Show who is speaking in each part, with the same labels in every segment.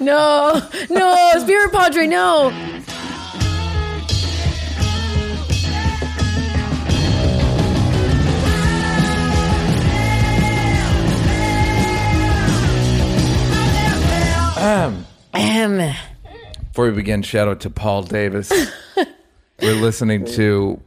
Speaker 1: No, no, Spirit Padre, no. Ahem.
Speaker 2: Before we begin, shout out to Paul Davis. We're listening to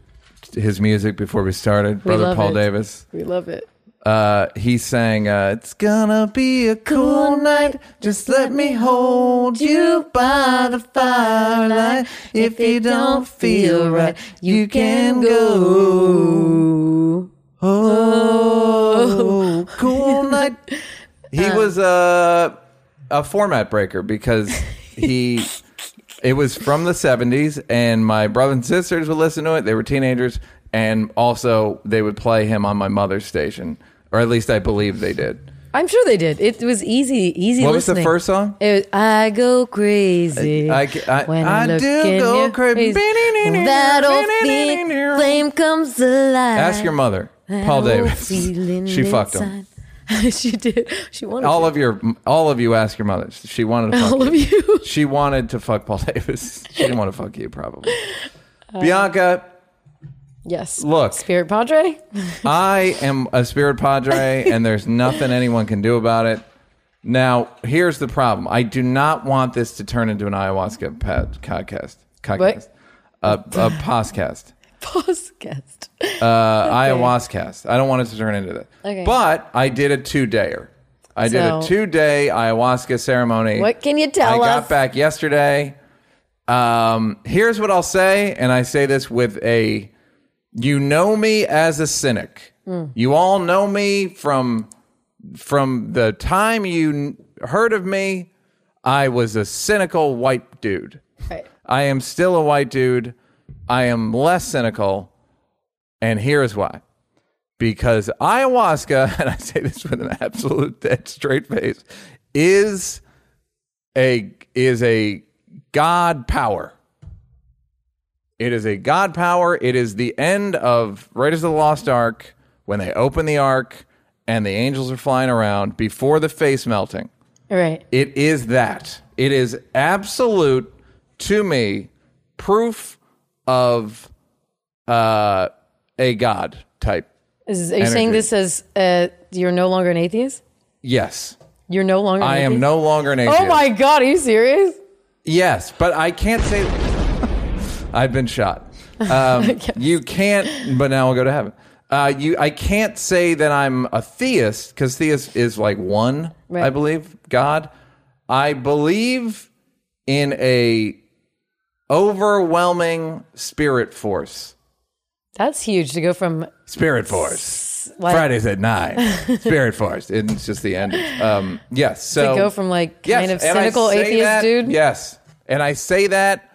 Speaker 2: his music before we started. Brother
Speaker 1: love
Speaker 2: Paul
Speaker 1: it.
Speaker 2: Davis.
Speaker 1: we love it.
Speaker 2: Uh, he sang, uh, It's gonna be a cool night. Just let me hold you by the firelight. If you don't feel right, you can go. Oh, cool uh, night. He was a, a format breaker because he. It was from the 70s, and my brother and sisters would listen to it. They were teenagers, and also they would play him on my mother's station, or at least I believe they did.
Speaker 1: I'm sure they did. It was easy, easy.
Speaker 2: What was the
Speaker 1: listening.
Speaker 2: first song?
Speaker 1: It was, I go crazy.
Speaker 2: I- I-
Speaker 1: when
Speaker 2: I
Speaker 1: look
Speaker 2: do
Speaker 1: in
Speaker 2: go
Speaker 1: your
Speaker 2: crazy.
Speaker 1: face. That old feeling, flame comes alive.
Speaker 2: Ask your mother,
Speaker 1: That
Speaker 2: Paul
Speaker 1: old
Speaker 2: Davis.
Speaker 1: feeling
Speaker 2: She fucked him.
Speaker 1: inside. she did. She wanted
Speaker 2: All
Speaker 1: to.
Speaker 2: of your, all of you, ask your mother. She wanted to fuck
Speaker 1: all of you.
Speaker 2: She wanted to fuck Paul Davis. She didn't want to fuck you, probably. Bianca,
Speaker 1: yes.
Speaker 2: Look.
Speaker 1: Spirit Padre.
Speaker 2: I am a spirit padre, and there's nothing anyone can do about it. Now, here's the problem. I do not want this to turn into an ayahuasca pad, podcast. Podcast. A, a podcast.
Speaker 1: Podcast.
Speaker 2: Uh, Ayahuascast. I don't want it to turn into that.
Speaker 1: Okay.
Speaker 2: But I did a two dayer. I did
Speaker 1: So-
Speaker 2: a two day ayahuasca ceremony.
Speaker 1: What can you tell
Speaker 2: I
Speaker 1: us?
Speaker 2: got back yesterday. Um, here's what I'll say, and I say this with a you know me as a cynic.
Speaker 1: Hmm.
Speaker 2: You all know me from from the time you n- heard of me. I was a cynical white dude.
Speaker 1: Right.
Speaker 2: I am still a white dude. I am less cynical. And here's why. Because ayahuasca, and I say this with an absolute dead straight face, is a is a god power. It is a god power. It is the end of Raiders of the Lost Ark when they open the ark and the angels are flying around before the face melting.
Speaker 1: All right.
Speaker 2: It is that. It is absolute to me proof of uh, a god type.
Speaker 1: Is, are you saying
Speaker 2: Energy.
Speaker 1: this as uh, you're no longer an atheist?
Speaker 2: Yes,
Speaker 1: You're no longer. An
Speaker 2: I am
Speaker 1: atheist?
Speaker 2: no longer an atheist.
Speaker 1: Oh my god! Are you serious?
Speaker 2: Yes, but I can't say I've been shot. Um, you can't, but now I'll go to heaven. Uh, you, I can't say that I'm a theist because theist is like one, I
Speaker 1: Right.
Speaker 2: believe. God, I believe in a overwhelming spirit force.
Speaker 1: That's huge to go from
Speaker 2: Spirit force.
Speaker 1: like
Speaker 2: Fridays at nine. Spirit force. It's just the end. Um, yes. So
Speaker 1: to go from like
Speaker 2: Yes,
Speaker 1: kind of
Speaker 2: and I
Speaker 1: cynical
Speaker 2: say
Speaker 1: atheist
Speaker 2: that-
Speaker 1: dude.
Speaker 2: Yes, and I say that.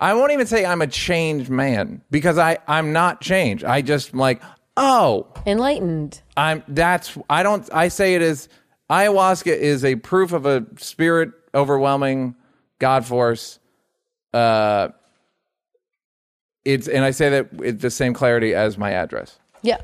Speaker 2: I won't even say I'm a changed man because I I'm not changed. I just am like oh
Speaker 1: Enlightened.
Speaker 2: I'm that's I don't I say it is ayahuasca is a proof of a spirit overwhelming God force. Uh, it's and I say that with the same clarity as my address.
Speaker 1: Yeah.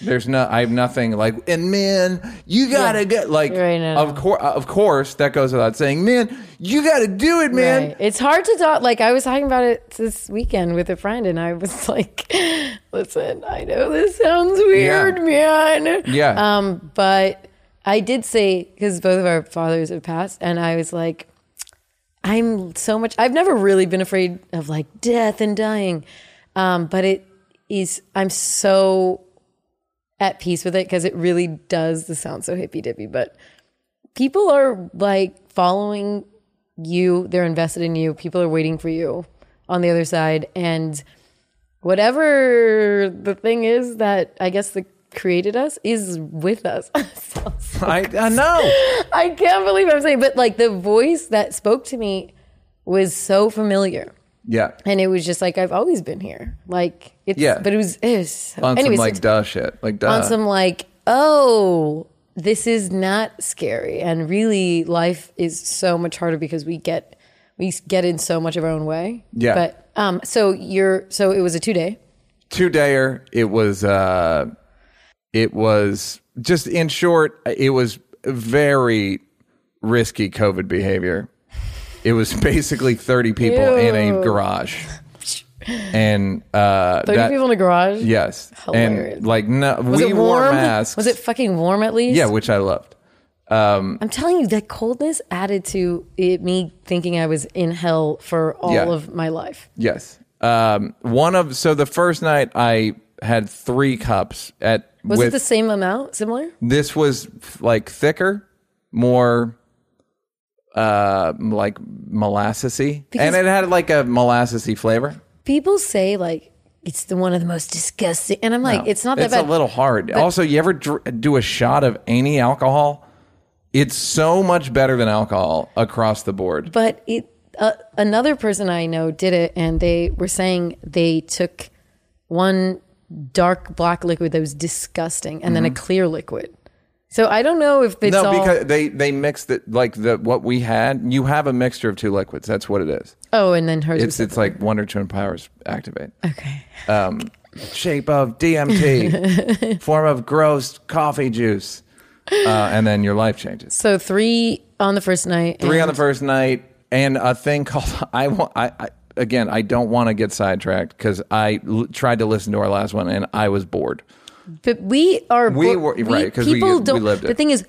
Speaker 2: There's no, I have nothing like, and man, you gotta get like,
Speaker 1: Right, no,
Speaker 2: of
Speaker 1: no.
Speaker 2: course, of course, that goes without saying, man, you gotta do it, man.
Speaker 1: Right. It's hard to talk. Like I was talking about it this weekend with a friend, and I was like, "Listen, I know this sounds weird, man.
Speaker 2: Yeah.
Speaker 1: Um, but I did say because both of our fathers have passed, and I was like, I'm so much. I've never really been afraid of like death and dying, um, but it is. I'm so at peace with it because it really does. This sounds so hippy dippy, but people are like following you. They're invested in you. People are waiting for you on the other side, and whatever the thing is that I guess that created us is with us. So-
Speaker 2: I, I know.
Speaker 1: I can't believe I'm saying, but like the voice that spoke to me was so familiar.
Speaker 2: Yeah.
Speaker 1: And it was just like, I've always been here. Like, it's,
Speaker 2: Yeah.
Speaker 1: but it was, it was so,
Speaker 2: On
Speaker 1: anyways,
Speaker 2: some like
Speaker 1: it's
Speaker 2: duh shit, like duh.
Speaker 1: on some like, oh, this is not scary. And really, life is so much harder because we get, we get in so much of our own way.
Speaker 2: Yeah.
Speaker 1: But, um, so you're, so it was a two day.
Speaker 2: two dayer. It was, uh, it was just in short, it was very risky COVID behavior. It was basically 30 people in a
Speaker 1: Ew.
Speaker 2: garage. And uh,
Speaker 1: 30
Speaker 2: that-
Speaker 1: people in a garage?
Speaker 2: Yes.
Speaker 1: Hilarious.
Speaker 2: And like, no,
Speaker 1: Was
Speaker 2: we
Speaker 1: it
Speaker 2: wore
Speaker 1: warm?
Speaker 2: masks.
Speaker 1: Was it fucking warm at least?
Speaker 2: Yeah, which I loved.
Speaker 1: I'm telling you, that coldness added to it, me thinking I was in hell for all
Speaker 2: Yeah.
Speaker 1: of my life.
Speaker 2: Yes. Um, one of so the first night I had three cups at
Speaker 1: Was
Speaker 2: with
Speaker 1: it the same amount? Similar?
Speaker 2: this was like thicker, more uh like molassesy, and
Speaker 1: Because-
Speaker 2: it had like a molassesy flavor.
Speaker 1: People say like it's the one of the most disgusting, and I'm like, it's not that
Speaker 2: It's
Speaker 1: bad.
Speaker 2: a little hard. also, you ever dr- do a shot of any alcohol? It's so much better than alcohol across the board.
Speaker 1: but it uh, another person I know did it, and they were saying they took one dark black liquid that was disgusting, and
Speaker 2: Mm-hmm.
Speaker 1: then a clear liquid. So I don't know if it's
Speaker 2: no,
Speaker 1: all.
Speaker 2: because they they mixed it like the what we had. You have a mixture of two liquids. That's what it is.
Speaker 1: oh, and then hers
Speaker 2: It's
Speaker 1: was
Speaker 2: it's like Wonder Twin powers activate.
Speaker 1: okay.
Speaker 2: shape of DMT, form of gross coffee juice, uh, and then your life changes.
Speaker 1: So three on the first night.
Speaker 2: Three on
Speaker 1: and-
Speaker 2: the first night, and a thing called I want. I, I again, I don't want to get sidetracked because I l- tried to listen to our last one and I was bored.
Speaker 1: But we are
Speaker 2: We
Speaker 1: bo-
Speaker 2: were- right, 'cause we-
Speaker 1: people
Speaker 2: we
Speaker 1: don't.
Speaker 2: lived it.
Speaker 1: The thing is,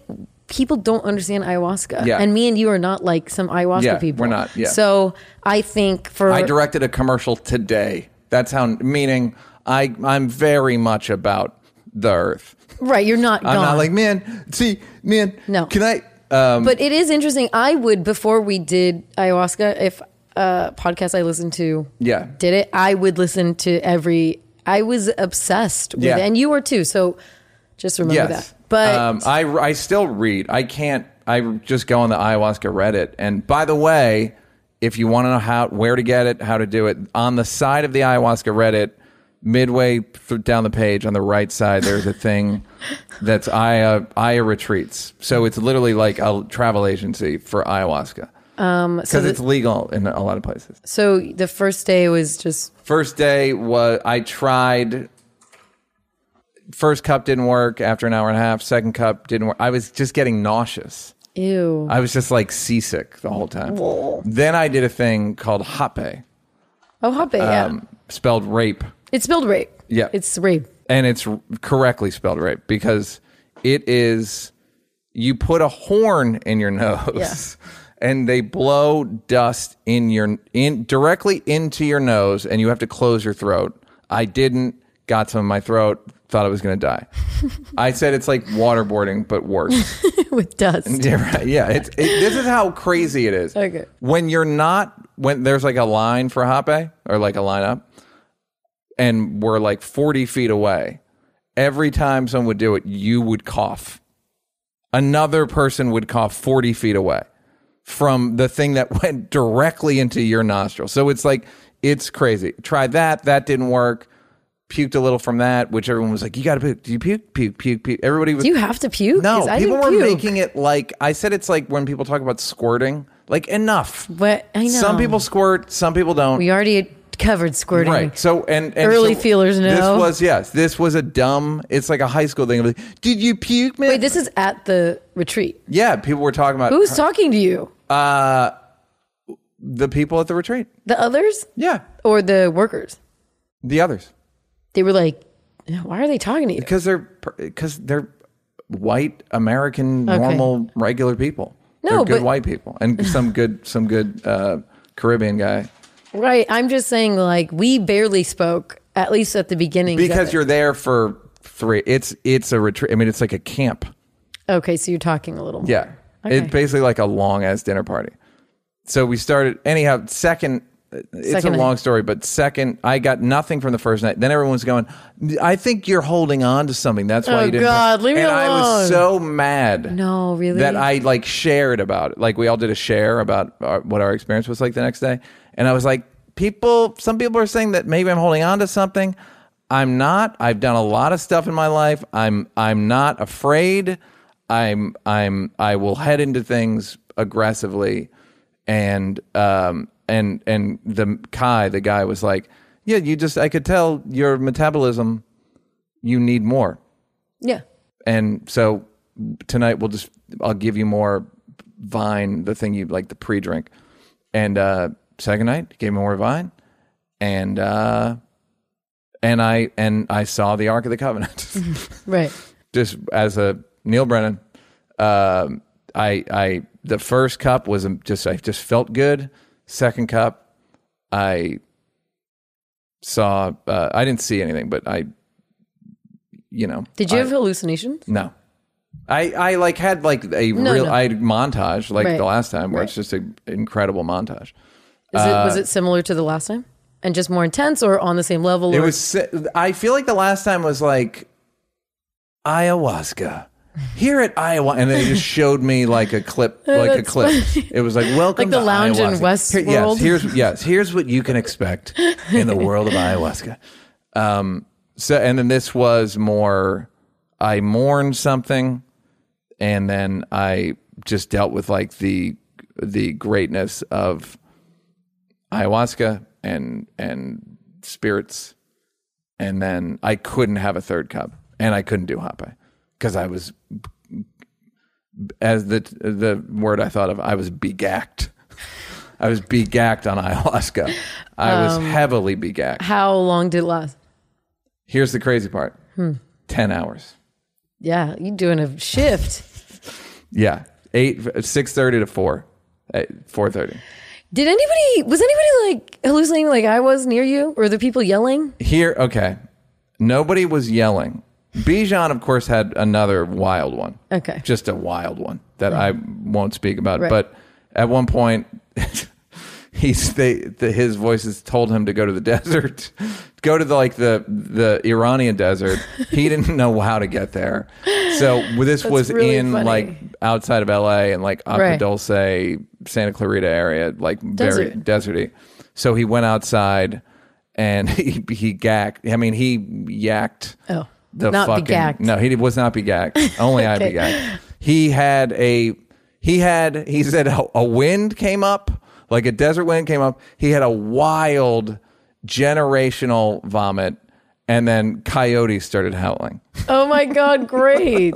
Speaker 1: people don't understand ayahuasca,
Speaker 2: Yeah.
Speaker 1: and me and you are not like some ayahuasca
Speaker 2: Yeah,
Speaker 1: people.
Speaker 2: we're not, yeah.
Speaker 1: So I think for
Speaker 2: I directed a commercial today. That's how. Meaning, I I'm very much about the earth.
Speaker 1: right, you're not
Speaker 2: I'm
Speaker 1: gone.
Speaker 2: not like man. See, man.
Speaker 1: No.
Speaker 2: Can I? Um,
Speaker 1: but it is interesting. I would before we did ayahuasca, if uh, podcast I listened to,
Speaker 2: Yeah.
Speaker 1: did it, I would listen to every. I was obsessed with
Speaker 2: Yeah.
Speaker 1: it, and you were too. So just remember
Speaker 2: Yes.
Speaker 1: that. But
Speaker 2: um, I, I still read. I can't. I just go on the ayahuasca Reddit. And by the way, if you want to know how where to get it, how to do it, on the side of the ayahuasca Reddit, midway th- down the page on the right side, there's a thing that's Aya Aya retreats. So it's literally like a travel agency for ayahuasca
Speaker 1: Um, so
Speaker 2: because it's legal in a lot of places.
Speaker 1: so the first day was just
Speaker 2: First day was I tried. First cup didn't work after an hour and a half. Second cup didn't work. I was just getting nauseous.
Speaker 1: ew.
Speaker 2: I was just like seasick the whole time. Then I did a thing called hape,
Speaker 1: oh, hoppe, yeah.
Speaker 2: um, spelled rape,
Speaker 1: It's spelled rape.
Speaker 2: Yeah.
Speaker 1: It's rape.
Speaker 2: and it's r- correctly spelled rape because it is you put a horn in your nose and they blow dust in your in directly into your nose and you have to close your throat. I didn't got some in my throat, thought I was going to die. I said it's like waterboarding but worse.
Speaker 1: With dust.
Speaker 2: Yeah, right. Yeah, it's it, this is how crazy it is.
Speaker 1: Okay.
Speaker 2: When you're not when there's like a line for Hape or like a lineup, and we're like 40 feet away, every time someone would do it, you would cough. Another person would cough 40 feet away from the thing that went directly into your nostril. So it's like it's crazy. Try that. That didn't work. Puked a little from that, which everyone was like, "You got to puke." Do you puke? Puke? Puke? Puke? Everybody was
Speaker 1: Do you have to puke?
Speaker 2: no,
Speaker 1: 'Cause I
Speaker 2: people
Speaker 1: didn't
Speaker 2: were
Speaker 1: puke.
Speaker 2: making it like I said. It's like when people talk about squirting. Like enough.
Speaker 1: But I know
Speaker 2: Some people squirt, some people don't.
Speaker 1: we already covered squirting.
Speaker 2: right. So and, and
Speaker 1: Early
Speaker 2: so
Speaker 1: feelers know.
Speaker 2: This was yes. This was a dumb. It's like a high school thing. Like, Did you puke, man?
Speaker 1: Wait, this is at the retreat.
Speaker 2: yeah, people were talking about
Speaker 1: Who's talking to you?
Speaker 2: the people at the retreat.
Speaker 1: The others
Speaker 2: Yeah,
Speaker 1: or the workers?
Speaker 2: the others
Speaker 1: They were like, why are they talking to you?
Speaker 2: because they're because they're white American normal regular people.
Speaker 1: No,
Speaker 2: they're good
Speaker 1: but-
Speaker 2: white people and some good some good uh, Caribbean guy
Speaker 1: Right. I'm just saying, like, we barely spoke, at least at the beginning.
Speaker 2: because you're there for three it's it's a retreat i mean it's like a camp
Speaker 1: Okay, so you're talking a little. more.
Speaker 2: yeah
Speaker 1: Okay.
Speaker 2: it's basically like a long ass dinner party so we started anyhow second it's
Speaker 1: Second
Speaker 2: a
Speaker 1: night.
Speaker 2: long story but second i got nothing from the first night then everyone's going i think you're holding on to something that's why
Speaker 1: Oh,
Speaker 2: you didn't
Speaker 1: God, leave me
Speaker 2: and i
Speaker 1: alone.
Speaker 2: was so mad
Speaker 1: No, really?
Speaker 2: that i like shared about it like we all did a share about our, what our experience was like the next day and i was like people some people are saying that maybe i'm holding on to something i'm not i've done a lot of stuff in my life i'm i'm not afraid i'm i'm i will head into things aggressively and um and and the Kai the guy was like, yeah, you just I could tell your metabolism, you need more,
Speaker 1: Yeah.
Speaker 2: and so tonight we'll just I'll give you more vine, the thing you like, the pre drink. And uh, second night, gave me more vine, and uh, and I and I saw the Ark of the Covenant.
Speaker 1: Mm-hmm. Right.
Speaker 2: just as a Neil Brennan, um, I I the first cup was um, just I just felt good. Second cup, I saw uh, I didn't see anything, but I, you know,
Speaker 1: Did you
Speaker 2: I-
Speaker 1: have hallucinations?
Speaker 2: no. I, I like had like a
Speaker 1: No,
Speaker 2: real
Speaker 1: no.
Speaker 2: I had montage like
Speaker 1: Right.
Speaker 2: the last time where it's just an incredible
Speaker 1: Is
Speaker 2: montage.
Speaker 1: it,
Speaker 2: Uh,
Speaker 1: was it similar to the last time? And just more intense or on the same level?
Speaker 2: It
Speaker 1: or,
Speaker 2: was. si- I feel like the last time was like ayahuasca. Here at Iowa, and they just showed me like a clip, like a
Speaker 1: that's
Speaker 2: clip. It was like welcome
Speaker 1: Like the
Speaker 2: to
Speaker 1: lounge in
Speaker 2: ayahuasca." Here-
Speaker 1: Westworld.
Speaker 2: Yes, here's yes, here's what you can expect in the world of ayahuasca. Um, so, and then this was more. I mourned something, and then I just dealt with like the the greatness of ayahuasca and and spirits and then I couldn't have a third cup, and I couldn't do hot because I was, as the the word I thought of, I was begacked. I was begacked on ayahuasca. I was heavily begacked.
Speaker 1: how long did it last?
Speaker 2: Here's the crazy part: ten hours.
Speaker 1: Yeah, you doing a shift.
Speaker 2: Yeah, eight six thirty to four, four thirty.
Speaker 1: Did anybody, was anybody like hallucinating like I was near you? Or the people yelling?
Speaker 2: Here, okay, nobody was yelling. Bijan, of course, had another wild one.
Speaker 1: Okay.
Speaker 2: just a wild one that I won't speak about.
Speaker 1: Right.
Speaker 2: But at one point, he's they the, his voices told him to go to the desert, go to the like the the Iranian desert. he didn't know how to get there, so this was
Speaker 1: really
Speaker 2: in
Speaker 1: funny.
Speaker 2: like outside of L.A. and like Agua
Speaker 1: Right.
Speaker 2: Dulce, Santa Clarita area, like very deserty. So he went outside. And he he gacked. I mean, he yacked
Speaker 1: Oh,
Speaker 2: the
Speaker 1: not
Speaker 2: fucking
Speaker 1: begacked.
Speaker 2: no, he was not begacked. Only I
Speaker 1: Okay.
Speaker 2: begacked. He had a he had he said a, a wind came up like a desert wind came up. He had a wild generational vomit, and then coyotes started howling.
Speaker 1: Oh my God, great.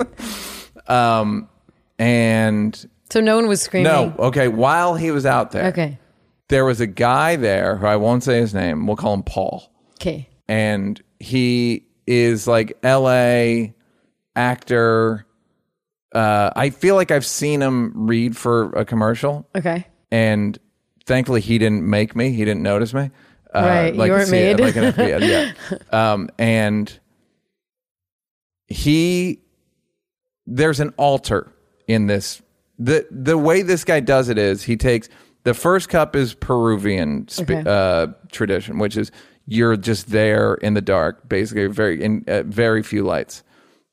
Speaker 2: And
Speaker 1: so no one was screaming?
Speaker 2: no, okay, while he was out there,
Speaker 1: Okay.
Speaker 2: there was a guy there who I won't say his name. We'll call him Paul.
Speaker 1: Okay.
Speaker 2: and he is like LA actor. Uh, I feel like I've seen him read for a commercial,
Speaker 1: Okay.
Speaker 2: and thankfully he didn't make me. He didn't notice me. Uh,
Speaker 1: Right, you
Speaker 2: like
Speaker 1: weren't
Speaker 2: see it,
Speaker 1: made.
Speaker 2: like an FBI, yeah. Um, and he, there's an altar in this. the The way this guy does it is he takes the first cup is Peruvian sp-
Speaker 1: Okay.
Speaker 2: uh, tradition, which is you're just there in the dark, basically very in uh, very few lights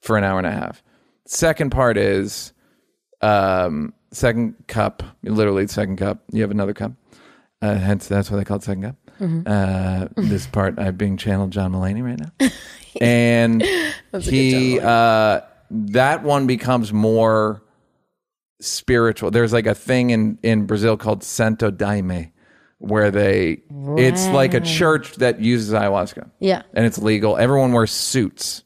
Speaker 2: for an hour and a half. Second part is um, second cup, literally second cup. You have another cup. Uh, hence, that's why they call it second cup. Uh, this part, I'm being channeled John Mulaney right now, and he uh, that one becomes more spiritual. There's like a thing in in Brazil called Santo Daime, where they it's like a church that uses ayahuasca,
Speaker 1: Yeah.
Speaker 2: and it's legal. Everyone wears suits.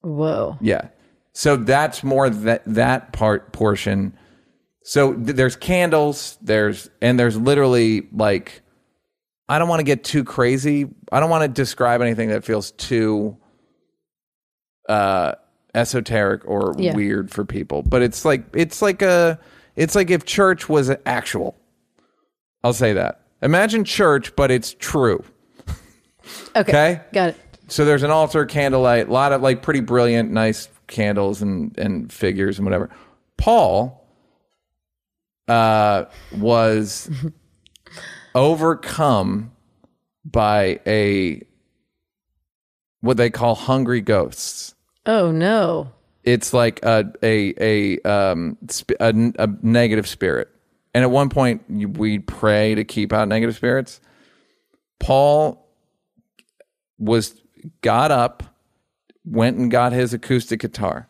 Speaker 1: Whoa.
Speaker 2: Yeah. So that's more that that part portion. So th- there's candles, there's and there's literally like I don't want to get too crazy. I don't want to describe anything that feels too uh esoteric or
Speaker 1: Yeah.
Speaker 2: weird for people. But it's like it's like a it's like if church was actual. I'll say that. Imagine church but it's true.
Speaker 1: Okay.
Speaker 2: Okay?
Speaker 1: Got it.
Speaker 2: so there's an altar, candlelight, a lot of like pretty brilliant, nice candles and and figures and whatever. Paul uh, was overcome by a what they call hungry ghosts.
Speaker 1: Oh no.
Speaker 2: It's like a a a um sp- a, a negative spirit. And at one point, you- we pray to keep out negative spirits. Paul was got up, went and got his acoustic guitar.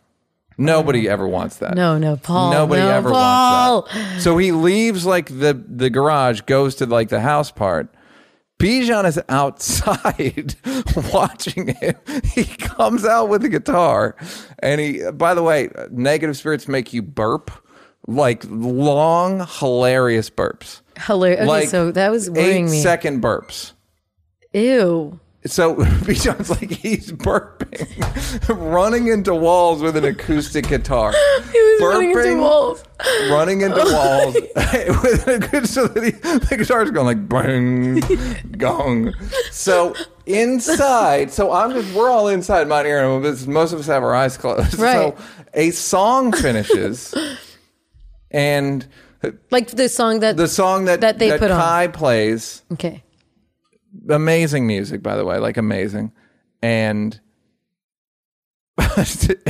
Speaker 2: Nobody ever wants that.
Speaker 1: No, no, Paul.
Speaker 2: Nobody
Speaker 1: no,
Speaker 2: ever
Speaker 1: Paul.
Speaker 2: wants that. So he leaves like the the garage, goes to like the house part. Bijan is outside watching him. He comes out with a guitar, and he. By the way, negative spirits make you burp, like long, hilarious burps.
Speaker 1: Hilarious. Okay,
Speaker 2: like
Speaker 1: so that was worrying
Speaker 2: eight
Speaker 1: me.
Speaker 2: second burps.
Speaker 1: Ew.
Speaker 2: So Bijan's like he's burping, running into walls with an acoustic guitar,
Speaker 1: It was running into
Speaker 2: Burping.
Speaker 1: walls.
Speaker 2: running into walls with an acoustic. So that he, the guitar's going like bang, gong. So inside, so I'm just we're all inside my ear, and this- most of us have our eyes closed.
Speaker 1: Right.
Speaker 2: So a song finishes, and
Speaker 1: Like the song that.
Speaker 2: the song that
Speaker 1: That they put on.
Speaker 2: Kai plays
Speaker 1: okay.
Speaker 2: amazing music, by the way, like amazing. And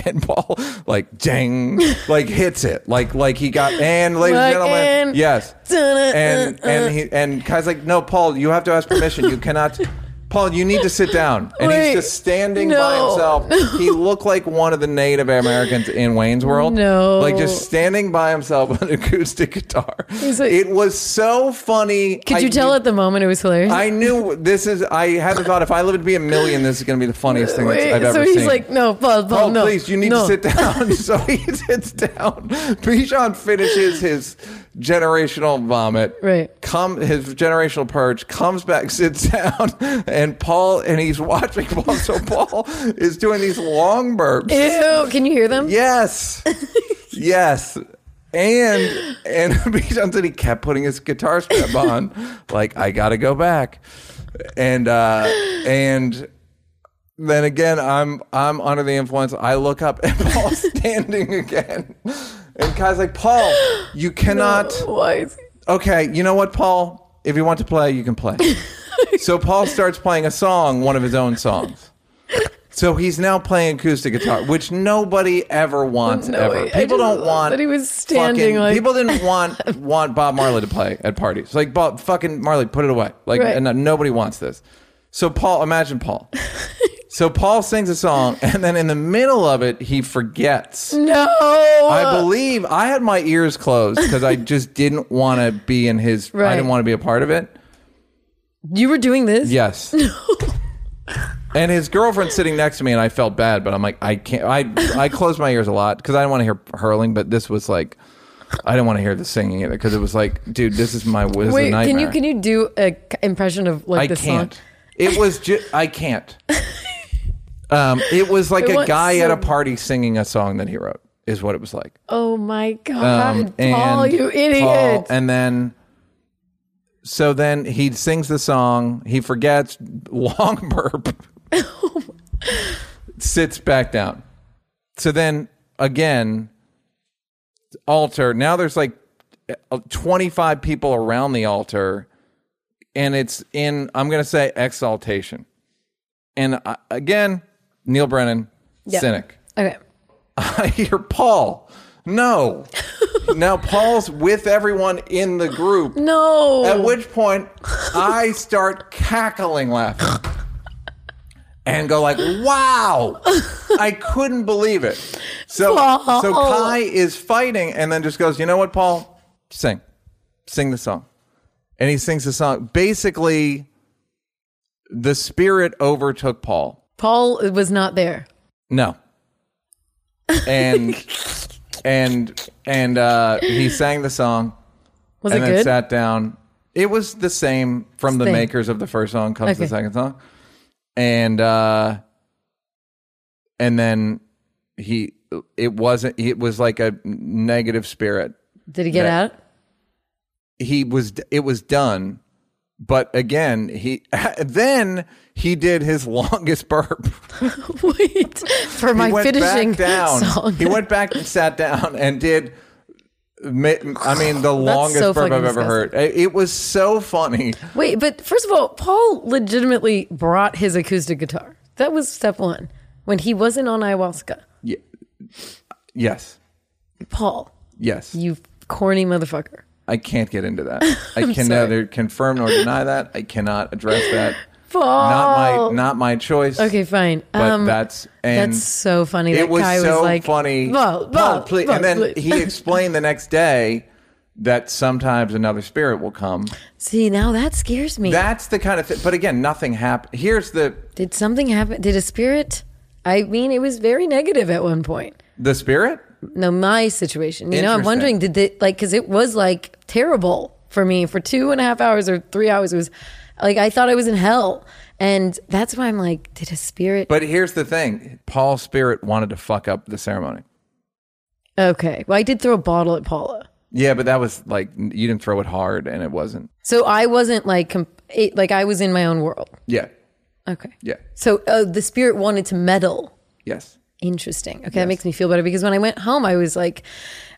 Speaker 2: and Paul like dang like hits it like like he got and ladies
Speaker 1: Like,
Speaker 2: and gentlemen
Speaker 1: and-
Speaker 2: yes
Speaker 1: Dun-dun,
Speaker 2: and
Speaker 1: uh, uh.
Speaker 2: and he and Kai's like no Paul you have to ask permission you cannot Paul you need to sit down and
Speaker 1: Wait,
Speaker 2: he's just standing by
Speaker 1: no.
Speaker 2: himself he looked like one of the Native Americans in Wayne's World
Speaker 1: No.
Speaker 2: like just standing by himself with an acoustic guitar
Speaker 1: like-
Speaker 2: it was so funny
Speaker 1: Could you tell at the moment it was hilarious?
Speaker 2: I knew this is. I had the thought if I live to be a million, this is going to be the funniest thing that's
Speaker 1: Wait,
Speaker 2: I've ever
Speaker 1: so he's
Speaker 2: seen.
Speaker 1: like, no, Paul, Paul,
Speaker 2: oh,
Speaker 1: no.
Speaker 2: please, you need
Speaker 1: no.
Speaker 2: to sit down. so he sits down. Bijan finishes his generational vomit.
Speaker 1: Right.
Speaker 2: Come his generational purge comes back, sits down, and Paul and he's watching Paul. So Paul is doing these long burps.
Speaker 1: Ew. Can you hear them?
Speaker 2: Yes. yes. And and Bijan said he kept putting his guitar strap on, like I gotta go back, and uh, and then again I'm I'm under the influence. I look up and Paul's standing again, and Kai's like Paul, you cannot.
Speaker 1: Why is
Speaker 2: Okay, you know what, Paul? If you want to play, you can play. so Paul starts playing a song, one of his own songs. So he's now playing acoustic guitar, which nobody ever wants.
Speaker 1: No,
Speaker 2: ever
Speaker 1: I- I just
Speaker 2: people don't
Speaker 1: love
Speaker 2: want.
Speaker 1: that he was standing
Speaker 2: fucking-
Speaker 1: like-
Speaker 2: people didn't want want Bob Marley to play at parties. Like Bob, fucking Marley, put it away. Like
Speaker 1: Right.
Speaker 2: and uh, nobody wants this. So Paul, imagine Paul. so Paul sings a song, and then in the middle of it, he forgets.
Speaker 1: No. Uh,
Speaker 2: I believe I had my ears closed because I just didn't want to be in his. I
Speaker 1: Right.
Speaker 2: didn't want to be a part of it.
Speaker 1: you were doing this?
Speaker 2: Yes. and his girlfriend's sitting next to me, and I felt bad, but I'm like, I can't. I I closed my ears a lot because I didn't want to hear hurling, but this was like, I didn't want to hear the singing either because it was like, dude, this is my this is a
Speaker 1: Wait,
Speaker 2: nightmare.
Speaker 1: can you can you do a c- impression of like
Speaker 2: I
Speaker 1: this
Speaker 2: can't.
Speaker 1: song?
Speaker 2: It was just I can't. um, it was like
Speaker 1: I
Speaker 2: a
Speaker 1: want
Speaker 2: guy at a
Speaker 1: some-
Speaker 2: party singing a song that he wrote. Is what it was like.
Speaker 1: Oh my god,
Speaker 2: Um,
Speaker 1: Paul,
Speaker 2: and
Speaker 1: you idiot!
Speaker 2: Paul- and then, so then he sings the song. He forgets long burp. sits back down. So then again, altar. Now there's like uh, 25 people around the altar, and it's in I'm going to say exaltation. And I, again, Neil Brennan,
Speaker 1: Yeah.
Speaker 2: cynic.
Speaker 1: okay,
Speaker 2: I hear Paul. No. now Paul's with everyone in the group.
Speaker 1: no.
Speaker 2: At which point I start cackling laughing. And go like, wow! I couldn't believe it. So,
Speaker 1: Paul.
Speaker 2: so Kai is fighting, and then just goes, you know what, Paul? Sing, sing the song, and he sings the song. Basically, the spirit overtook Paul.
Speaker 1: Paul was not there.
Speaker 2: No. And and and uh, he sang the song
Speaker 1: Was
Speaker 2: and
Speaker 1: it
Speaker 2: then
Speaker 1: good?
Speaker 2: sat down. It was the same from the
Speaker 1: Same.
Speaker 2: makers of the first song comes the
Speaker 1: Okay.
Speaker 2: second song. And uh and then he it wasn't it was like a negative spirit.
Speaker 1: Did he get
Speaker 2: Yeah.
Speaker 1: out?
Speaker 2: He was it was done. But again, he then he did his longest burp.
Speaker 1: Wait for my
Speaker 2: he went
Speaker 1: finishing
Speaker 2: back down.
Speaker 1: song.
Speaker 2: He went back and sat down and did. ma- I mean, the longest
Speaker 1: so
Speaker 2: burp I've
Speaker 1: fucking
Speaker 2: ever heard. It it was so funny.
Speaker 1: Wait, but first of all, Paul legitimately brought his acoustic guitar. That was step one when he wasn't on ayahuasca.
Speaker 2: Ye- Yes,
Speaker 1: Paul,
Speaker 2: yes.
Speaker 1: you corny motherfucker.
Speaker 2: I can't get into that. I can
Speaker 1: sorry.
Speaker 2: neither confirm nor deny that. I cannot address that.
Speaker 1: Paul.
Speaker 2: Not my, not my choice.
Speaker 1: Oh. Okay, fine.
Speaker 2: But
Speaker 1: um,
Speaker 2: that's and
Speaker 1: that's so funny.
Speaker 2: It
Speaker 1: that
Speaker 2: was
Speaker 1: guy
Speaker 2: so
Speaker 1: was like,
Speaker 2: funny.
Speaker 1: Paul,
Speaker 2: Paul,
Speaker 1: Paul,
Speaker 2: please.
Speaker 1: Paul,
Speaker 2: and then
Speaker 1: please."
Speaker 2: he explained the next day that sometimes another spirit will come.
Speaker 1: See, now that scares me.
Speaker 2: That's the kind of thing. But again, nothing happened. Here's the
Speaker 1: Did something happen? Did a spirit? I mean, it was very negative at one point.
Speaker 2: the spirit.
Speaker 1: No, my situation. You know, I'm
Speaker 2: Interesting.
Speaker 1: wondering did they like because it was like terrible for me for two and a half hours or three hours. It was like I thought I was in hell, and that's why I'm like, did a spirit?
Speaker 2: But here's the thing Paul's spirit wanted to fuck up the ceremony.
Speaker 1: okay, well, I did throw a bottle at Paula,
Speaker 2: Yeah, but that was like, you didn't throw it hard and it wasn't.
Speaker 1: so I wasn't like comp- it, like I was in my own world.
Speaker 2: Yeah.
Speaker 1: Okay,
Speaker 2: Yeah.
Speaker 1: so uh, the spirit wanted to meddle.
Speaker 2: Yes.
Speaker 1: Interesting. Okay, that makes me feel better because when I went home, I was like,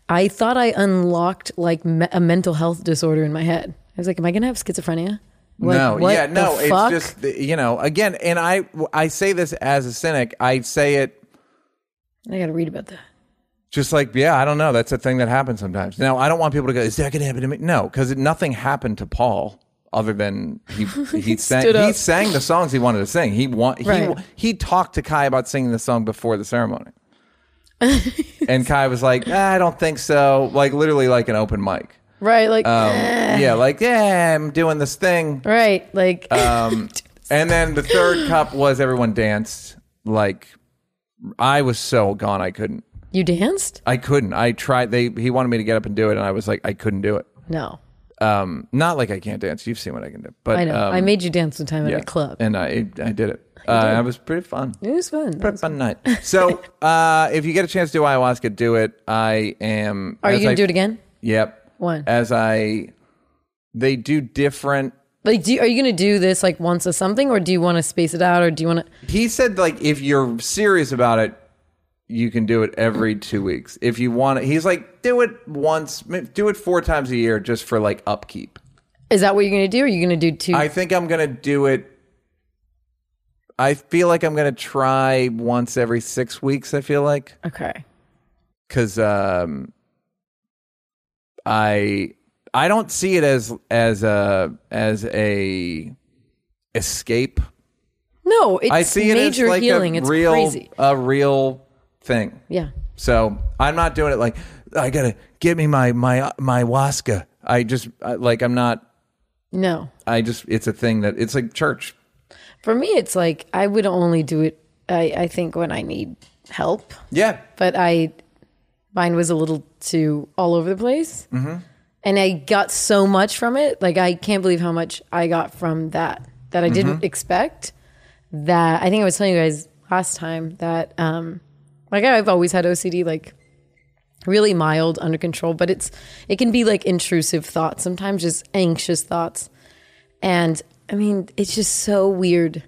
Speaker 1: I thought I unlocked like me- a mental health disorder in my head. I was like, am I going to have schizophrenia? Like,
Speaker 2: no,
Speaker 1: what
Speaker 2: yeah,
Speaker 1: the
Speaker 2: no. It's
Speaker 1: fuck?
Speaker 2: just you know, again, and I I say this as a cynic. I say it
Speaker 1: I got to read about that.
Speaker 2: just like, yeah, I don't know. That's a thing that happens sometimes. Now, I don't want people to go, is that going to happen to me? No, because nothing happened to Paul other than he he sang
Speaker 1: stood
Speaker 2: he
Speaker 1: up.
Speaker 2: sang the songs he wanted to sing. He want
Speaker 1: Right.
Speaker 2: he he talked to Kai about singing the song before the ceremony, and Kai was like, "Ah, I don't think so. Like literally, like an open mic.
Speaker 1: Right, like,
Speaker 2: Um,
Speaker 1: Eh.
Speaker 2: yeah, like yeah, I'm doing this thing.
Speaker 1: right, like,
Speaker 2: Um, and then the third cup was everyone danced. Like I was so gone, I couldn't.
Speaker 1: you danced?
Speaker 2: I couldn't. I tried. They he wanted me to get up and do it, and I was like, I couldn't do it.
Speaker 1: No,
Speaker 2: Um, not like I can't dance. You've seen what I can do, but
Speaker 1: I know.
Speaker 2: Um,
Speaker 1: I made you dance one time
Speaker 2: yeah.
Speaker 1: at a club.
Speaker 2: and I I did it. Uh, it was pretty fun.
Speaker 1: It was fun.
Speaker 2: Pretty fun night. So uh, if you get a chance to do ayahuasca, do it. I am.
Speaker 1: Are you
Speaker 2: as
Speaker 1: going
Speaker 2: I-
Speaker 1: to
Speaker 2: Uh,
Speaker 1: do it again?
Speaker 2: Yep.
Speaker 1: When?
Speaker 2: As I, they do different.
Speaker 1: Like, do you, are you going to do this like once or something, or do you want to space it out, or do you want to?
Speaker 2: He said like if you're serious about it, you can do it every two weeks. If you want it, he's like do it once, ma- do it four times a year just for like upkeep.
Speaker 1: Is that what you're going to do? Or are you going to do two?
Speaker 2: I think I'm gonna do it. I feel like I'm gonna try once every six weeks. I feel like
Speaker 1: okay.
Speaker 2: because um, I I don't see it as as a as a escape.
Speaker 1: No, it's
Speaker 2: I see it as
Speaker 1: major
Speaker 2: like
Speaker 1: healing.
Speaker 2: a
Speaker 1: it's
Speaker 2: real
Speaker 1: crazy.
Speaker 2: a real thing.
Speaker 1: Yeah.
Speaker 2: So I'm not doing it like I gotta get me my my my waska. I just I, like I'm not.
Speaker 1: No.
Speaker 2: I just it's a thing that it's like church.
Speaker 1: For me, it's like I would only do it. I, I think when I need help,
Speaker 2: Yeah,
Speaker 1: but I mine was a little too all over the place, mm-hmm. and I got so much from it. Like I can't believe how much I got from that that I
Speaker 2: Mm-hmm.
Speaker 1: didn't expect. That I think I was telling you guys last time that um, like I've always had OCD, like really mild, under control, but it's it can be like intrusive thoughts sometimes, just anxious thoughts, and I mean it's just so weird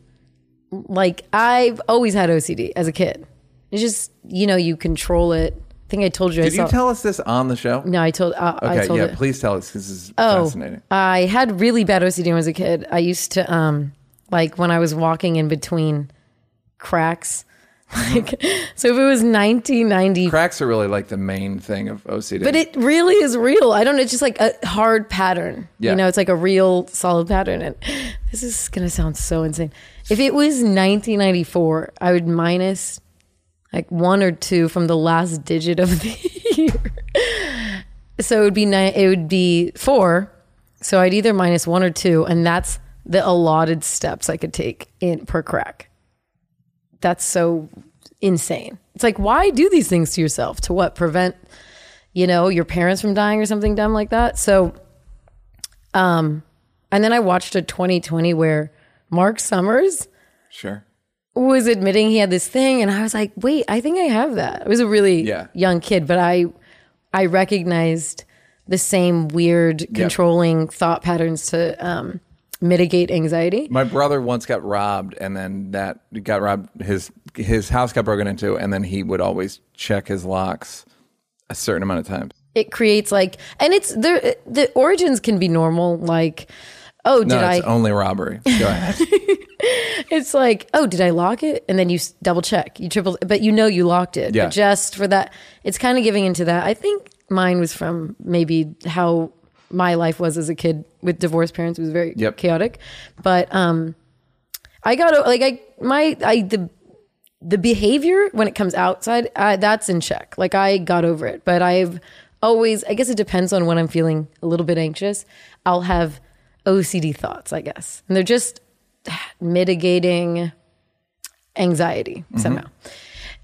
Speaker 1: like I've always had OCD as a kid. It's just you know you control it. I think I told you. I
Speaker 2: Did you
Speaker 1: saw-
Speaker 2: tell us this on the show?
Speaker 1: No, I told. I, Mm, I
Speaker 2: okay,
Speaker 1: told Oh.
Speaker 2: yeah.
Speaker 1: it.
Speaker 2: Please tell us. 'cause This is fascinating.
Speaker 1: I had really bad OCD when I was a kid. I used to um like when I was walking in between cracks. Like so if it was 1990
Speaker 2: Cracks are really like the main thing of OCD.
Speaker 1: but it really is real. I don't know. It's just like a hard pattern.
Speaker 2: Yeah.
Speaker 1: You know, it's like a real solid pattern. And this is going to sound so insane. If it was 1994, I would minus like one or two from the last digit of the year. So it would be ni- it would be four. So I'd either minus one or two, and that's the allotted steps I could take in per crack. That's so insane. It's like why do these things to yourself? To what prevent you know, your parents from dying or something dumb like that. So, um, and then I watched a 2020 where Mark Summers
Speaker 2: sure.
Speaker 1: was admitting he had this thing, and I was like, wait, I think I have that. I was a really
Speaker 2: Yeah.
Speaker 1: young kid, but I, I recognized the same weird controlling thought patterns to um, mitigate anxiety.
Speaker 2: My brother once got robbed, and then that got robbed. His his house got broken into, and then he would always check his locks a certain amount of times.
Speaker 1: It creates like, and it's the the origins can be normal, like. Oh, did
Speaker 2: No,
Speaker 1: I?
Speaker 2: it's only robbery. Go ahead.
Speaker 1: It's like, oh, did I lock it? And then you s- double check, you triple, but you know you locked it.
Speaker 2: Yeah.
Speaker 1: But just for that, it's kind of giving into that. I think mine was from maybe how my life was as a kid with divorced parents. It was very
Speaker 2: Yep.
Speaker 1: chaotic, but um, I got o- like I my I the the behavior when it comes outside uh, that's in check. Like I got over it, but I've always I guess it depends on when I'm feeling a little bit anxious. I'll have OCD thoughts, I guess, and they're just mitigating anxiety somehow.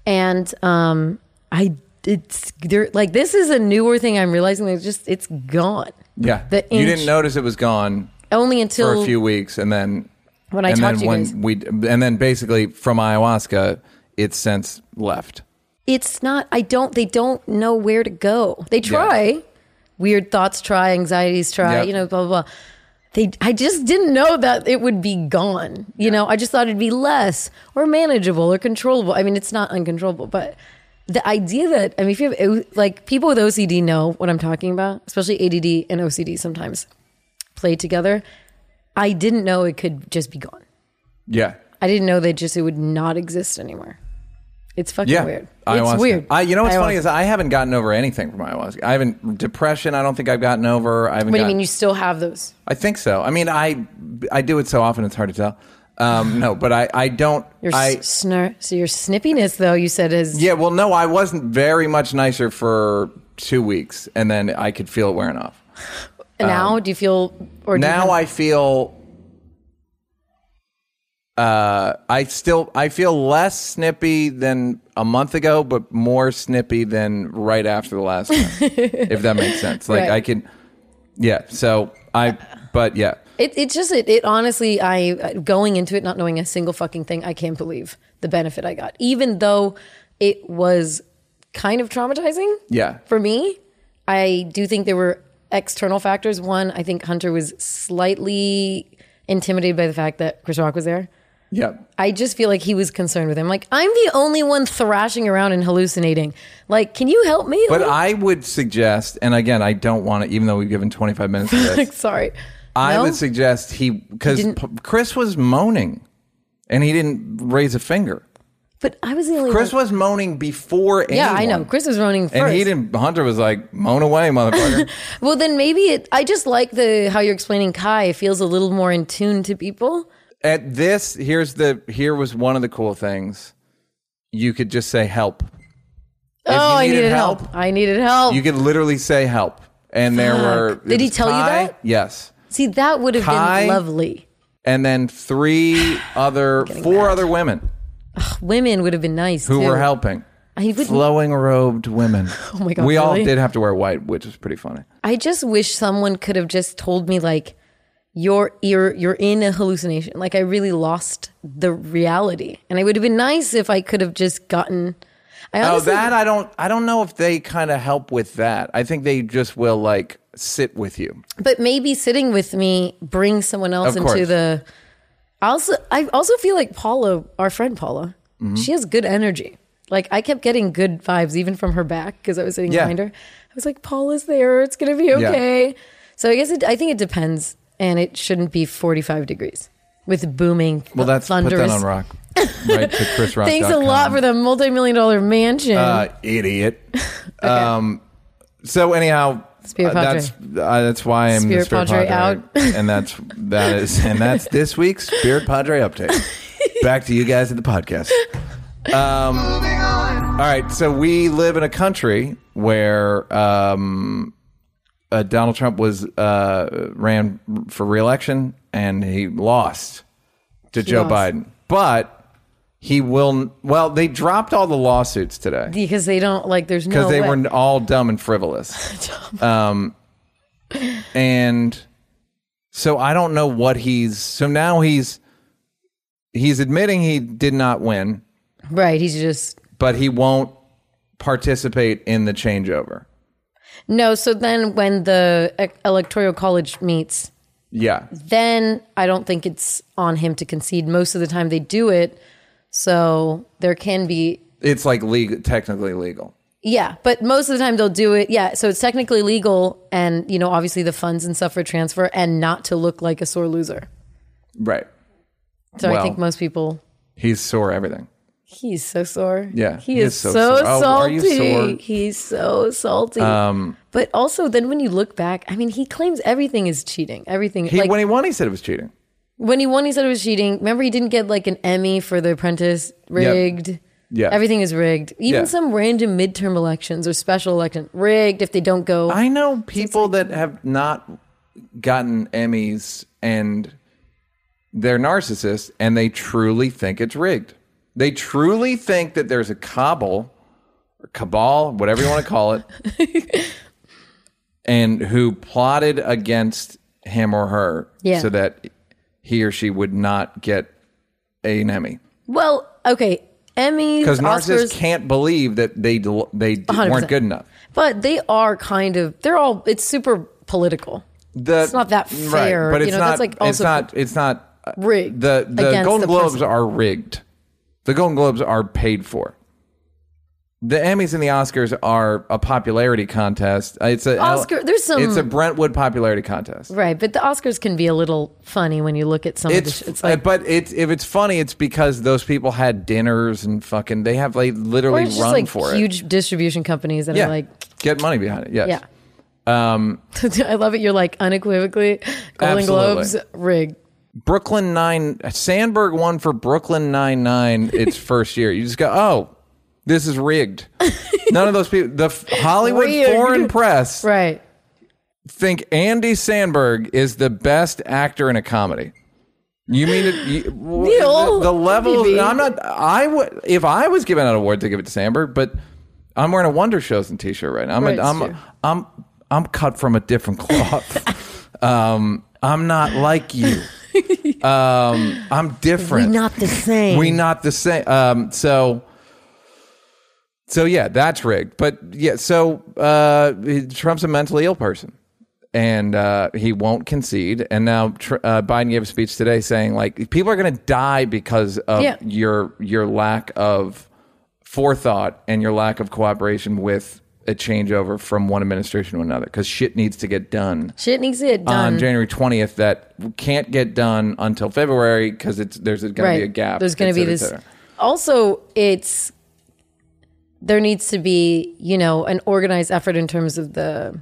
Speaker 1: And um, I it's there like this is a newer thing I'm realizing that it's just it's gone.
Speaker 2: Yeah.
Speaker 1: The
Speaker 2: you
Speaker 1: inch-
Speaker 2: didn't notice it was gone
Speaker 1: Only
Speaker 2: for
Speaker 1: until
Speaker 2: a few weeks, and then
Speaker 1: When I
Speaker 2: and
Speaker 1: talked
Speaker 2: then
Speaker 1: to you
Speaker 2: when
Speaker 1: guys.
Speaker 2: we and then basically from ayahuasca, it's since left.
Speaker 1: it's not I don't they don't know where to go. They try. Weird thoughts try, anxieties try,
Speaker 2: Yep.
Speaker 1: you know, blah blah blah. They I just didn't know that it would be gone. You know, I just thought it'd be less or manageable or controllable. I mean, it's not uncontrollable, but the idea that I mean, if you have O- like people with OCD know what I'm talking about, especially ADD and OCD sometimes play together. I didn't know it could just be gone.
Speaker 2: Yeah.
Speaker 1: I didn't know that just it would not exist anymore. It's fucking
Speaker 2: Yeah.
Speaker 1: weird.
Speaker 2: Ayahuasca.
Speaker 1: It's weird.
Speaker 2: I, you know what's funny
Speaker 1: Ayahuasca.
Speaker 2: is I haven't gotten over anything from ayahuasca. I haven't depression. I don't think I've gotten over. I haven't.
Speaker 1: What do you
Speaker 2: gotten-
Speaker 1: mean? You still have those?
Speaker 2: I think so. I mean, I I do it so often it's hard to tell. Um, no, but I I don't.
Speaker 1: Your
Speaker 2: I
Speaker 1: s- snur. So your snippiness, though, you said is
Speaker 2: yeah. Well, no, I wasn't very much nicer for two weeks, and then I could feel it wearing off.
Speaker 1: now. Do you feel or do you
Speaker 2: now
Speaker 1: have-
Speaker 2: I feel. Uh, I still I feel less snippy than a month ago, but more snippy than right after the last one. if that makes sense, like
Speaker 1: Right.
Speaker 2: I can, yeah. So I, but yeah,
Speaker 1: it, it's just it, it. Honestly, I going into it not knowing a single fucking thing. I can't believe the benefit I got, even though it was kind of traumatizing.
Speaker 2: yeah.
Speaker 1: For me, I do think there were external factors. One, I think Hunter was slightly intimidated by the fact that Chris Rock was there.
Speaker 2: Yeah.
Speaker 1: I just feel like he was concerned with him. Like, I'm the only one thrashing around and hallucinating. Like, can you help me?
Speaker 2: But
Speaker 1: Like,
Speaker 2: I would suggest, and again, I don't want to, even though we've given 25 minutes to this,
Speaker 1: sorry.
Speaker 2: I
Speaker 1: No?
Speaker 2: would suggest he, because
Speaker 1: Didn't-
Speaker 2: Chris was moaning and he didn't raise a finger.
Speaker 1: But I was the only
Speaker 2: Chris
Speaker 1: one.
Speaker 2: was moaning before
Speaker 1: Yeah, I
Speaker 2: anyone.
Speaker 1: know. Chris was running first.
Speaker 2: And he didn't, Hunter was like, moan away, motherfucker.
Speaker 1: Well, then maybe it, I just like the how you're explaining Kai feels a little more in tune to people.
Speaker 2: At this, here's the, here was one of the cool things. You could just say help. If
Speaker 1: oh,
Speaker 2: you
Speaker 1: I needed help. I needed help.
Speaker 2: You could literally say help. And there were.
Speaker 1: Fuck.
Speaker 2: it
Speaker 1: Did he
Speaker 2: was
Speaker 1: tell you
Speaker 2: Kai-
Speaker 1: that?
Speaker 2: Yes.
Speaker 1: See, that would have
Speaker 2: Kai-
Speaker 1: been lovely.
Speaker 2: And then three other, four
Speaker 1: mad.
Speaker 2: other women
Speaker 1: Women would have been nice.
Speaker 2: who
Speaker 1: too.
Speaker 2: were helping.
Speaker 1: I wouldn't.
Speaker 2: flowing robed women. oh
Speaker 1: my God,
Speaker 2: We all
Speaker 1: really?
Speaker 2: did have to wear white, which is pretty funny.
Speaker 1: I just wish someone could have just told me like you're you're you're in a hallucination. Like I really lost the reality, and it would have been nice if I could have just gotten. I
Speaker 2: Oh,
Speaker 1: honestly,
Speaker 2: that I don't. I don't know if they kind of help with that. I think they just will like sit with you.
Speaker 1: but maybe sitting with me brings someone else
Speaker 2: Of
Speaker 1: into
Speaker 2: course.
Speaker 1: the. I Also, I also feel like Paula, our friend Paula,
Speaker 2: Mm-hmm.
Speaker 1: she has good energy. Like I kept getting good vibes even from her back because I was sitting
Speaker 2: Yeah.
Speaker 1: behind her. I was like, Paula's there. It's gonna be okay. So I guess it, I think it depends, and it shouldn't be forty-five degrees with booming.
Speaker 2: Well, that's put
Speaker 1: thunderous.
Speaker 2: that on rock. Right to Chris Rock.
Speaker 1: Thanks a lot for the multi-million dollar mansion.
Speaker 2: uh, idiot. Um, so anyhow,
Speaker 1: Spirit
Speaker 2: uh, that's uh, that's why I'm the
Speaker 1: Spirit
Speaker 2: Spirit
Speaker 1: Padre
Speaker 2: Padre,
Speaker 1: out.
Speaker 2: and that's that is and that's this week's Spirit Padre update. Back to you guys at the podcast. Um, All right, so we live in a country where um, uh, Donald Trump was uh, ran for reelection and he lost to Joe
Speaker 1: lost.
Speaker 2: Biden, but he will. Well, they dropped all the lawsuits today
Speaker 1: because they don't like. There's no.
Speaker 2: because they
Speaker 1: way.
Speaker 2: were all dumb and frivolous. um, and so I don't know what he's. So now he's he's admitting he did not win
Speaker 1: right. He's just
Speaker 2: but he won't participate in the changeover.
Speaker 1: No, so then when the e- electoral college meets,
Speaker 2: Yeah.
Speaker 1: then I don't think it's on him to concede. Most of the time they do it. So there can be
Speaker 2: It's like legal, technically legal.
Speaker 1: yeah, but most of the time they'll do it. Yeah, so it's technically legal and you know obviously the funds and stuff for transfer and not to look like a sore loser.
Speaker 2: Right.
Speaker 1: So I
Speaker 2: Well.
Speaker 1: think most people
Speaker 2: He's sore everything.
Speaker 1: he's so sore.
Speaker 2: Yeah,
Speaker 1: He,
Speaker 2: he
Speaker 1: is,
Speaker 2: is so
Speaker 1: so,
Speaker 2: sore. Oh, are you
Speaker 1: salty.
Speaker 2: sore? Um,
Speaker 1: He's so salty. but also then when you look back, I mean he claims everything is cheating. Everything
Speaker 2: He,
Speaker 1: like
Speaker 2: when he won, he said it was cheating.
Speaker 1: when he won, he said it was cheating. Remember, he didn't get like an Emmy for The Apprentice, rigged.
Speaker 2: Yeah.
Speaker 1: Everything is rigged. Even
Speaker 2: Yeah.
Speaker 1: some random midterm elections or special election, rigged if they don't go.
Speaker 2: I know people that have not gotten Emmys and they're narcissists and they truly think it's rigged. They truly think that there's a cabal or cabal, whatever you want to call it, and who plotted against him or her
Speaker 1: Yeah.
Speaker 2: so that he or she would not get an Emmy.
Speaker 1: Well, okay, Emmys,
Speaker 2: Because
Speaker 1: Oscars,
Speaker 2: narcissists can't believe that they del- they d-
Speaker 1: 100%.
Speaker 2: weren't good enough.
Speaker 1: but they are kind of they're all it's super political,
Speaker 2: The, it's
Speaker 1: not that fair,
Speaker 2: but
Speaker 1: you
Speaker 2: it's
Speaker 1: know,
Speaker 2: not.
Speaker 1: that's like
Speaker 2: it's
Speaker 1: also
Speaker 2: not. It's not uh,
Speaker 1: rigged.
Speaker 2: the the
Speaker 1: against
Speaker 2: Golden
Speaker 1: the
Speaker 2: Globes
Speaker 1: person.
Speaker 2: are rigged. The Golden Globes are paid for. The Emmys and the Oscars are a popularity contest. Uh, It's a
Speaker 1: Oscar- there's some-
Speaker 2: It's a Brentwood popularity contest.
Speaker 1: right, but the Oscars can be a little funny when you look at some
Speaker 2: It's, uh,
Speaker 1: of the. sh- It's like
Speaker 2: but it's if it's funny, it's because those people had dinners and fucking they have like
Speaker 1: or
Speaker 2: literally
Speaker 1: it's
Speaker 2: run
Speaker 1: just like
Speaker 2: for it.
Speaker 1: huge distribution companies that
Speaker 2: Yeah,
Speaker 1: are like,
Speaker 2: get money behind it. Yes. Um,
Speaker 1: yeah. I love it. You're like unequivocally Golden
Speaker 2: Absolutely.
Speaker 1: Globes rigged.
Speaker 2: Brooklyn Nine Sandberg won for Brooklyn Nine Nine its first year. You just go, oh, this is rigged. None of those people, the f- Hollywood
Speaker 1: Rigged.
Speaker 2: foreign press,
Speaker 1: Right.
Speaker 2: think Andy Sandberg is the best actor in a comedy. You mean it, you, w-
Speaker 1: Neil,
Speaker 2: the, the level?
Speaker 1: maybe.
Speaker 2: I'm not. I would if I was giving out awards to give it to Sandberg, but I'm wearing a Wonder Shows and T-shirt right now. I'm
Speaker 1: Right, it's
Speaker 2: a, I'm,
Speaker 1: true.
Speaker 2: I'm I'm cut from a different cloth. um, I'm not like you. Um, I'm different.
Speaker 1: Not the same.
Speaker 2: We not the same. Um, so, so yeah, that's rigged. But yeah, so uh, Trump's a mentally ill person, and uh, he won't concede. And now tr- uh, Biden gave a speech today saying like people are going to die because of
Speaker 1: Yeah.
Speaker 2: your your lack of forethought and your lack of cooperation with a changeover from one administration to another because shit needs to get done
Speaker 1: Shit needs to get done.
Speaker 2: on January 20th that can't get done until February because it's there's going to be a gap.
Speaker 1: There's going
Speaker 2: et
Speaker 1: to be
Speaker 2: cetera,
Speaker 1: this.
Speaker 2: et cetera.
Speaker 1: Also, it's there needs to be you know an organized effort in terms of the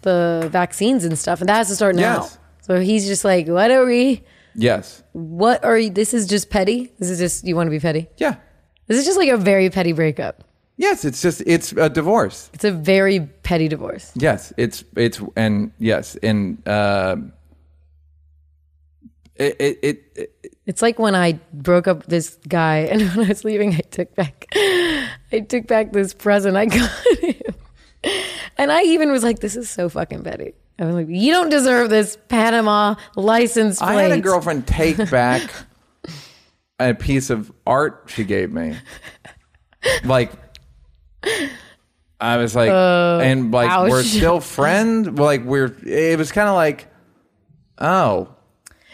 Speaker 1: the vaccines and stuff, and that has to start now.
Speaker 2: Yes.
Speaker 1: So he's just like, what are we?
Speaker 2: Yes.
Speaker 1: What are you? This is just petty. This is just you want to be petty.
Speaker 2: Yeah.
Speaker 1: This is just like a very petty breakup.
Speaker 2: Yes. It's just it's a divorce.
Speaker 1: It's a very petty divorce.
Speaker 2: Yes. It's it's and yes and uh, it, it it
Speaker 1: It's like when I broke up with this guy, and when I was leaving, I took back, I took back this present I got him, and I even was like, "This is so fucking petty." I was like, "You don't deserve this Panama license plate."
Speaker 2: I had a girlfriend take back a piece of art she gave me. Like I was like and like we're
Speaker 1: Oh, ouch.
Speaker 2: still friends. Like we're it was kinda like oh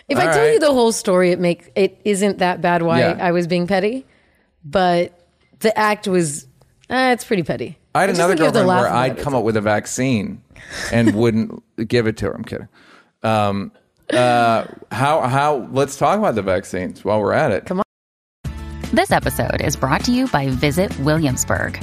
Speaker 1: If I
Speaker 2: all
Speaker 1: tell you
Speaker 2: right.
Speaker 1: the whole story, it make it isn't that bad. Why
Speaker 2: Yeah.
Speaker 1: I was being petty, but the act was uh, it's pretty petty.
Speaker 2: I had
Speaker 1: just
Speaker 2: another
Speaker 1: think you have to
Speaker 2: girlfriend
Speaker 1: laugh
Speaker 2: where
Speaker 1: about
Speaker 2: I'd
Speaker 1: it.
Speaker 2: come up with a vaccine and wouldn't give it to her. I'm kidding. Um, uh, how how? Let's talk about the vaccines while we're at it. Come on.
Speaker 3: This episode is brought to you by Visit Williamsburg.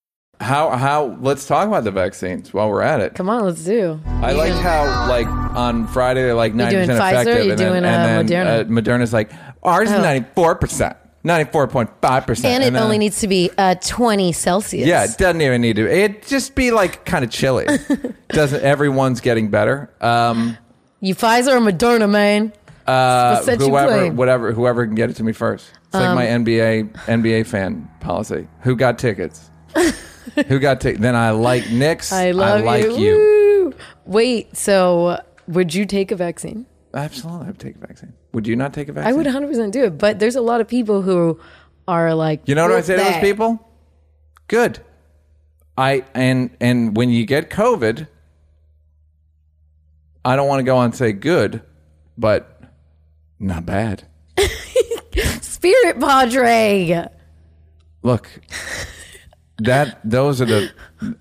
Speaker 2: How how? Let's talk about the vaccines while we're at it.
Speaker 1: Come on, let's do.
Speaker 2: I liked how like on Friday they're like ninety
Speaker 1: doing
Speaker 2: percent
Speaker 1: Pfizer,
Speaker 2: effective,
Speaker 1: you're
Speaker 2: and then,
Speaker 1: doing,
Speaker 2: and
Speaker 1: uh,
Speaker 2: then uh, Moderna's like ours is
Speaker 1: Oh.
Speaker 2: ninety four percent, ninety four point five percent,
Speaker 1: And it only needs to be uh, 20 Celsius.
Speaker 2: Yeah, it doesn't even need to. It just be like kind of chilly. doesn't everyone's getting better? Um,
Speaker 1: You Pfizer or Moderna, man. Uh,
Speaker 2: whoever, whatever, whoever can get it to me first. It's like
Speaker 1: Um,
Speaker 2: my NBA NBA fan policy. Who got tickets? Who got tickets? Then I like Knicks.
Speaker 1: I love
Speaker 2: like
Speaker 1: Woo.
Speaker 2: you.
Speaker 1: Wait, so uh, would you take a vaccine?
Speaker 2: Absolutely, I would take a vaccine. Would you not take a vaccine?
Speaker 1: I would 100% do it, but there's a lot of people who are like,
Speaker 2: You know what I
Speaker 1: "Fuck
Speaker 2: say to those
Speaker 1: that."
Speaker 2: people? Good. I and and when you get COVID, I don't want to go on and say good, but Not bad.
Speaker 1: Spirit Padre.
Speaker 2: Look, that those are the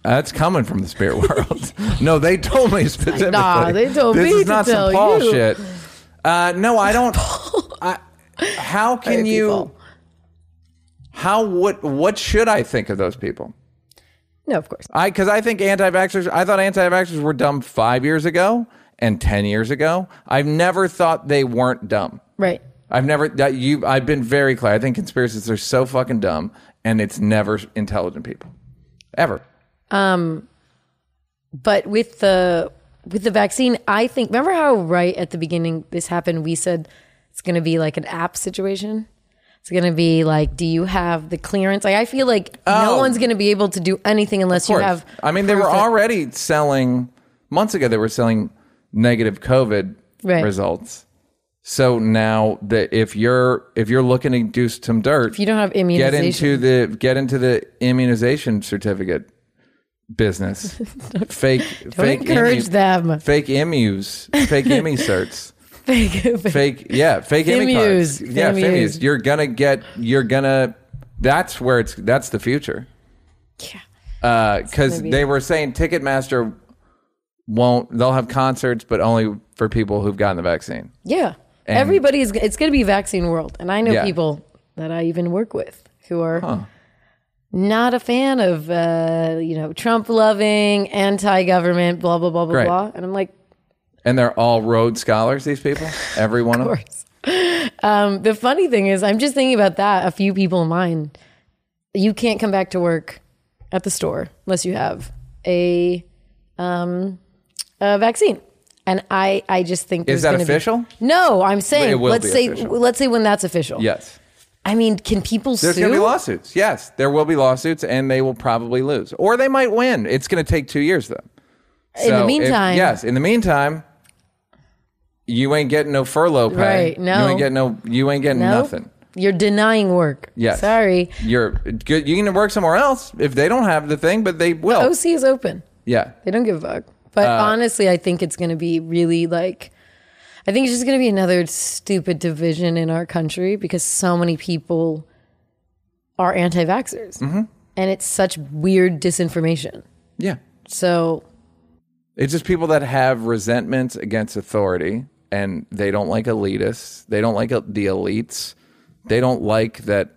Speaker 2: that's coming from the spirit world. no, they told me specifically.
Speaker 1: nah, they told
Speaker 2: this
Speaker 1: me
Speaker 2: is
Speaker 1: to
Speaker 2: not
Speaker 1: tell
Speaker 2: some Paul
Speaker 1: you.
Speaker 2: shit. Uh, no, I don't. I, how can you?
Speaker 1: people.
Speaker 2: How what what should I think of those people?
Speaker 1: No, of course.
Speaker 2: I because I think anti-vaxxers. I thought anti-vaxxers were dumb five years ago and ten years ago. I've never thought they weren't dumb.
Speaker 1: Right.
Speaker 2: I've never that you. I've been very clear. I think conspiracists are so fucking dumb, and it's never intelligent people, ever.
Speaker 1: But with the with the vaccine, I think remember how right at the beginning this happened, we said it's gonna be like an app situation. It's gonna be like, do you have the clearance? Like I feel like no
Speaker 2: Oh.
Speaker 1: one's gonna be able to do anything unless you
Speaker 2: course.
Speaker 1: have
Speaker 2: I mean, they were
Speaker 1: proof that-
Speaker 2: already selling months ago. They were selling negative COVID
Speaker 1: Right.
Speaker 2: results. So now that if you're if you're looking to do some dirt, if
Speaker 1: you don't have
Speaker 2: get into
Speaker 1: immunization.
Speaker 2: the get into the immunization certificate business. fake fake
Speaker 1: encourage them.
Speaker 2: Fake emus, fake emu certs.
Speaker 1: fake
Speaker 2: Fake yeah, fake emu
Speaker 1: Emus,
Speaker 2: cards. Yeah,
Speaker 1: emus.
Speaker 2: emus. You're gonna get you're gonna that's where it's that's the future because they were saying Ticketmaster won't. They'll have concerts, but only for people who've gotten the vaccine.
Speaker 1: Yeah. Everybody is, it's going to be vaccine world. And I know
Speaker 2: Yeah.
Speaker 1: people that I even work with who are not a fan of, uh, you know, Trump loving, anti government, blah, blah, blah, blah,
Speaker 2: Great.
Speaker 1: blah. And I'm like,
Speaker 2: And they're all Rhodes scholars. These people, every one of, them.
Speaker 1: um, the funny thing is, I'm just thinking about that. A few people of mine, you can't come back to work at the store unless you have a, um, a vaccine. And I, I just think there's
Speaker 2: Is that
Speaker 1: gonna be-
Speaker 2: official?
Speaker 1: no, I'm saying
Speaker 2: It will
Speaker 1: let's
Speaker 2: be
Speaker 1: say
Speaker 2: official.
Speaker 1: let's say when that's official.
Speaker 2: Yes,
Speaker 1: I mean, can people
Speaker 2: there's
Speaker 1: sue?
Speaker 2: going to be lawsuits. Yes, there will be lawsuits, and they will probably lose, or they might win. It's going to take two years though.
Speaker 1: In the
Speaker 2: if-
Speaker 1: meantime-
Speaker 2: yes, in the meantime. You ain't getting no furlough pay.
Speaker 1: Right, no.
Speaker 2: You ain't getting no. You ain't getting
Speaker 1: No?
Speaker 2: nothing.
Speaker 1: You're denying work.
Speaker 2: Yes.
Speaker 1: Sorry.
Speaker 2: You're good. You can work somewhere else if they don't have the thing, but they will.
Speaker 1: OC is open.
Speaker 2: yeah.
Speaker 1: They don't give a fuck. But
Speaker 2: Uh,
Speaker 1: honestly, I think it's going to be really like, I think it's just going to be another stupid division in our country because so many people are anti vaxxers.
Speaker 2: Mm-hmm.
Speaker 1: And it's such weird disinformation.
Speaker 2: Yeah.
Speaker 1: So,
Speaker 2: It's just people that have resentments against authority and they don't like elitists. They don't like the elites. They don't like that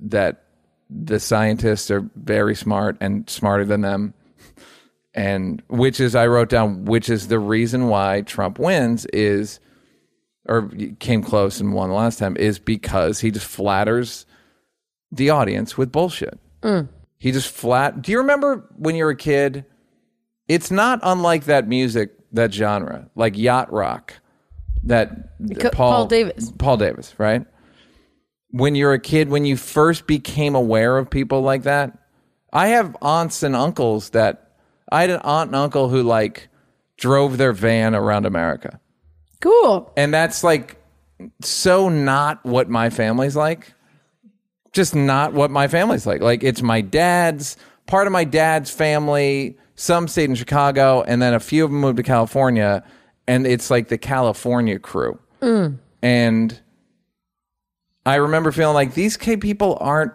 Speaker 2: that the scientists are very smart and smarter than them. And which is I wrote down which is the reason why Trump wins is or came close and won the last time is because he just flatters the audience with bullshit.
Speaker 1: Mm.
Speaker 2: He just flat Do you remember when you were a kid it's not unlike that music, that genre, like yacht rock, that
Speaker 1: Co-
Speaker 2: Paul,
Speaker 1: Paul Davis.
Speaker 2: Paul Davis, right? When you're a kid, when you first became aware of people like that, I have aunts and uncles that I had an aunt and uncle who like drove their van around America.
Speaker 1: cool.
Speaker 2: And that's like so not what my family's like. Just not what my family's like. Like it's my dad's part of my dad's family. Some stayed in Chicago, and then a few of them moved to California. And it's like the California crew. And I remember feeling like these K people aren't.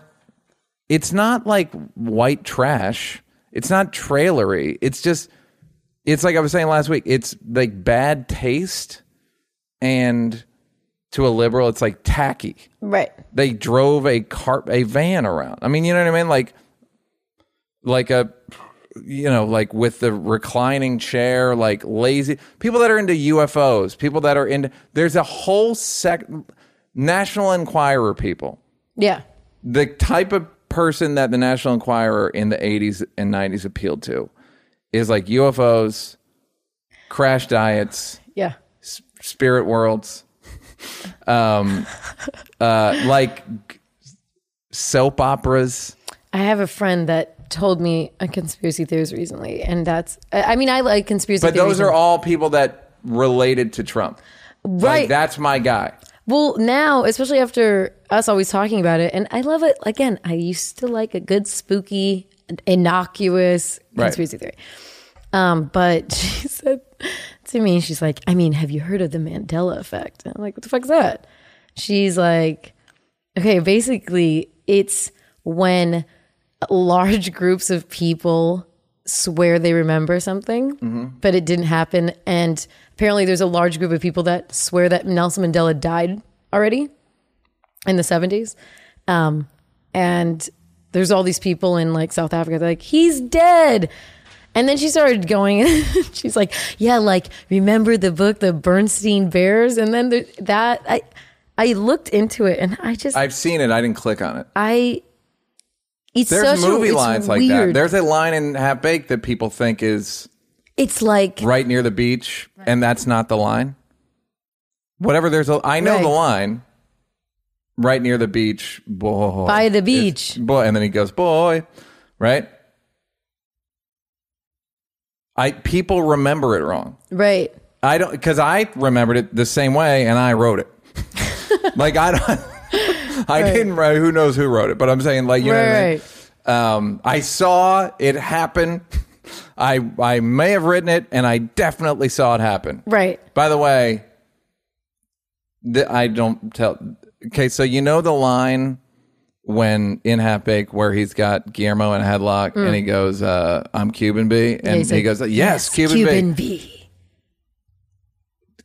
Speaker 2: It's not like white trash. It's not trailery. It's just. It's like I was saying last week. It's like bad taste and to a liberal, it's like tacky.
Speaker 1: Right.
Speaker 2: They drove a car, a van around. I mean, you know what I mean? Like, like a, you know, like with the reclining chair, like lazy people that are into UFOs, people that are into. There's a whole sec, National Enquirer people,
Speaker 1: Yeah.
Speaker 2: the type of person that the National Enquirer in the 80s and 90s appealed to, is like UFOs, crash diets
Speaker 1: Yeah.
Speaker 2: s- spirit worlds um uh like g- soap operas
Speaker 1: I have a friend that told me a conspiracy theories recently. And that's, I I mean, I like conspiracy
Speaker 2: but
Speaker 1: theories.
Speaker 2: those are all people that related to trump
Speaker 1: Right.
Speaker 2: like that's my guy
Speaker 1: Well, now, especially after us always talking about it, and I love it. Again, I used to like a good spooky, innocuous
Speaker 2: Right.
Speaker 1: conspiracy theory. Um, but she said to me and she's like, I mean, have you heard of the Mandela effect? And I'm like, what the fuck's that? She's like, okay, basically, it's when large groups of people swear they remember something,
Speaker 2: Mm-hmm.
Speaker 1: but it didn't happen. And apparently, there's a large group of people that swear that Nelson Mandela died already in the 70s. Um, and there's all these people in like South Africa, they're like, he's dead. And then she started going, she's like, yeah, like, remember the book, The Bernstein Bears? And then there, that, I, I looked into it and I just, I,
Speaker 2: I've seen it. I didn't click on it.
Speaker 1: it's
Speaker 2: There's
Speaker 1: such a-
Speaker 2: movie
Speaker 1: it's
Speaker 2: lines like that.
Speaker 1: weird.
Speaker 2: There's a line in Half Baked that people think is
Speaker 1: it's like,
Speaker 2: right near the beach, and that's not the line. Whatever. There's a. I know
Speaker 1: Right.
Speaker 2: the line. Right near the beach, boy.
Speaker 1: By the
Speaker 2: is-
Speaker 1: beach.
Speaker 2: boy, and then he goes, boy, right. I people remember it wrong.
Speaker 1: right.
Speaker 2: I don't because I remembered it the same way, and I wrote it. like I don't. I didn't write. Who knows who wrote it? But I'm saying, like you know, what I mean?
Speaker 1: Right.
Speaker 2: Um, I saw it happen. I I may have written it, and I definitely saw it happen.
Speaker 1: Right.
Speaker 2: By the way, the, I don't tell. Okay, so you know the line when in Half Baked where he's got Guillermo in a headlock, and he goes, uh, "I'm Cuban B," and
Speaker 1: Mm. he's
Speaker 2: he
Speaker 1: like,
Speaker 2: goes, "Yes, Cuban, B.
Speaker 1: Cuban B.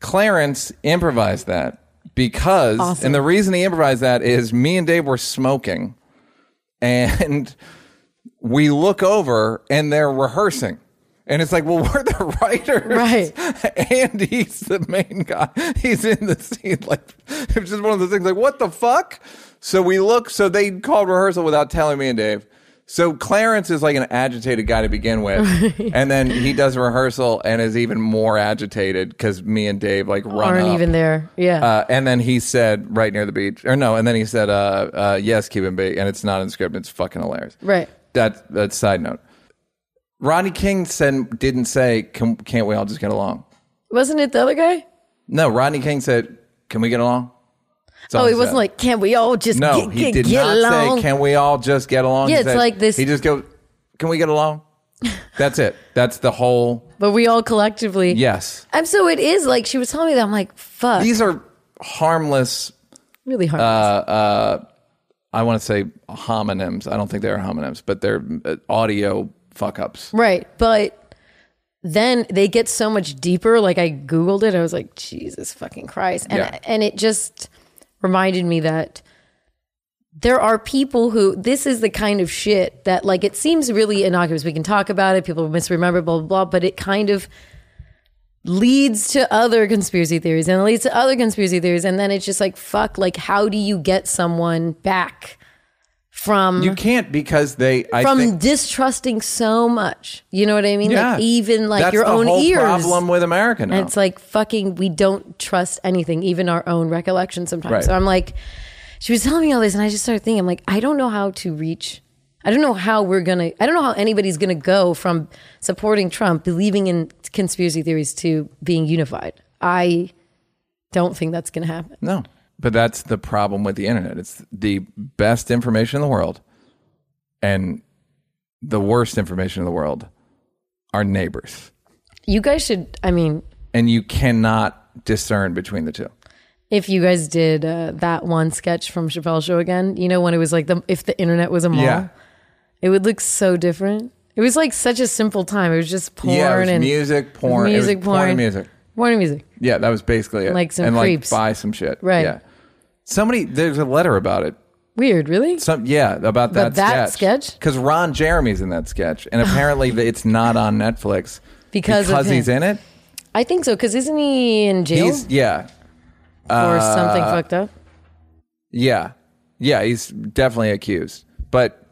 Speaker 2: Clarence improvised that because,
Speaker 1: Awesome.
Speaker 2: and the reason he improvised that is me and Dave were smoking, and we look over and they're rehearsing. And it's like, well, we're the writers,
Speaker 1: Right.
Speaker 2: And he's the main guy. He's in the scene. Like, it's just one of those things. Like, what the fuck? So we look. So they called rehearsal without telling me and Dave. So Clarence is like an agitated guy to begin with, and then he does rehearsal and is even more agitated because me and Dave like run
Speaker 1: Aren't
Speaker 2: up.
Speaker 1: even there. Yeah.
Speaker 2: Uh, and then he said right near the beach, or no, and then he said, uh, uh, "Yes, Cuban B," and it's not in the script. It's fucking hilarious.
Speaker 1: Right.
Speaker 2: That that's side note. Rodney King said didn't say Can, can't we all just get along?
Speaker 1: wasn't it the other guy?
Speaker 2: No, Rodney King said can we get along? That's all
Speaker 1: Oh, he
Speaker 2: said.
Speaker 1: wasn't like, can we all just
Speaker 2: no.
Speaker 1: get,
Speaker 2: he
Speaker 1: get,
Speaker 2: did
Speaker 1: get
Speaker 2: not
Speaker 1: along?
Speaker 2: say can we all just get along.
Speaker 1: Yeah,
Speaker 2: He
Speaker 1: it's
Speaker 2: said-
Speaker 1: like this-
Speaker 2: He just goes, can we get along? That's it. That's the whole
Speaker 1: but we all collectively.
Speaker 2: yes.
Speaker 1: And so it is like, she was telling me that. I'm like, fuck.
Speaker 2: These are harmless
Speaker 1: really hard.
Speaker 2: Uh, I want to say homonyms. I don't think they're homonyms, but they're uh, audio fuck ups.
Speaker 1: right. But then they get so much deeper. Like I Googled it. I was like, Jesus fucking Christ. And,
Speaker 2: Yeah.
Speaker 1: and it just reminded me that there are people who this is the kind of shit that like it seems really innocuous. We can talk about it. People misremember blah blah blah, but it kind of leads to other conspiracy theories and it leads to other conspiracy theories and then it's just like fuck like how do you get someone back from
Speaker 2: You can't because they. I
Speaker 1: Mm-hmm. from
Speaker 2: think,
Speaker 1: distrusting so much you know what i mean
Speaker 2: yeah,
Speaker 1: like even like
Speaker 2: That's
Speaker 1: your
Speaker 2: the
Speaker 1: own
Speaker 2: whole
Speaker 1: ears
Speaker 2: Problem with America now.
Speaker 1: and it's like fucking, we don't trust anything, even our own recollection sometimes.
Speaker 2: Right.
Speaker 1: So I'm like, she was telling me all this, and I just started thinking, I'm like, I don't know how to reach. I don't know how we're gonna. I don't know how anybody's gonna go from supporting Trump, believing in conspiracy theories, to being unified. I don't think that's gonna happen.
Speaker 2: no, but that's the problem with the internet. It's the best information in the world, and the worst information in the world are neighbors,
Speaker 1: You guys should. I mean,
Speaker 2: and you cannot discern between the two.
Speaker 1: if you guys did uh, that one sketch from Chappelle's show again, you know when it was like the if the internet was a mall,
Speaker 2: Yeah.
Speaker 1: it would look so different. It was like such a simple time. It was just porn
Speaker 2: yeah, it was
Speaker 1: and
Speaker 2: music, porn, it was
Speaker 1: music,
Speaker 2: porn,
Speaker 1: porn.
Speaker 2: and music.
Speaker 1: Porn and music.
Speaker 2: Yeah, that was basically it.
Speaker 1: Like some
Speaker 2: and
Speaker 1: creeps.
Speaker 2: like buy some shit.
Speaker 1: Right.
Speaker 2: Yeah. Somebody, there's a letter about it.
Speaker 1: Weird, really?
Speaker 2: Some yeah about that
Speaker 1: About that sketch?
Speaker 2: because Ron Jeremy's in that sketch and apparently the- it's not on Netflix
Speaker 1: Because of him.
Speaker 2: he's in it.
Speaker 1: I think so, because isn't he in jail
Speaker 2: He's uh, yeah
Speaker 1: or something fucked up?
Speaker 2: yeah yeah he's definitely accused. But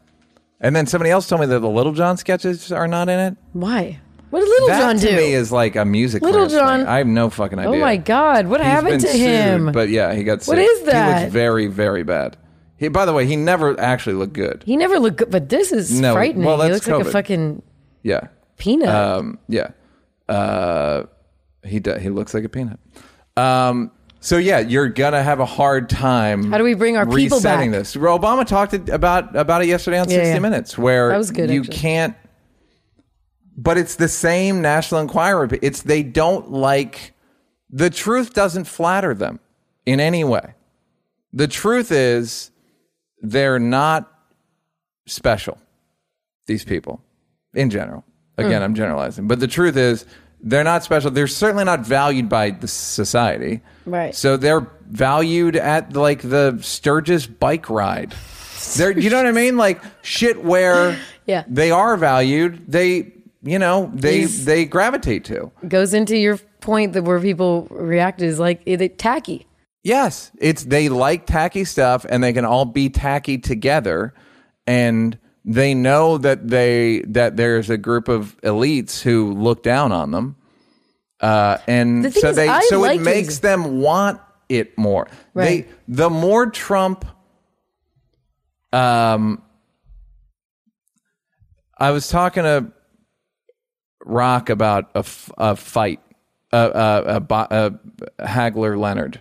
Speaker 2: and then somebody else told me that the Little John sketches are not in it.
Speaker 1: Why? What did Little
Speaker 2: that
Speaker 1: John
Speaker 2: to
Speaker 1: do?
Speaker 2: me is like a music.
Speaker 1: Little
Speaker 2: clearance thing.
Speaker 1: John-
Speaker 2: I have no fucking idea.
Speaker 1: oh my god, what
Speaker 2: He's
Speaker 1: happened to
Speaker 2: been sued,
Speaker 1: him?
Speaker 2: But yeah, he got.
Speaker 1: What
Speaker 2: sued.
Speaker 1: is
Speaker 2: He
Speaker 1: that?
Speaker 2: looked very very bad. He by the way he never actually looked good.
Speaker 1: he never looked good, but this is
Speaker 2: No,
Speaker 1: frightening.
Speaker 2: well,
Speaker 1: he looks
Speaker 2: that's
Speaker 1: like a
Speaker 2: COVID.
Speaker 1: fucking
Speaker 2: Yeah.
Speaker 1: peanut.
Speaker 2: Um, yeah. Uh, he do, he looks like a peanut. Um, so yeah, you're gonna have a hard time.
Speaker 1: How do we bring our people
Speaker 2: resetting
Speaker 1: back?
Speaker 2: this? Well, Obama talked it- about about it yesterday on
Speaker 1: Yeah,
Speaker 2: 60
Speaker 1: yeah.
Speaker 2: Minutes, where
Speaker 1: That was good,
Speaker 2: you
Speaker 1: actually.
Speaker 2: can't But it's the same National Enquirer. It's they don't like the truth doesn't flatter them in any way. The truth is they're not special, these people in general.
Speaker 1: Hmm.
Speaker 2: Again, I'm generalizing, but the truth is they're not special. They're certainly not valued by the society.
Speaker 1: Right.
Speaker 2: So they're valued at like the Sturgis bike ride. They're, you know what I mean? Like shit where
Speaker 1: Yeah.
Speaker 2: they are valued. They, you know, they,
Speaker 1: These-
Speaker 2: they gravitate to.
Speaker 1: Goes into your point that where people react is like it, it tacky.
Speaker 2: Yes, it's they like tacky stuff and they can all be tacky together and they know that they that there's a group of elites who look down on them. Uh,
Speaker 1: The
Speaker 2: and
Speaker 1: thing
Speaker 2: so
Speaker 1: is,
Speaker 2: they
Speaker 1: I
Speaker 2: so
Speaker 1: like
Speaker 2: it makes
Speaker 1: his-
Speaker 2: them want it more.
Speaker 1: Right.
Speaker 2: They the more Trump um I was talking to Rock about a, f- a fight, a, a, a, bo- a Hagler Leonard.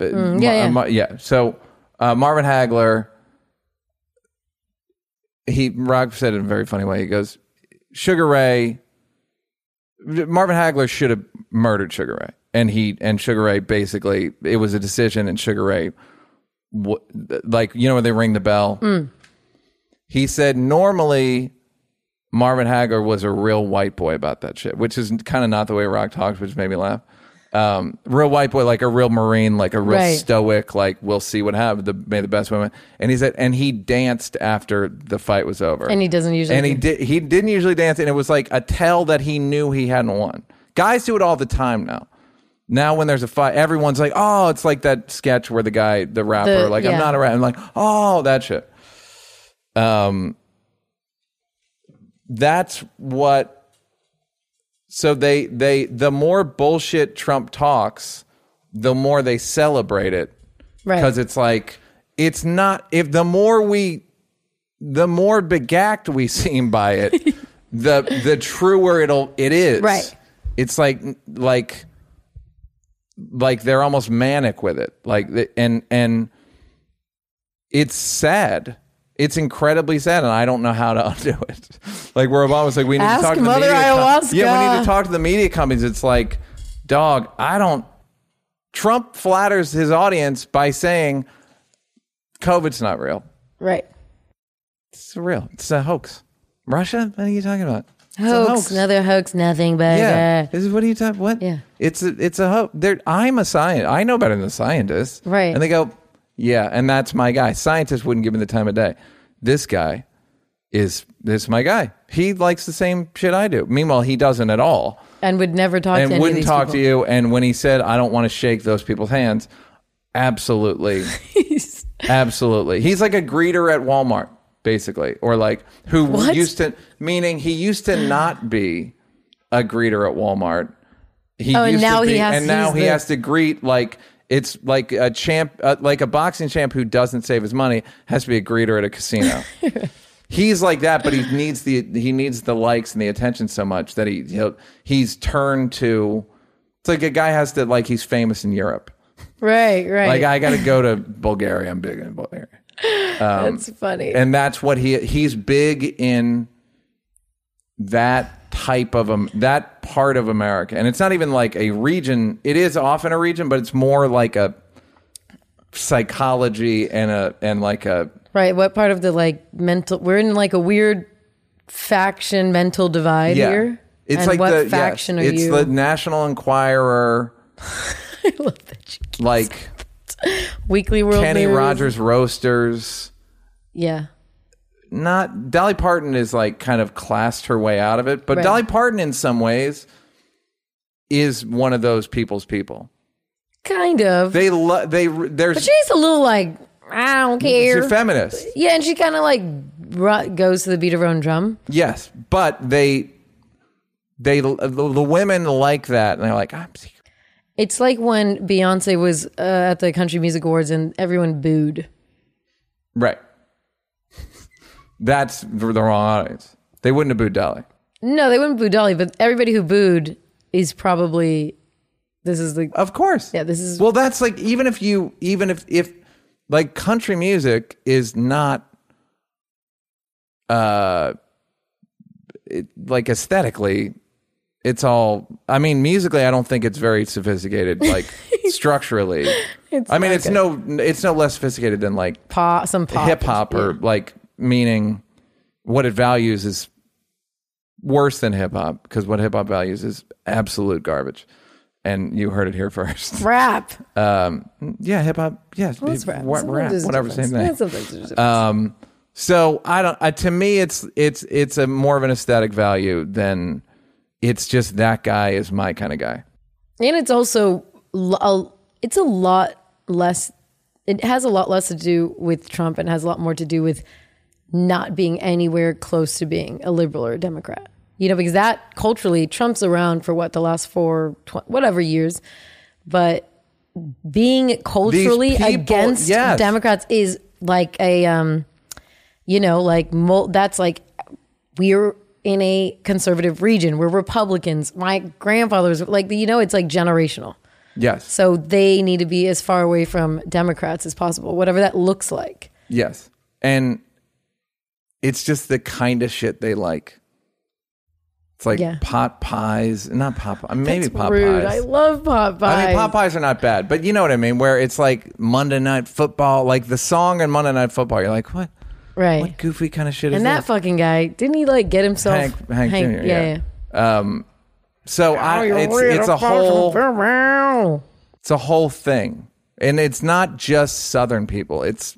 Speaker 2: Uh, Ma-
Speaker 1: Mm, yeah, yeah.
Speaker 2: uh, Ma- yeah. So uh, Marvin Hagler, he Rock said it in a very funny way. He goes, Sugar Ray, Marvin Hagler should have murdered Sugar Ray, and he and Sugar Ray basically it was a decision, and Sugar Ray, w- like you know when they ring the bell,
Speaker 1: Mm.
Speaker 2: he said normally Marvin Hagler was a real white boy about that shit, which is kind of not the way Rock talks, which made me laugh. Um, real white boy, like a real Marine, like a real
Speaker 1: Right.
Speaker 2: stoic, like we'll see what happens. The, may the best women. And he said, and he danced after the fight was over.
Speaker 1: And he doesn't usually
Speaker 2: And he
Speaker 1: do.
Speaker 2: did. He didn't usually dance, and it was like a tell that he knew he hadn't won. Guys do it all the time now. Now when there's a fight, everyone's like, "Oh, it's like that sketch where the guy, the rapper,
Speaker 1: The-
Speaker 2: like
Speaker 1: yeah.
Speaker 2: I'm not a rapper," and like, "Oh, that shit." Um, that's what. So they they the more bullshit Trump talks, the more they celebrate it
Speaker 1: Right.
Speaker 2: because it's like it's not if the more we the more begacked we seem by it the the truer it'll it is
Speaker 1: Right.
Speaker 2: it's like like like they're almost manic with it like the- and and it's sad it's incredibly sad and i don't know how to undo it like where obama's like we need
Speaker 1: Ask
Speaker 2: to talk to the
Speaker 1: Mother
Speaker 2: media com-
Speaker 1: Ayahuasca.
Speaker 2: yeah we need to talk to the media companies it's like dog i don't Trump flatters his audience by saying COVID's not real.
Speaker 1: right.
Speaker 2: It's real. It's a hoax. Russia? What are you talking about? It's a
Speaker 1: Hoax, another hoax, nothing but
Speaker 2: Yeah.
Speaker 1: uh,
Speaker 2: This is what are you talking what?
Speaker 1: Yeah.
Speaker 2: It's a it's a hoax. They're, I'm a scientist. I know better than the scientists.
Speaker 1: Right.
Speaker 2: And they go, Yeah, and that's my guy. Scientists wouldn't give him the time of day. This guy is this is my guy. He likes the same shit I do. Meanwhile, he doesn't at all.
Speaker 1: and would never talk to
Speaker 2: and
Speaker 1: any of
Speaker 2: wouldn't
Speaker 1: these
Speaker 2: talk
Speaker 1: people.
Speaker 2: to you. And when he said, I don't want to shake those people's hands, absolutely. Absolutely. He's like a greeter at Walmart, basically, or like who
Speaker 1: What?
Speaker 2: used to, meaning he used to not be a greeter at Walmart. He
Speaker 1: Oh, and
Speaker 2: used
Speaker 1: now
Speaker 2: to
Speaker 1: he
Speaker 2: be,
Speaker 1: has
Speaker 2: and
Speaker 1: to
Speaker 2: now
Speaker 1: use
Speaker 2: he
Speaker 1: the-
Speaker 2: has to greet like it's like a champ, uh, like a boxing champ who doesn't save his money has to be a greeter at a casino. he's like that, but he needs the he needs the likes and the attention so much that he he'll, he's turned to. It's like a guy has to like he's famous in Europe.
Speaker 1: Right, right.
Speaker 2: Like I got to go to Bulgaria. I'm big in Bulgaria,
Speaker 1: That's funny.
Speaker 2: and that's what he he's big in that type of um, that part of America. And it's not even like a region. It is often a region, but it's more like a psychology and a and like a
Speaker 1: right. What part of the like mental? We're in like a weird faction mental divide
Speaker 2: yeah.
Speaker 1: here.
Speaker 2: It's
Speaker 1: and
Speaker 2: like
Speaker 1: what
Speaker 2: the yes,
Speaker 1: faction are
Speaker 2: it's
Speaker 1: you?
Speaker 2: the National Enquirer,
Speaker 1: I love that. You,
Speaker 2: like
Speaker 1: Weekly World
Speaker 2: Kenny
Speaker 1: News.
Speaker 2: Rogers roasters.
Speaker 1: Yeah.
Speaker 2: not Dolly Parton is like kind of classed her way out of it, but
Speaker 1: Right.
Speaker 2: Dolly Parton in some ways is one of those people's people.
Speaker 1: Kind of.
Speaker 2: They lo- they there's
Speaker 1: but she's a little like I don't
Speaker 2: she's
Speaker 1: care.
Speaker 2: a feminist,
Speaker 1: yeah, and she kind of like ru- goes to the beat of her own drum.
Speaker 2: yes, but they they the, the women like that, and they're like I'm secret.
Speaker 1: It's like when Beyonce was uh, at the Country Music Awards and everyone booed.
Speaker 2: right. That's the the wrong audience. They wouldn't have booed Dolly.
Speaker 1: No, they wouldn't boo Dolly, but everybody who booed is probably this is the
Speaker 2: Of course.
Speaker 1: Yeah, this is-
Speaker 2: Well, that's like even if you even if if like country music is not uh it, like aesthetically, it's all. I mean, musically, I don't think it's very sophisticated. Like structurally, I mean, it's no, it's no less sophisticated than like
Speaker 1: pop, some pop,
Speaker 2: hip hop or like meaning what it values is worse than hip hop because what hip hop values is absolute garbage. And you heard it here first.
Speaker 1: rap.
Speaker 2: Um, Yeah, hip hop. Yeah,
Speaker 1: What's rap?
Speaker 2: wa-
Speaker 1: Sometimes
Speaker 2: rap,
Speaker 1: there's a
Speaker 2: whatever, same
Speaker 1: difference.
Speaker 2: thing.
Speaker 1: Yeah, sometimes there's a difference.
Speaker 2: Um, so I don't. Uh, to me, it's it's it's a more of an aesthetic value than it's just that guy is my kind of guy.
Speaker 1: And it's also l- a- it's a lot less. It has a lot less to do with Trump and has a lot more to do with not being anywhere close to being a liberal or a Democrat. You know, because that culturally Trump's around for what the last four tw- whatever years, but being culturally
Speaker 2: people-
Speaker 1: against
Speaker 2: yes.
Speaker 1: Democrats is like a um, you know, like mul- that's like we're in a conservative region. We're Republicans. My grandfather's like, you know, it's like generational.
Speaker 2: Yes.
Speaker 1: So they need to be as far away from Democrats as possible, whatever that looks like.
Speaker 2: Yes. And it's just the kind of shit they like. It's like
Speaker 1: Yeah.
Speaker 2: pot pies, not pot pie, maybe
Speaker 1: That's
Speaker 2: pot
Speaker 1: rude.
Speaker 2: pies.
Speaker 1: I love Popeyes.
Speaker 2: I mean, pot pies are not bad, but you know what I mean? Where it's like Monday Night Football, like the song in Monday Night Football, you're like, what?
Speaker 1: Right.
Speaker 2: What goofy kind of shit is
Speaker 1: and that
Speaker 2: that?
Speaker 1: fucking guy, didn't he like get himself?
Speaker 2: Hank, Hank, Jr.
Speaker 1: yeah.
Speaker 2: Yeah. Um, so I,
Speaker 1: yeah.
Speaker 2: it's, it's a whole
Speaker 1: whole.
Speaker 2: it's a whole thing and it's not just southern people it's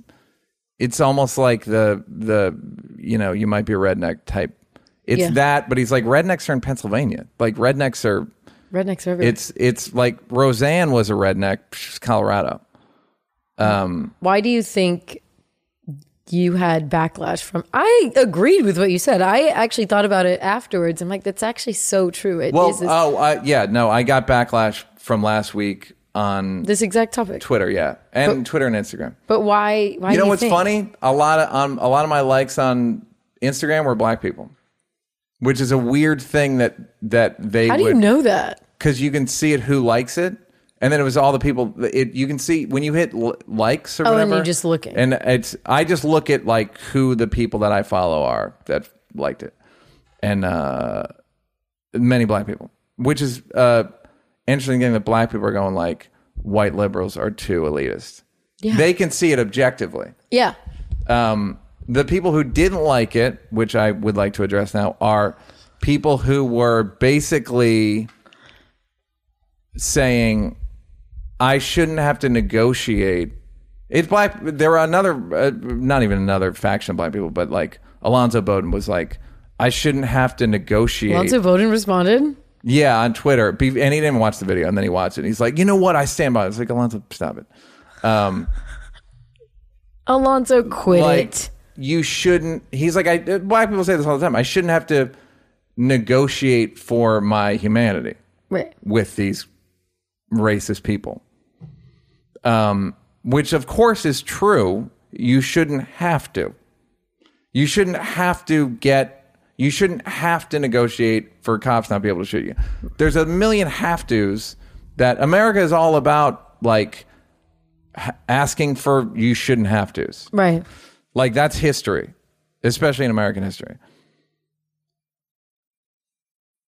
Speaker 2: it's almost like the the you know you might be a redneck type it's
Speaker 1: Yeah.
Speaker 2: that but he's like rednecks are in pennsylvania like rednecks are
Speaker 1: Rednecks are everywhere.
Speaker 2: it's it's like roseanne was a redneck she's colorado
Speaker 1: Why do you think you had backlash from? I agreed with what you said. I actually thought about it afterwards. I'm like, that's actually so true. It is
Speaker 2: well
Speaker 1: this,
Speaker 2: oh I, yeah no i got backlash from last week on
Speaker 1: this exact topic.
Speaker 2: twitter yeah and twitter and instagram
Speaker 1: But why? Why?
Speaker 2: you
Speaker 1: do
Speaker 2: know what's
Speaker 1: think?
Speaker 2: funny? A lot of um, a lot of my likes on Instagram were black people, which is a weird thing that that they
Speaker 1: How do you
Speaker 2: would
Speaker 1: know that?
Speaker 2: because you can see it who likes it, and then it was all the people. It you can see when you hit l- likes or
Speaker 1: Oh, and
Speaker 2: whatever.
Speaker 1: you're just looking.
Speaker 2: and it's I just look at like who the people that I follow are that liked it, and uh, many black people, which is uh, interesting thing that black people are going like white liberals are too elitist. They can see it objectively
Speaker 1: Yeah,
Speaker 2: um, the people who didn't like it, which I would like to address now, are people who were basically saying, "I shouldn't have to negotiate." It's black. There were another, uh, not even another faction of black people, but like Alonzo Bowden was like, "I shouldn't have to negotiate."
Speaker 1: Alonzo Bowden responded.
Speaker 2: Yeah, on Twitter. Be- And he didn't watch the video. And then he watched it. And he's like, "You know what? I stand by." it." It's like Alonzo, stop it.
Speaker 1: Alonzo quit it.
Speaker 2: you shouldn't he's like i black people say this all the time i shouldn't have to negotiate for my humanity
Speaker 1: Right.
Speaker 2: with these racist people um which of course is true you shouldn't have to you shouldn't have to get you shouldn't have to negotiate for cops not be able to shoot you there's a million have to's that america is all about like h- asking for you shouldn't have to's
Speaker 1: Right.
Speaker 2: like that's history, especially in American history.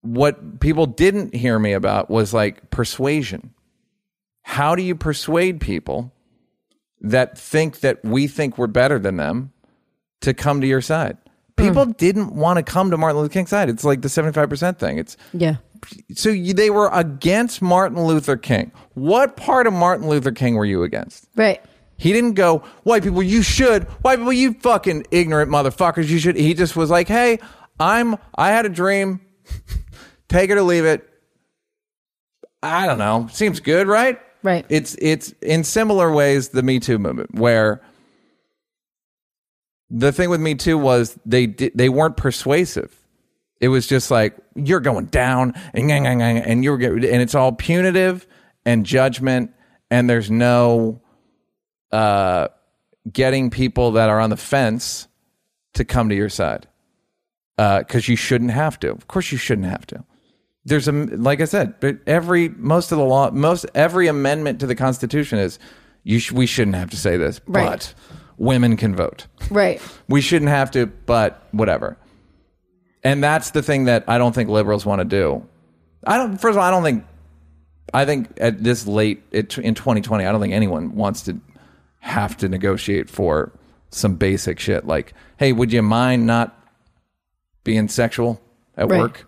Speaker 2: What people didn't hear me about was like persuasion. How do you persuade people that think that we think we're better than them to come to your side? People didn't want to come to Martin Luther King's side. It's like the 75% thing. It's
Speaker 1: Yeah.
Speaker 2: so you, they were against Martin Luther King. What part of Martin Luther King were you against?
Speaker 1: Right.
Speaker 2: He didn't go, white people, you should, white people, you fucking ignorant motherfuckers, you should. He just was like, hey, I'm, I had a dream, take it or leave it. I don't know. Seems good, right?
Speaker 1: Right.
Speaker 2: It's, it's in similar ways, the Me Too movement, where the thing with Me Too was they, di- they weren't persuasive. It was just like, you're going down and, gang, gang, gang, and you're getting, and it's all punitive and judgment, and there's no, uh, getting people that are on the fence to come to your side because you shouldn't have to. Of course, you shouldn't have to. There's a like I said, but every most of the law, most every amendment to the Constitution is you sh- we shouldn't have to say this,
Speaker 1: Right.
Speaker 2: but women can vote.
Speaker 1: Right.
Speaker 2: We shouldn't have to, but whatever. And that's the thing that I don't think liberals want to do. I don't. First of all, I don't think. I think at this late it, in 2020, I don't think anyone wants to have to negotiate for some basic shit like, "Hey, would you mind not being sexual at
Speaker 1: Right.
Speaker 2: work?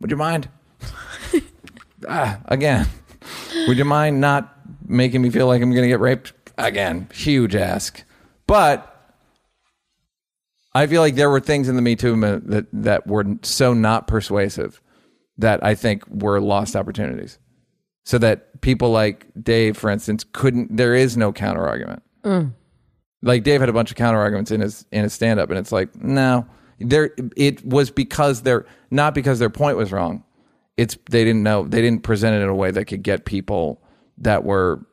Speaker 2: Would you mind?" ah, again, would you mind not making me feel like I'm going to get raped again? Huge ask, but I feel like there were things in the Me Too movement that, that were so not persuasive that I think were lost opportunities. So that people like Dave, for instance, couldn't. There is no counter argument. Like Dave had a bunch of counter arguments in his in his stand up, and it's like no, there. It was because they're not because their point was wrong. It's they didn't know they didn't present it in a way that could get people that were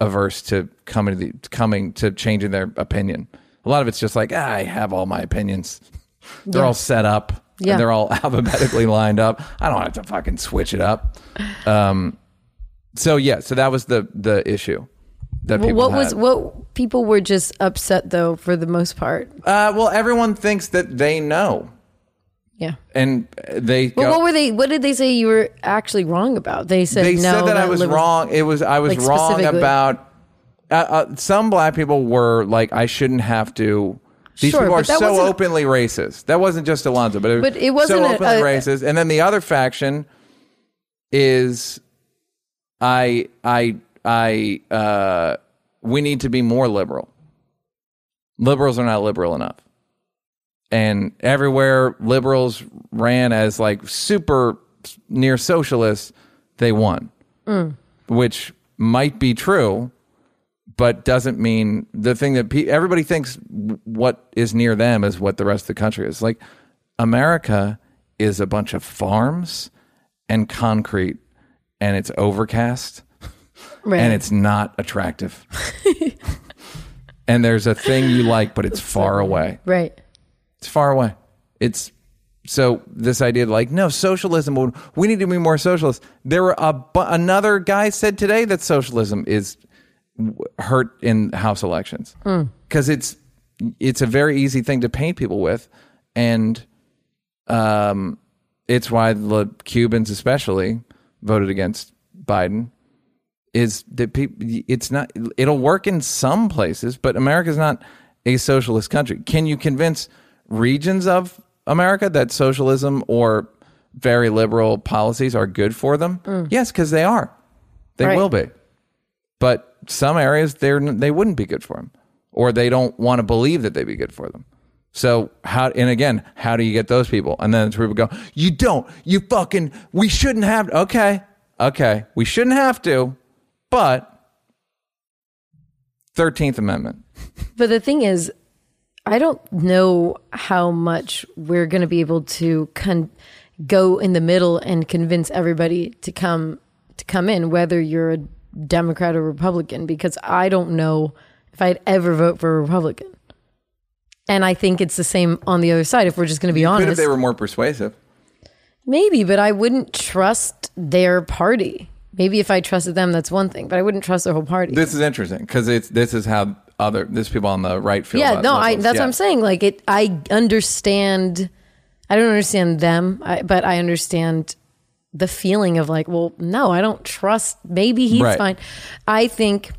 Speaker 2: averse to coming to the, coming to changing their opinion. A lot of it's just like "Ah, I have all my opinions. They're all set up. and
Speaker 1: Yeah.
Speaker 2: they're all alphabetically lined up. I don't have to fucking switch it up. Um, so yeah, so that was the the issue that people
Speaker 1: what
Speaker 2: had.
Speaker 1: was what people were just upset though for the most part.
Speaker 2: uh, well, everyone thinks that they know,
Speaker 1: Yeah.
Speaker 2: and they
Speaker 1: But
Speaker 2: go,
Speaker 1: what were they? What did they say you were actually wrong about? They said
Speaker 2: they
Speaker 1: no.
Speaker 2: said that, I was
Speaker 1: liber-
Speaker 2: wrong. It was I was
Speaker 1: Like,
Speaker 2: wrong
Speaker 1: specifically.
Speaker 2: about. Uh, uh, some black people were like, I shouldn't have to. These
Speaker 1: Sure,
Speaker 2: people
Speaker 1: but
Speaker 2: are
Speaker 1: that
Speaker 2: so
Speaker 1: wasn't-
Speaker 2: openly racist. That wasn't just Alonzo, but it,
Speaker 1: But it wasn't
Speaker 2: so
Speaker 1: a-
Speaker 2: openly
Speaker 1: a-
Speaker 2: racist. And then the other faction is, I I I uh, we need to be more liberal. Liberals are not liberal enough and everywhere liberals ran as like super near socialists, they won,
Speaker 1: Mm.
Speaker 2: which might be true, but doesn't mean the thing that pe- everybody thinks w- what is near them is what the rest of the country is. Like America is a bunch of farms and concrete, and it's overcast
Speaker 1: Right.
Speaker 2: and it's not attractive. and there's a thing you like, but it's far away
Speaker 1: right.
Speaker 2: it's far away. It's so this idea like no socialism. would- We need to be more socialist. There were a bu- another guy said today that socialism is w- hurt in House elections because it's it's a very easy thing to paint people with, and um, it's why the Cubans especially voted against Biden. Is that people? It's not. It'll work in some places, but America's not a socialist country. Can you convince regions of America that socialism or very liberal policies are good for them? Yes, because they are. They
Speaker 1: Right.
Speaker 2: will be. But some areas they're they wouldn't be good for them, or they don't want to believe that they'd be good for them. So how and again, how do you get those people? And then it's where people go, you don't, you fucking, we shouldn't have. Okay, okay, we shouldn't have to, but Thirteenth Amendment.
Speaker 1: But the thing is, I don't know how much we're going to be able to con- go in the middle and convince everybody to come to come in, whether you're a Democrat or Republican, because I don't know if I'd ever vote for a Republican. And I think it's the same on the other side. If we're just going to be
Speaker 2: But
Speaker 1: honest,
Speaker 2: if they were more persuasive,
Speaker 1: Maybe, but I wouldn't trust their party. Maybe if I trusted them, that's one thing, but I wouldn't trust their whole party.
Speaker 2: this is interesting because it's this is how other this people on the right feel.
Speaker 1: yeah,
Speaker 2: about
Speaker 1: no, I,
Speaker 2: liberals.
Speaker 1: that's
Speaker 2: Yeah.
Speaker 1: what I'm saying. Like it, I understand. I don't understand them, I, but I understand the feeling of like, well, no, I don't trust. Maybe he's
Speaker 2: Right.
Speaker 1: fine. I think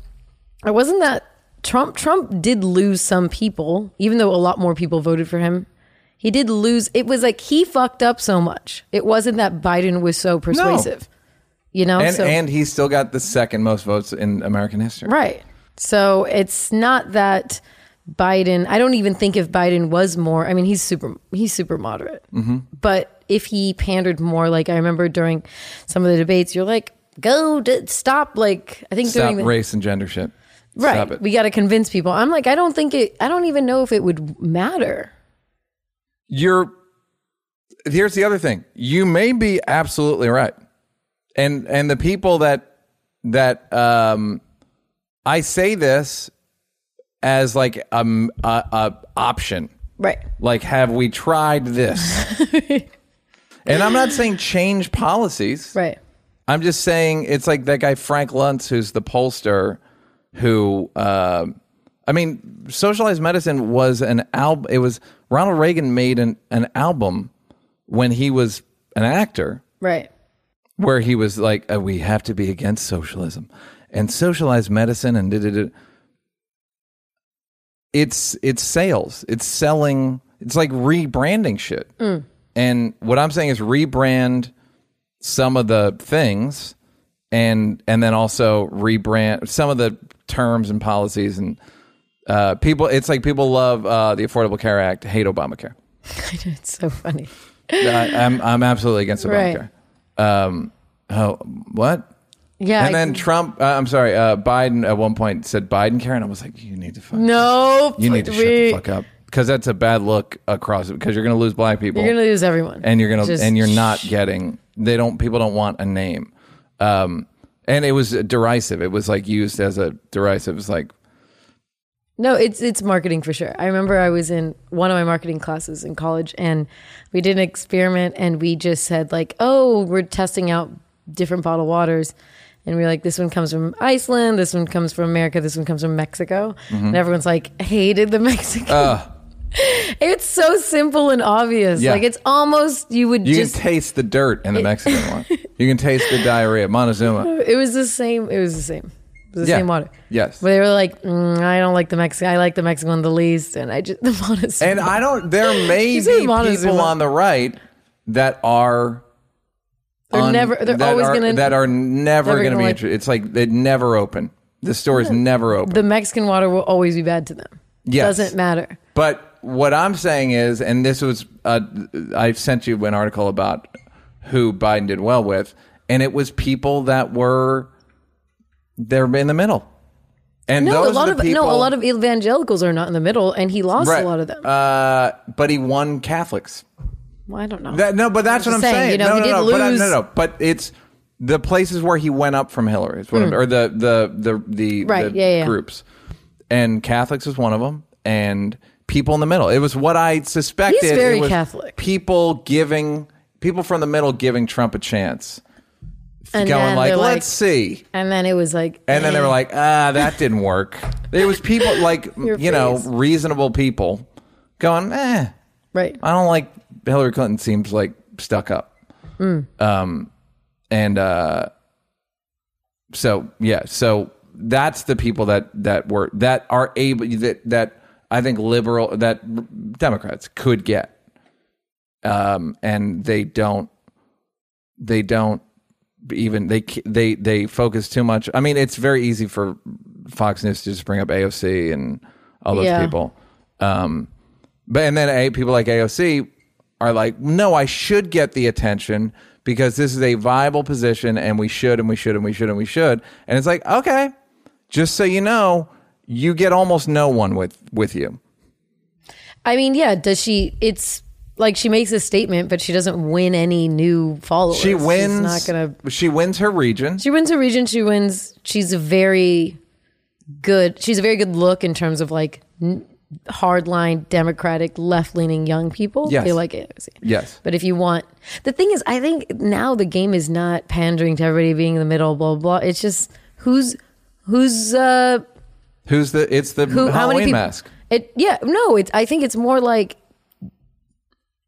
Speaker 1: it wasn't that Trump. Trump did lose some people, even though a lot more people voted for him. He did lose. It was like he fucked up so much. It wasn't that Biden was so persuasive. You know,
Speaker 2: And
Speaker 1: so,
Speaker 2: and he still got the second most votes in American history.
Speaker 1: Right. So it's not that Biden. I don't even think if Biden was more. I mean, he's super. He's super moderate.
Speaker 2: Mm-hmm.
Speaker 1: But if he pandered more, like I remember during some of the debates, you're like, go d- stop. Like I think
Speaker 2: Stop
Speaker 1: during the,
Speaker 2: race and gender shit.
Speaker 1: right,
Speaker 2: Stop it.
Speaker 1: we got to convince people. I'm like, I don't think it. I don't even know if it would matter.
Speaker 2: you're here's the other thing you may be absolutely right and and the people that that um i say this as like um, a, a option
Speaker 1: Right.
Speaker 2: like have we tried this and i'm not saying change policies
Speaker 1: Right.
Speaker 2: I'm just saying it's like that guy Frank Luntz, who's the pollster, who uh, I mean, socialized medicine was an album. It was Ronald Reagan made an, an album when he was an actor
Speaker 1: Right.
Speaker 2: where he was like, uh, "We have to be against socialism and socialized medicine," and did it. It's it's sales. It's selling. It's like rebranding shit. And what I'm saying is rebrand some of the things, and and then also rebrand some of the terms and policies and uh, people. It's like people love uh, the Affordable Care Act, hate Obamacare.
Speaker 1: I know it's so funny.
Speaker 2: I, I'm I'm absolutely against Obamacare. Um, oh, what?
Speaker 1: Yeah.
Speaker 2: and
Speaker 1: I-
Speaker 2: then Trump, uh, I'm sorry, uh, Biden at one point said Biden care, and I was like, you need to fuck.
Speaker 1: no.
Speaker 2: you need to shut the
Speaker 1: wait.
Speaker 2: fuck up because that's a bad look across it because you're going to lose black people
Speaker 1: You're gonna lose everyone.
Speaker 2: and you're gonna
Speaker 1: Just-
Speaker 2: and you're not getting they don't people don't want a name um and it was derisive it was like used as a derisive it's like
Speaker 1: No, it's it's marketing for sure. I remember I was in one of my marketing classes in college and we did an experiment and we just said like, "Oh, we're testing out different bottled waters." And we are like, "This one comes from Iceland, this one comes from America, this one comes from Mexico."
Speaker 2: Mm-hmm.
Speaker 1: And everyone's like, "Hated the Mexican." it's so simple and obvious.
Speaker 2: Uh. Yeah.
Speaker 1: Like it's almost you would
Speaker 2: you
Speaker 1: just
Speaker 2: can taste the dirt in the Mexican one you can taste the diarrhea Montezuma
Speaker 1: it was the same, it was the same. It was the
Speaker 2: Yeah.
Speaker 1: same water.
Speaker 2: yes
Speaker 1: But they were like, mm, "I don't like the Mexican. I like the Mexican one the least." And I just the Montezuma.
Speaker 2: And I don't. There may
Speaker 1: You
Speaker 2: be
Speaker 1: said
Speaker 2: people
Speaker 1: Montezuma.
Speaker 2: on the right that are.
Speaker 1: They're never- they're
Speaker 2: that
Speaker 1: always
Speaker 2: are,
Speaker 1: gonna-
Speaker 2: That are
Speaker 1: never
Speaker 2: never, going to
Speaker 1: gonna
Speaker 2: be
Speaker 1: like-
Speaker 2: interested. It's like they never open. The store is never open.
Speaker 1: the Mexican water will always be bad to them.
Speaker 2: Yes.
Speaker 1: Doesn't matter.
Speaker 2: But what I'm saying is, and this was, uh, I sent you an article about who Biden did well with, and it was people that were they're in the middle. And
Speaker 1: No, a
Speaker 2: those
Speaker 1: lot
Speaker 2: are
Speaker 1: of
Speaker 2: the people,
Speaker 1: no, a lot of evangelicals are not in the middle, and he lost
Speaker 2: right,
Speaker 1: a lot of them.
Speaker 2: Uh, but he won Catholics.
Speaker 1: well, I don't know.
Speaker 2: That, no, but that's what I'm
Speaker 1: just
Speaker 2: saying.
Speaker 1: saying, you know,
Speaker 2: no,
Speaker 1: he
Speaker 2: no,
Speaker 1: did
Speaker 2: no, but I-
Speaker 1: lose-
Speaker 2: no, no. But it's the places where he went up from Hillary, is what I'm- or the the the the,
Speaker 1: Mm. Right,
Speaker 2: the
Speaker 1: yeah, yeah.
Speaker 2: groups, and Catholics is one of them, and people in the middle. It was what I suspected.
Speaker 1: He's very
Speaker 2: It was
Speaker 1: Catholic.
Speaker 2: People giving people from the middle giving Trump a chance,
Speaker 1: and
Speaker 2: going
Speaker 1: then
Speaker 2: like,
Speaker 1: they're
Speaker 2: let's see.
Speaker 1: And then it was like,
Speaker 2: And then they were
Speaker 1: eh.
Speaker 2: like, ah, that didn't work. It was people like, you
Speaker 1: Your
Speaker 2: know,
Speaker 1: face.
Speaker 2: reasonable people going, eh,
Speaker 1: right,
Speaker 2: I don't like Hillary Clinton seems like stuck up. Um, and uh, so yeah, so that's the people that that were that are able that that I think liberal that Democrats could get. Um, and they don't. They don't even they ca- they they focus too much. I mean, it's very easy for Fox News to just bring up AOC and all those
Speaker 1: Yeah.
Speaker 2: people. Um, but and then a, people like AOC are like, no, I should get the attention because this is a viable position, and we should, and we should, and we should, and we should. And it's like, okay, just so you know, you get almost no one with with you.
Speaker 1: I mean, yeah. Does she? It's like she makes a statement, but she doesn't win any new followers.
Speaker 2: She wins.
Speaker 1: She's not gonna.
Speaker 2: She wins her region.
Speaker 1: She wins a region. She wins. She's a very good. She's a very good look in terms of like n- hardline Democratic, left leaning young people.
Speaker 2: Yes.
Speaker 1: They like it.
Speaker 2: yes.
Speaker 1: But if you want, the thing is, I think now the game is not pandering to everybody being in the middle, blah blah. blah. It's just who's who's uh
Speaker 2: Who's the? It's the
Speaker 1: who,
Speaker 2: Halloween
Speaker 1: how many people?
Speaker 2: mask.
Speaker 1: It yeah no. It's I think it's more like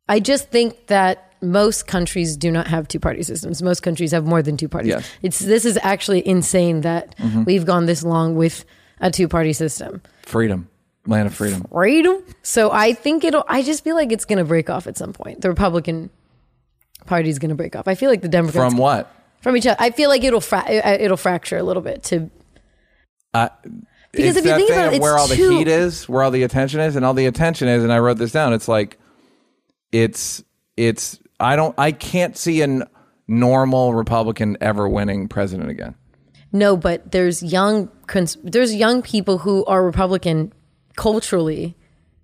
Speaker 1: I just think that most countries do not have two party systems. Most countries have more than two parties.
Speaker 2: Yes.
Speaker 1: It's this is actually insane that we've gone this long with a two party system.
Speaker 2: Freedom. Land of freedom.
Speaker 1: Freedom. So I think it'll. I just feel like it's going to break off at some point. The Republican party is going to break off. I feel like the Democrats
Speaker 2: From what?
Speaker 1: from each other. I feel like it'll fra- uh, it'll fracture a little bit. To
Speaker 2: Uh,
Speaker 1: Because if you think about it,
Speaker 2: where
Speaker 1: it's
Speaker 2: all the
Speaker 1: too-
Speaker 2: heat is, where all the attention is, and all the attention is, and I wrote this down. It's like, it's it's I don't I can't see a n- normal Republican ever winning president again.
Speaker 1: no, but there's young cons- there's young people who are Republican culturally,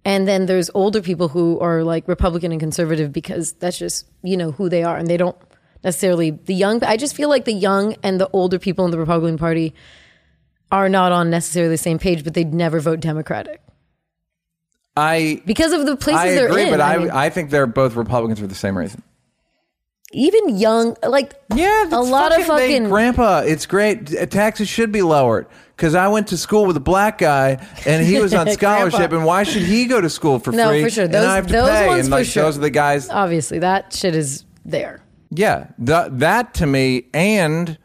Speaker 1: and then there's older people who are like Republican and conservative because that's just you know who they are, and they don't necessarily the young. I just feel like the young and the older people in the Republican Party are not on necessarily the same page, but they'd never vote Democratic.
Speaker 2: I
Speaker 1: because of the places
Speaker 2: I
Speaker 1: they're
Speaker 2: agree,
Speaker 1: in.
Speaker 2: but I I,
Speaker 1: mean,
Speaker 2: think they're both Republicans for the same reason.
Speaker 1: even young, like
Speaker 2: Yeah,
Speaker 1: a
Speaker 2: that's
Speaker 1: lot of
Speaker 2: they-
Speaker 1: fucking
Speaker 2: grandpa. It's great. T- Taxes should be lowered because I went to school with a black guy and he was on scholarship.
Speaker 1: Grandpa.
Speaker 2: and why should he go to school for
Speaker 1: No,
Speaker 2: free?
Speaker 1: for sure.
Speaker 2: and
Speaker 1: Those-
Speaker 2: I have to
Speaker 1: those
Speaker 2: pay.
Speaker 1: ones
Speaker 2: and
Speaker 1: for
Speaker 2: like
Speaker 1: sure.
Speaker 2: those are the guys.
Speaker 1: obviously that shit is there.
Speaker 2: Yeah, th- that to me and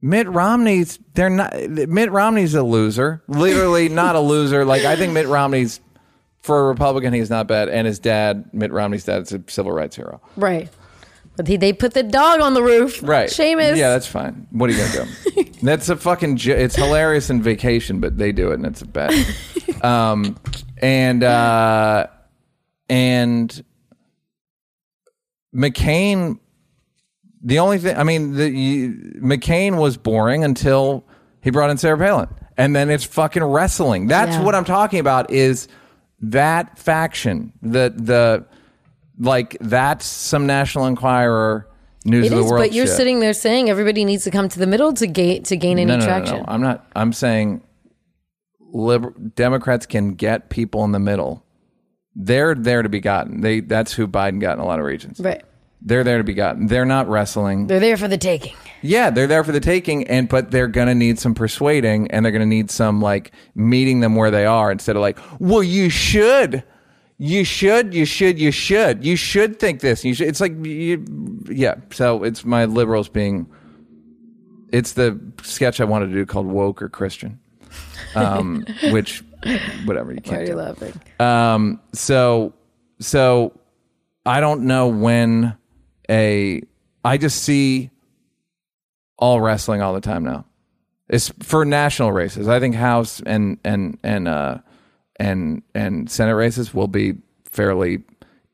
Speaker 2: Mitt Romney's. They're not. Mitt Romney's a loser. Literally not a loser. Like I think Mitt Romney's for a Republican, he's not bad. And his dad, Mitt Romney's dad, is a civil rights hero.
Speaker 1: Right. But he, they put the dog on the roof.
Speaker 2: Right.
Speaker 1: Seamus.
Speaker 2: Yeah, that's fine. What are you going to do? that's a fucking, jo- it's hilarious in vacation, but they do it and it's a bet. um, and, uh, and McCain, the only thing, I mean, the, you, McCain was boring until he brought in Sarah Palin. And then it's fucking wrestling. That's
Speaker 1: Yeah.
Speaker 2: what I'm talking about is that faction, the, the, like that's some National Enquirer news
Speaker 1: It
Speaker 2: of the
Speaker 1: is,
Speaker 2: world.
Speaker 1: but you're
Speaker 2: shit.
Speaker 1: sitting there saying everybody needs to come to the middle to gain to gain any
Speaker 2: no, no, no,
Speaker 1: traction.
Speaker 2: no, I'm not. I'm saying liber- Democrats can get people in the middle. They're there to be gotten. They that's who Biden got in a lot of regions.
Speaker 1: Right.
Speaker 2: They're there to be gotten. They're not wrestling.
Speaker 1: They're there for the taking.
Speaker 2: Yeah, they're there for the taking, and but they're gonna need some persuading, and they're gonna need some like meeting them where they are instead of like, well, you should, you should, you should, you should, you should think this. You should. It's like, you, yeah. So it's my liberals being. It's the sketch I wanted to do called "Woke or Christian," um, which, whatever you
Speaker 1: Why are
Speaker 2: can't.
Speaker 1: you
Speaker 2: do.
Speaker 1: laughing?
Speaker 2: Um, so, so I don't know when a, I just see all wrestling all the time now. It's for national races. I think House and, and, and, uh, and, and Senate races will be fairly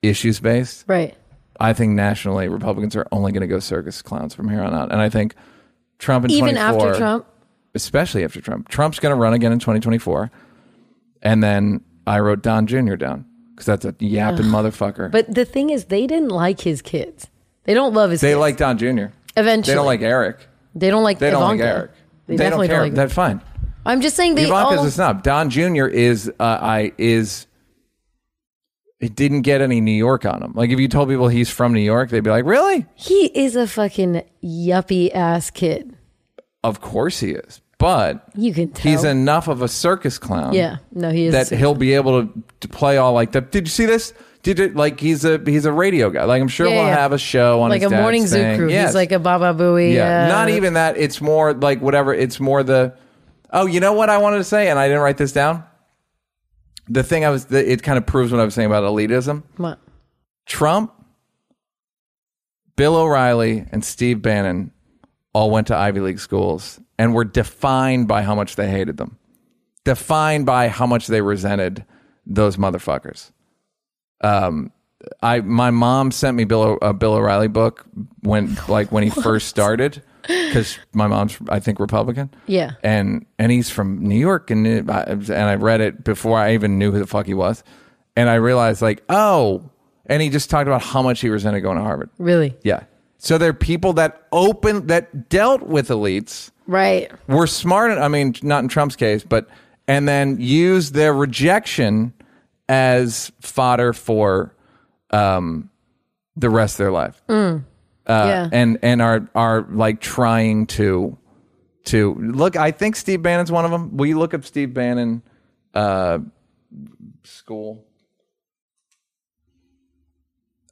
Speaker 2: issues based.
Speaker 1: Right.
Speaker 2: I think nationally Republicans are only going to go circus clowns from here on out. And I think Trump in
Speaker 1: Even
Speaker 2: 24
Speaker 1: after Trump.
Speaker 2: especially after Trump. Trump's going to run again in 2024. And then I wrote Don Jr. down because that's a yapping motherfucker.
Speaker 1: But the thing is, they didn't like his kids. They don't love his
Speaker 2: they
Speaker 1: kids.
Speaker 2: like Don Jr.
Speaker 1: Eventually.
Speaker 2: They don't like Eric.
Speaker 1: They don't like
Speaker 2: They don't
Speaker 1: Ivanka.
Speaker 2: like Eric.
Speaker 1: They,
Speaker 2: They,
Speaker 1: definitely
Speaker 2: don't care.
Speaker 1: like
Speaker 2: that's fine.
Speaker 1: I'm just saying they
Speaker 2: Ivanka's
Speaker 1: all.
Speaker 2: a snob. Don Jr. is uh, I is. It didn't get any New York on him. Like if you told people he's from New York, they'd be like, "Really?
Speaker 1: he is a fucking yuppie ass kid.
Speaker 2: Of course he is." But
Speaker 1: You can tell.
Speaker 2: he's enough of a circus clown.
Speaker 1: Yeah. No, he is.
Speaker 2: that he'll be able to, to play all like that. Did you see this? Did it like he's a he's a radio guy. Like I'm sure
Speaker 1: Yeah,
Speaker 2: we'll
Speaker 1: yeah.
Speaker 2: have a show on
Speaker 1: like a
Speaker 2: his dad's
Speaker 1: morning zoo
Speaker 2: thing.
Speaker 1: crew.
Speaker 2: Yes.
Speaker 1: He's like a Baba Booey.
Speaker 2: yeah.
Speaker 1: uh,
Speaker 2: Not even that. It's more like whatever. It's more the oh, you know what I wanted to say, and I didn't write this down. The thing I was the, it kind of proves what I was saying about elitism.
Speaker 1: What?
Speaker 2: Trump, Bill O'Reilly, and Steve Bannon all went to Ivy League schools and were defined by how much they hated them, defined by how much they resented those motherfuckers. Um, I my mom sent me Bill O- a Bill O'Reilly book when like when he first started because my mom's I think Republican
Speaker 1: Yeah.
Speaker 2: and and he's from New York, and it, I- and I read it before I even knew who the fuck he was, and I realized like, oh, and he just talked about how much he resented going to Harvard.
Speaker 1: Really?
Speaker 2: Yeah, so there are people that open that dealt with elites
Speaker 1: Right.
Speaker 2: were smart. I mean, not in Trump's case, but and then used their rejection as fodder for um, the rest of their life
Speaker 1: yeah.
Speaker 2: Uh, and and are are like trying to to look. I think Steve Bannon's one of them. Will you look up Steve Bannon uh, school?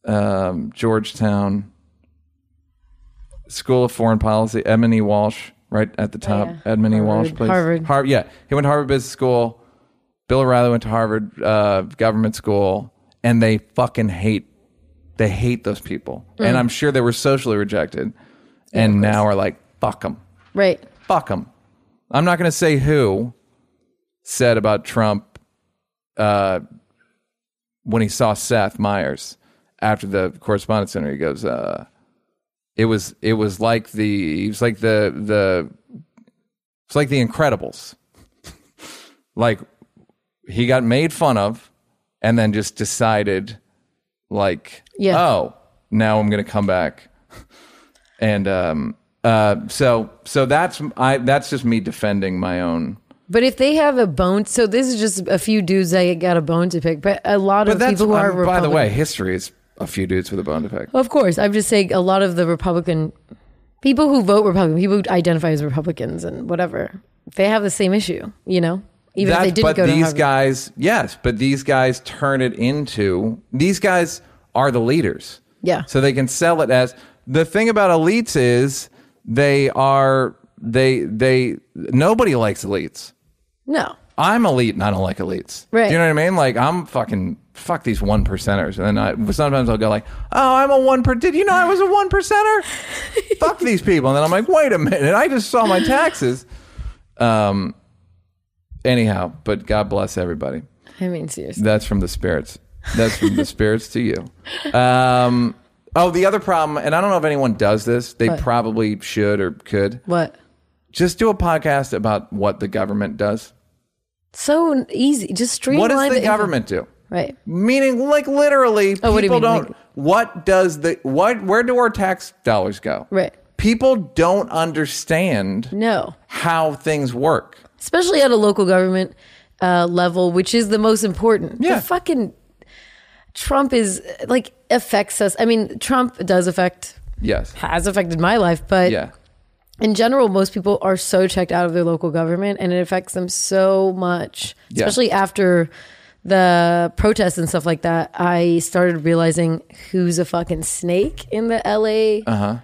Speaker 2: Um, Georgetown School of Foreign Policy. Edmund E. Walsh, right at the top.
Speaker 1: Oh, yeah.
Speaker 2: Edmund E. Walsh,
Speaker 1: Harvard.
Speaker 2: please.
Speaker 1: Harvard.
Speaker 2: Harvard. Yeah, he went to Harvard Business School. Bill O'Reilly went to Harvard uh, Government School, and they fucking hate they hate those people.
Speaker 1: Mm.
Speaker 2: And I'm sure they were socially rejected and now are like, fuck them.
Speaker 1: right.
Speaker 2: Fuck them. I'm not going to say who said about Trump uh, when he saw Seth Meyers after the correspondence center. He goes, uh, it was it was like the he was like the the it's like the Incredibles. like he got made fun of and then just decided like
Speaker 1: Yeah.
Speaker 2: oh now I'm gonna come back and um uh so so that's I that's just me defending my own
Speaker 1: But if they have a bone, so this is just a few dudes I got a bone to pick. But a lot
Speaker 2: but
Speaker 1: of
Speaker 2: that's
Speaker 1: people who are
Speaker 2: um, by the way
Speaker 1: Republican- Oh,
Speaker 2: history is a few dudes with a bone defect.
Speaker 1: Of course. I'm just saying a lot of the Republican people who vote Republican, people who identify as Republicans and whatever, they have the same issue, you know? Even if
Speaker 2: That's-
Speaker 1: they didn't
Speaker 2: but
Speaker 1: go to
Speaker 2: these
Speaker 1: Harvard.
Speaker 2: guys, yes, but these guys turn it into these guys are the leaders.
Speaker 1: Yeah.
Speaker 2: So they can sell it as the thing about elites is they are they they nobody likes elites.
Speaker 1: no.
Speaker 2: I'm elite and I don't like elites.
Speaker 1: Right.
Speaker 2: Do you know what I mean? Like I'm fucking fuck these one percenters. And then I sometimes I'll go like, oh, I'm a one per. Did you know I was a one percenter? fuck these people. And then I'm like, wait a minute, I just saw my taxes. Um. Anyhow, but God bless everybody.
Speaker 1: I mean, seriously.
Speaker 2: That's from the spirits. That's from the spirits to you. Um. Oh, the other problem, and I don't know if anyone does this. They
Speaker 1: What?
Speaker 2: probably should or could.
Speaker 1: What?
Speaker 2: Just do a podcast about what the government does.
Speaker 1: So easy. Just
Speaker 2: What
Speaker 1: streamline
Speaker 2: does the
Speaker 1: info-
Speaker 2: government do?
Speaker 1: Right.
Speaker 2: Meaning, like literally,
Speaker 1: Oh, what do you
Speaker 2: people
Speaker 1: mean,
Speaker 2: not
Speaker 1: like-
Speaker 2: what does the what? Where do our tax dollars go?
Speaker 1: Right.
Speaker 2: People don't understand
Speaker 1: No.
Speaker 2: how things work.
Speaker 1: Especially at a local government uh, level, which is the most important.
Speaker 2: Yeah.
Speaker 1: The fucking Trump is like affects us. I mean, Trump does affect,
Speaker 2: Yes.
Speaker 1: has affected my life, but
Speaker 2: Yeah.
Speaker 1: in general, most people are so checked out of their local government and it affects them so much,
Speaker 2: Yeah.
Speaker 1: especially after the protests and stuff like that. I started realizing who's a fucking snake in the LA,
Speaker 2: Uh-huh.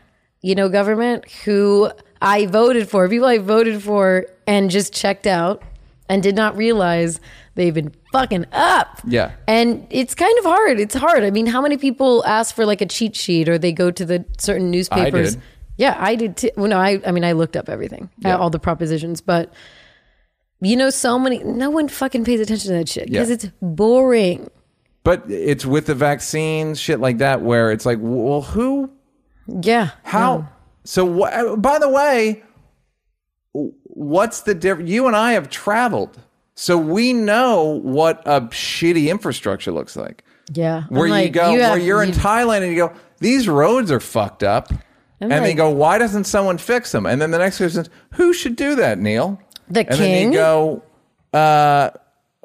Speaker 1: you know, government who I voted for, people I voted for and just checked out and did not realize they've been fucking up.
Speaker 2: Yeah.
Speaker 1: And it's kind of hard. It's hard. I mean, how many people ask for like a cheat sheet or they go to the certain newspapers?
Speaker 2: did.
Speaker 1: Yeah, I did too. Well, no, I, I mean, I looked up everything, uh,
Speaker 2: Yeah.
Speaker 1: all the propositions, but you know, so many, no one fucking pays attention to that shit because
Speaker 2: Yeah.
Speaker 1: it's boring.
Speaker 2: But it's with the vaccines, shit like that, where it's like, well, who?
Speaker 1: Yeah.
Speaker 2: How? So, wh- by the way, w- what's the difference? You and I have traveled, so we know what a shitty infrastructure looks like.
Speaker 1: Yeah. I'm
Speaker 2: where you
Speaker 1: like,
Speaker 2: go, where
Speaker 1: have-
Speaker 2: you're in
Speaker 1: you-
Speaker 2: Thailand and you go, these roads are fucked up. and they
Speaker 1: like-
Speaker 2: go, why doesn't someone fix them? And then the next person, who should do that, Neil?
Speaker 1: The
Speaker 2: and then
Speaker 1: king?
Speaker 2: you go, uh,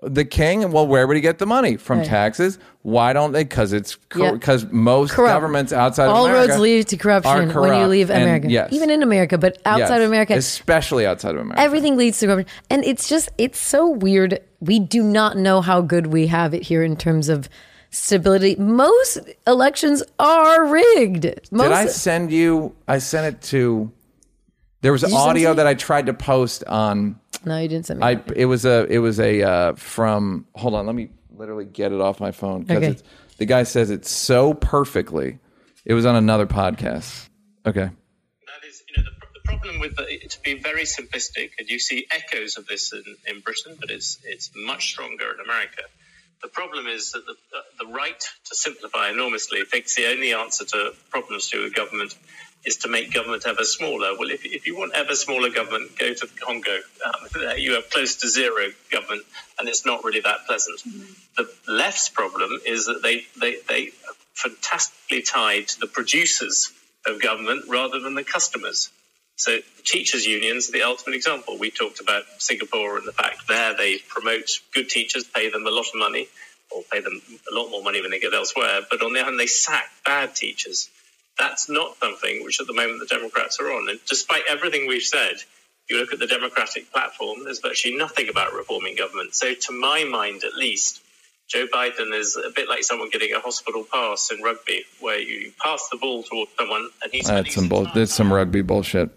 Speaker 2: the king. And Well, where would he get the money from? Taxes? Why don't they? Because it's
Speaker 1: Yeah.
Speaker 2: because most
Speaker 1: Corrupt.
Speaker 2: governments outside
Speaker 1: all
Speaker 2: of America
Speaker 1: roads lead to
Speaker 2: are
Speaker 1: corruption when you
Speaker 2: corrupt.
Speaker 1: leave
Speaker 2: And
Speaker 1: America.
Speaker 2: yes,
Speaker 1: Even in America, but outside
Speaker 2: yes,
Speaker 1: of America,
Speaker 2: especially outside of America.
Speaker 1: everything leads to corruption. And it's just, it's so weird. We do not know how good we have it here in terms of stability. Most elections are rigged. Most,
Speaker 2: Did I send you? I sent it to. There was
Speaker 1: you send it to
Speaker 2: audio
Speaker 1: me?
Speaker 2: that I tried to post on
Speaker 1: no, you didn't send me.
Speaker 2: I it was a it was a uh, from hold on let me literally get it off my phone because
Speaker 1: Okay.
Speaker 2: it's the guy says it so perfectly. It was on another podcast. Okay,
Speaker 4: that is, you know, the, the problem with the, to be very simplistic, and you see echoes of this in, in Britain, but it's it's much stronger in America. The problem is that the, the right to simplify enormously thinks the only answer to problems to do with government is to make government ever smaller. Well, if, if you want ever smaller government, go to Congo. Um, you have close to zero government, and it's not really that pleasant. The left's problem is that they, they, they are fantastically tied to the producers of government rather than the customers. So teachers' unions are the ultimate example. We talked about Singapore and the fact there they promote good teachers, pay them a lot of money, or pay them a lot more money than they get elsewhere. But on the other hand, they sack bad teachers. That's not something which at the moment the Democrats are on. And despite everything we've said, you look at the Democratic platform, there's virtually nothing about reforming government. So to my mind, at least, Joe Biden is a bit like someone getting a hospital pass in rugby, where you pass the ball towards someone and he's
Speaker 2: that's some bull. That's some rugby bullshit.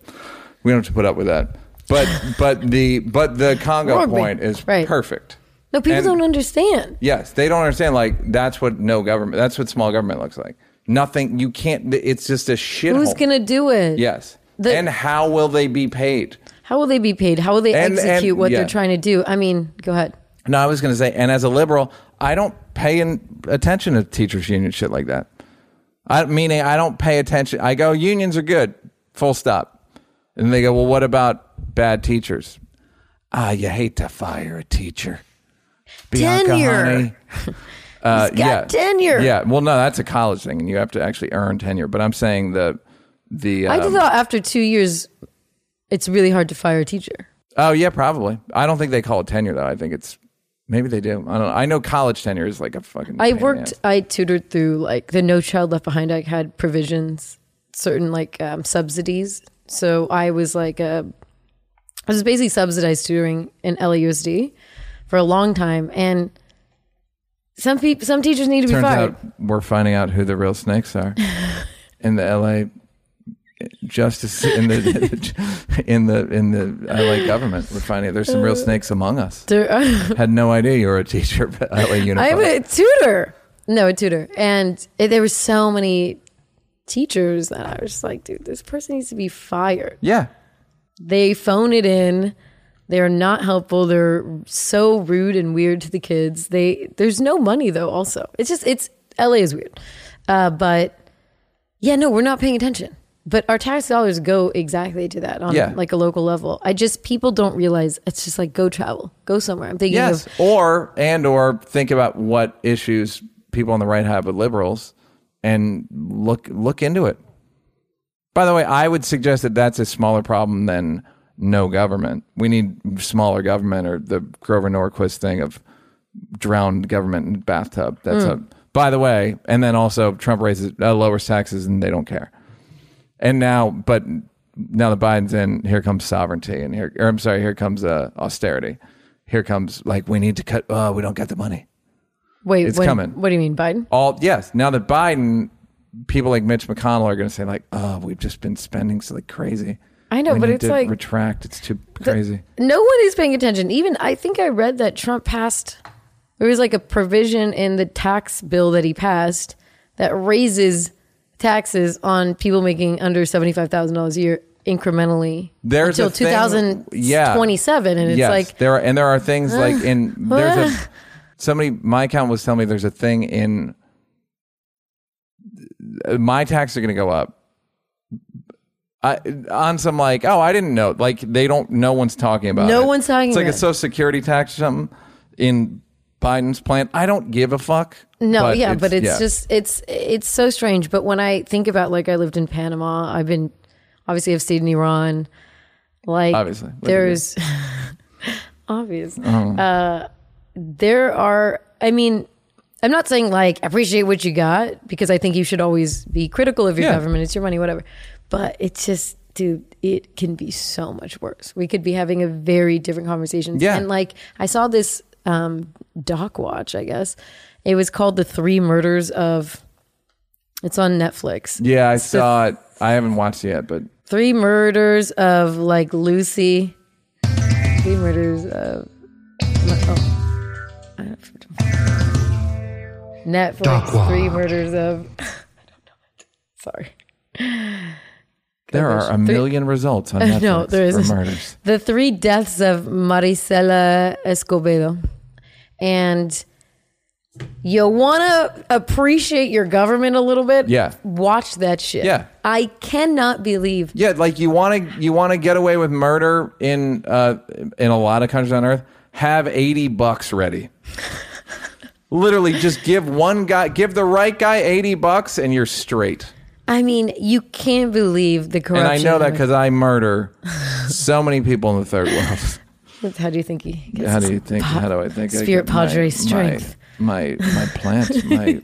Speaker 2: We don't have to put up with that. But but the but the Congo
Speaker 1: Rugby.
Speaker 2: point is
Speaker 1: Right.
Speaker 2: perfect.
Speaker 1: no, people
Speaker 2: and-
Speaker 1: don't understand.
Speaker 2: Yes, they don't understand. Like that's what no government. That's what small government looks like. Nothing. You can't. It's just a shit.
Speaker 1: Who's going to do it?
Speaker 2: Yes.
Speaker 1: The-
Speaker 2: and how will they be paid?
Speaker 1: How will they be paid? How will they
Speaker 2: And- and-
Speaker 1: execute what
Speaker 2: yeah.
Speaker 1: they're trying to do? I mean, go ahead.
Speaker 2: No, I was going to say, and as a liberal, I don't pay in, attention to teachers' union shit like that. I meaning I don't pay attention. I go unions are good, full stop. And they go, well, what about bad teachers? Ah, you hate to fire a teacher.
Speaker 1: Tenure.
Speaker 2: Uh,
Speaker 1: He's got tenure.
Speaker 2: Yeah. Well, no, that's a college thing, and you have to actually earn tenure. But I'm saying the the
Speaker 1: I
Speaker 2: um,
Speaker 1: just thought after two years, it's really hard to fire a teacher.
Speaker 2: oh yeah, probably. I don't think they call it tenure though. I think it's Maybe they do. I don't. know. I know college tenure is like a fucking.
Speaker 1: I
Speaker 2: pain in the
Speaker 1: worked,
Speaker 2: ass.
Speaker 1: I tutored through like the No Child Left Behind Act had provisions, certain like um, subsidies. So I was like a, I was basically subsidized tutoring in LAUSD for a long time. And some people, some teachers need to be
Speaker 2: Turns
Speaker 1: fired.
Speaker 2: out we're finding out who the real snakes are in the L.A. justice in the in the in the L.A. government. We're finding there's
Speaker 1: Uh,
Speaker 2: some real snakes among us.
Speaker 1: There are-
Speaker 2: Had no idea you were a teacher at L.A.
Speaker 1: I'm
Speaker 2: Unified.
Speaker 1: a tutor. No, a tutor. And it- there were so many teachers that I was just like, dude, this person needs to be fired.
Speaker 2: yeah,
Speaker 1: They phone it in. They're not helpful. They're so rude and weird to the kids. They there's no money though. Also, it's just it's LA is weird, uh, but yeah, no, we're not paying attention. But our tax dollars go exactly to that on
Speaker 2: Yeah.
Speaker 1: like a local level. I just people don't realize it's just like go travel, go somewhere. I'm thinking
Speaker 2: yes,
Speaker 1: of
Speaker 2: or and or think about what issues people on the right have with liberals, and look look into it. By the way, I would suggest that that's a smaller problem than no government. We need smaller government or the Grover Norquist thing of drowned government in bathtub. That's
Speaker 1: Hmm.
Speaker 2: a. By the way, and then also Trump raises uh, lowers taxes and they don't care. And now, but now that Biden's in, here comes sovereignty, and here, or I'm sorry, here comes uh, austerity. Here comes like we need to cut. Oh, we don't get the money.
Speaker 1: wait,
Speaker 2: it's
Speaker 1: when-
Speaker 2: coming.
Speaker 1: What do you mean, Biden?
Speaker 2: All yes. Now that Biden, people like Mitch McConnell are going to say like, oh, we've just been spending so like crazy.
Speaker 1: I know,
Speaker 2: We
Speaker 1: but
Speaker 2: need
Speaker 1: it's
Speaker 2: to
Speaker 1: like-
Speaker 2: retract. It's too crazy.
Speaker 1: no one is paying attention. Even I think I read that Trump passed there was like a provision in the tax bill that he passed that raises taxes on people making under seventy five thousand dollars a year incrementally
Speaker 2: There's
Speaker 1: until
Speaker 2: a thing-
Speaker 1: two thousand
Speaker 2: yeah.
Speaker 1: twenty seven. And it's
Speaker 2: yes,
Speaker 1: like
Speaker 2: there are, and there are things like in there's a somebody my account was telling me there's a thing in my taxes are going to go up. I, on some like oh I didn't know like they don't no one's talking about
Speaker 1: No
Speaker 2: it.
Speaker 1: one's talking
Speaker 2: it's like
Speaker 1: about
Speaker 2: a
Speaker 1: it.
Speaker 2: social security tax or something in Biden's plan I don't give a fuck
Speaker 1: No, yeah, but it's just it's it's so strange. But when I think about like I lived in Panama, I've been obviously I've stayed in Iran. Like
Speaker 2: Obviously, living
Speaker 1: there's obvious. Uh, there are. I mean, I'm not saying like appreciate what you got because I think you should always be critical of your
Speaker 2: Yeah.
Speaker 1: government. It's your money, whatever. But it's just, dude, it can be so much worse. We could be having a very different conversation.
Speaker 2: Yeah.
Speaker 1: And like I saw this um doc watch, I guess. It was called The Three Murders of it's on Netflix.
Speaker 2: yeah I saw it I haven't watched it yet but
Speaker 1: Three murders of like Lucy. Three murders of oh. I don't- Netflix. Three murders of I don't know. it. Sorry.
Speaker 2: there are a
Speaker 1: Three-
Speaker 2: million results on Netflix
Speaker 1: No, there
Speaker 2: for
Speaker 1: isn't.
Speaker 2: murders
Speaker 1: The three deaths of Maricela Escobedo. And you want to appreciate your government a little bit?
Speaker 2: Yeah.
Speaker 1: Watch that shit.
Speaker 2: Yeah.
Speaker 1: I cannot believe
Speaker 2: Yeah, like you want to you want to get away with murder in uh, in a lot of countries on earth. Have eighty bucks ready. Literally, just give one guy, give the right guy eighty bucks, and you're straight.
Speaker 1: I mean, you can't believe the
Speaker 2: And
Speaker 1: corruption.
Speaker 2: I know that
Speaker 1: coming-
Speaker 2: because I murder so many people in the third world.
Speaker 1: How do you think he? Gets
Speaker 2: How
Speaker 1: his
Speaker 2: do you think?
Speaker 1: pa-
Speaker 2: How do I think? I
Speaker 1: Spirit
Speaker 2: get my-
Speaker 1: Padre
Speaker 2: my-
Speaker 1: strength.
Speaker 2: My my plant. My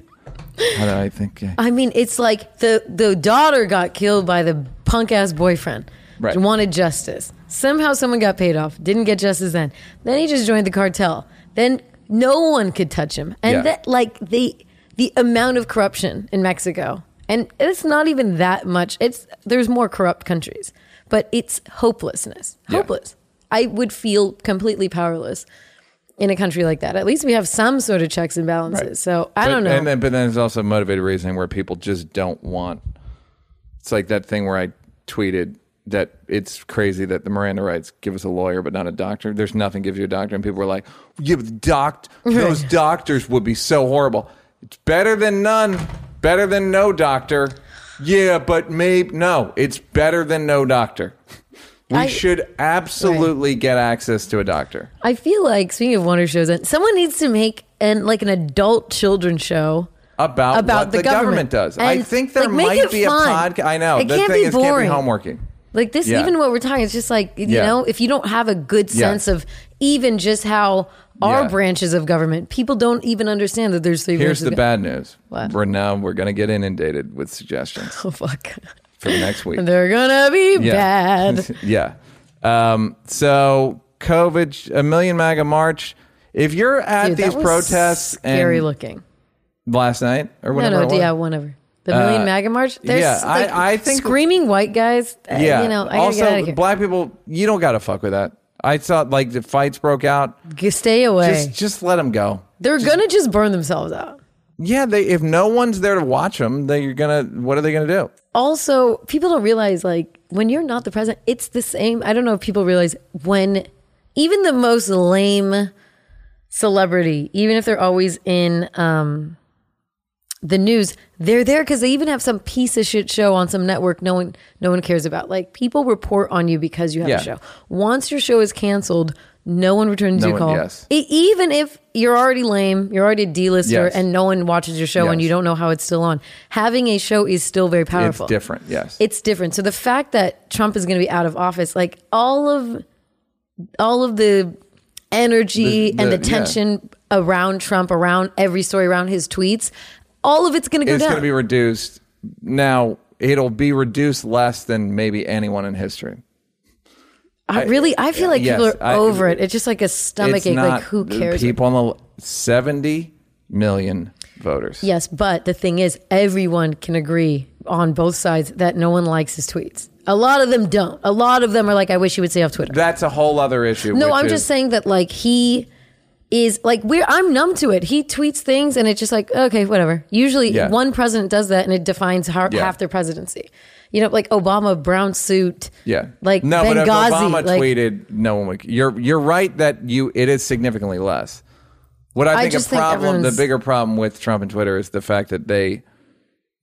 Speaker 2: how do I think? I-
Speaker 1: I mean, it's like the the daughter got killed by the punk ass boyfriend.
Speaker 2: Right.
Speaker 1: Wanted justice. Somehow someone got paid off. Didn't get justice then. Then he just joined the cartel. Then no one could touch him. And
Speaker 2: Yeah.
Speaker 1: that like the the amount of corruption in Mexico. And it's not even that much. It's there's more corrupt countries. But it's hopelessness.
Speaker 2: Yeah.
Speaker 1: Hopeless. I would feel completely powerless in a country like that. At least we have some sort of checks and balances.
Speaker 2: Right.
Speaker 1: So I
Speaker 2: But-
Speaker 1: don't know.
Speaker 2: And then, but then there's also motivated reasoning where people just don't want. It's like that thing where I tweeted that it's crazy that the Miranda rights give us a lawyer but not a doctor. There's nothing gives you a doctor, and people were like, "Yeah, but doc, those doctors would be so horrible. It's better than none, better than no doctor. Yeah, but maybe no. It's better than no doctor. We
Speaker 1: I-
Speaker 2: should absolutely get access to a doctor.
Speaker 1: I feel like speaking of wonder shows, and someone needs to make an like an adult children's show
Speaker 2: about,
Speaker 1: About
Speaker 2: what
Speaker 1: the
Speaker 2: the,
Speaker 1: government.
Speaker 2: government, does. I
Speaker 1: And,
Speaker 2: think there
Speaker 1: like, make it
Speaker 2: might be
Speaker 1: fun.
Speaker 2: a podcast. I know
Speaker 1: It
Speaker 2: the
Speaker 1: can't
Speaker 2: thing
Speaker 1: be
Speaker 2: is
Speaker 1: boring.
Speaker 2: can't be homeworking.
Speaker 1: like this.
Speaker 2: Yeah.
Speaker 1: Even what we're talking, it's just like you
Speaker 2: Yeah.
Speaker 1: know, if you don't have a good
Speaker 2: Yeah.
Speaker 1: sense of even just how our
Speaker 2: Yeah.
Speaker 1: branches of government, people don't even understand that there's three branches
Speaker 2: Here's the
Speaker 1: of go-
Speaker 2: bad news. We're now we're gonna get inundated with suggestions
Speaker 1: Oh, fuck.
Speaker 2: for the next week.
Speaker 1: They're gonna be bad.
Speaker 2: yeah. Um, so COVID, a million MAGA march. If you're at
Speaker 1: Dude,
Speaker 2: these
Speaker 1: that was
Speaker 2: protests
Speaker 1: Scary
Speaker 2: and
Speaker 1: looking.
Speaker 2: last night or
Speaker 1: No,
Speaker 2: whatever,
Speaker 1: no,
Speaker 2: it was, Uh,
Speaker 1: yeah, whatever. The Million MAGA March. There's
Speaker 2: yeah, I-
Speaker 1: like
Speaker 2: I think-
Speaker 1: screaming white guys. uh,
Speaker 2: yeah.
Speaker 1: you know, I gotta
Speaker 2: also,
Speaker 1: get out of here.
Speaker 2: black people, you don't gotta fuck with that. I thought like the fights broke out.
Speaker 1: G- stay away.
Speaker 2: Just just let them go.
Speaker 1: They're gonna just burn themselves out.
Speaker 2: Yeah, they if no one's there to watch them, they you're gonna. What are they gonna do?
Speaker 1: Also, people don't realize like when you're not the president, it's the same. I don't know if people realize when even the most lame celebrity, even if they're always in um, the news, they're there because they even have some piece of shit show on some network no one no one cares about. Like people report on you because you have
Speaker 2: Yeah.
Speaker 1: a show. Once your show is canceled, no one returns
Speaker 2: No
Speaker 1: your
Speaker 2: one-
Speaker 1: call.
Speaker 2: yes.
Speaker 1: E- even if you're already lame, you're already a D-lister,
Speaker 2: Yes.
Speaker 1: and no one watches your show, and
Speaker 2: Yes.
Speaker 1: you don't know how it's still on. Having a show is still very powerful.
Speaker 2: It's different. Yes.
Speaker 1: It's different. So the fact that Trump is going to be out of office, like all of all of the energy
Speaker 2: The-
Speaker 1: and
Speaker 2: the-
Speaker 1: the tension around Trump, around every story, around his tweets, all of it's going to go
Speaker 2: it's
Speaker 1: down.
Speaker 2: going to be reduced. Now it'll be reduced less than maybe anyone in history.
Speaker 1: I really, I feel like
Speaker 2: yes,
Speaker 1: people are
Speaker 2: I-
Speaker 1: over it. It's just like a stomach
Speaker 2: It's
Speaker 1: ache.
Speaker 2: not
Speaker 1: Like who
Speaker 2: the
Speaker 1: cares?
Speaker 2: People on the seventy million voters.
Speaker 1: Yes, but the thing is, everyone can agree on both sides that no one likes his tweets. A lot of them don't. A lot of them are like, I wish he would stay off Twitter.
Speaker 2: That's a whole other issue.
Speaker 1: No,
Speaker 2: which
Speaker 1: I'm
Speaker 2: is-
Speaker 1: just saying that like he is like we're I'm numb to it. He tweets things and it's just like okay, whatever. Usually
Speaker 2: Yeah.
Speaker 1: one president does that and it defines har-
Speaker 2: Yeah.
Speaker 1: half their presidency. You know, like Obama brown suit.
Speaker 2: Yeah,
Speaker 1: like
Speaker 2: no, but if
Speaker 1: Benghazi,
Speaker 2: Obama
Speaker 1: like-
Speaker 2: tweeted, no one would. You're you're right that you it is significantly less. What I
Speaker 1: I
Speaker 2: think a
Speaker 1: just think
Speaker 2: problem, the
Speaker 1: everyone's-
Speaker 2: bigger problem with Trump and Twitter is the fact that they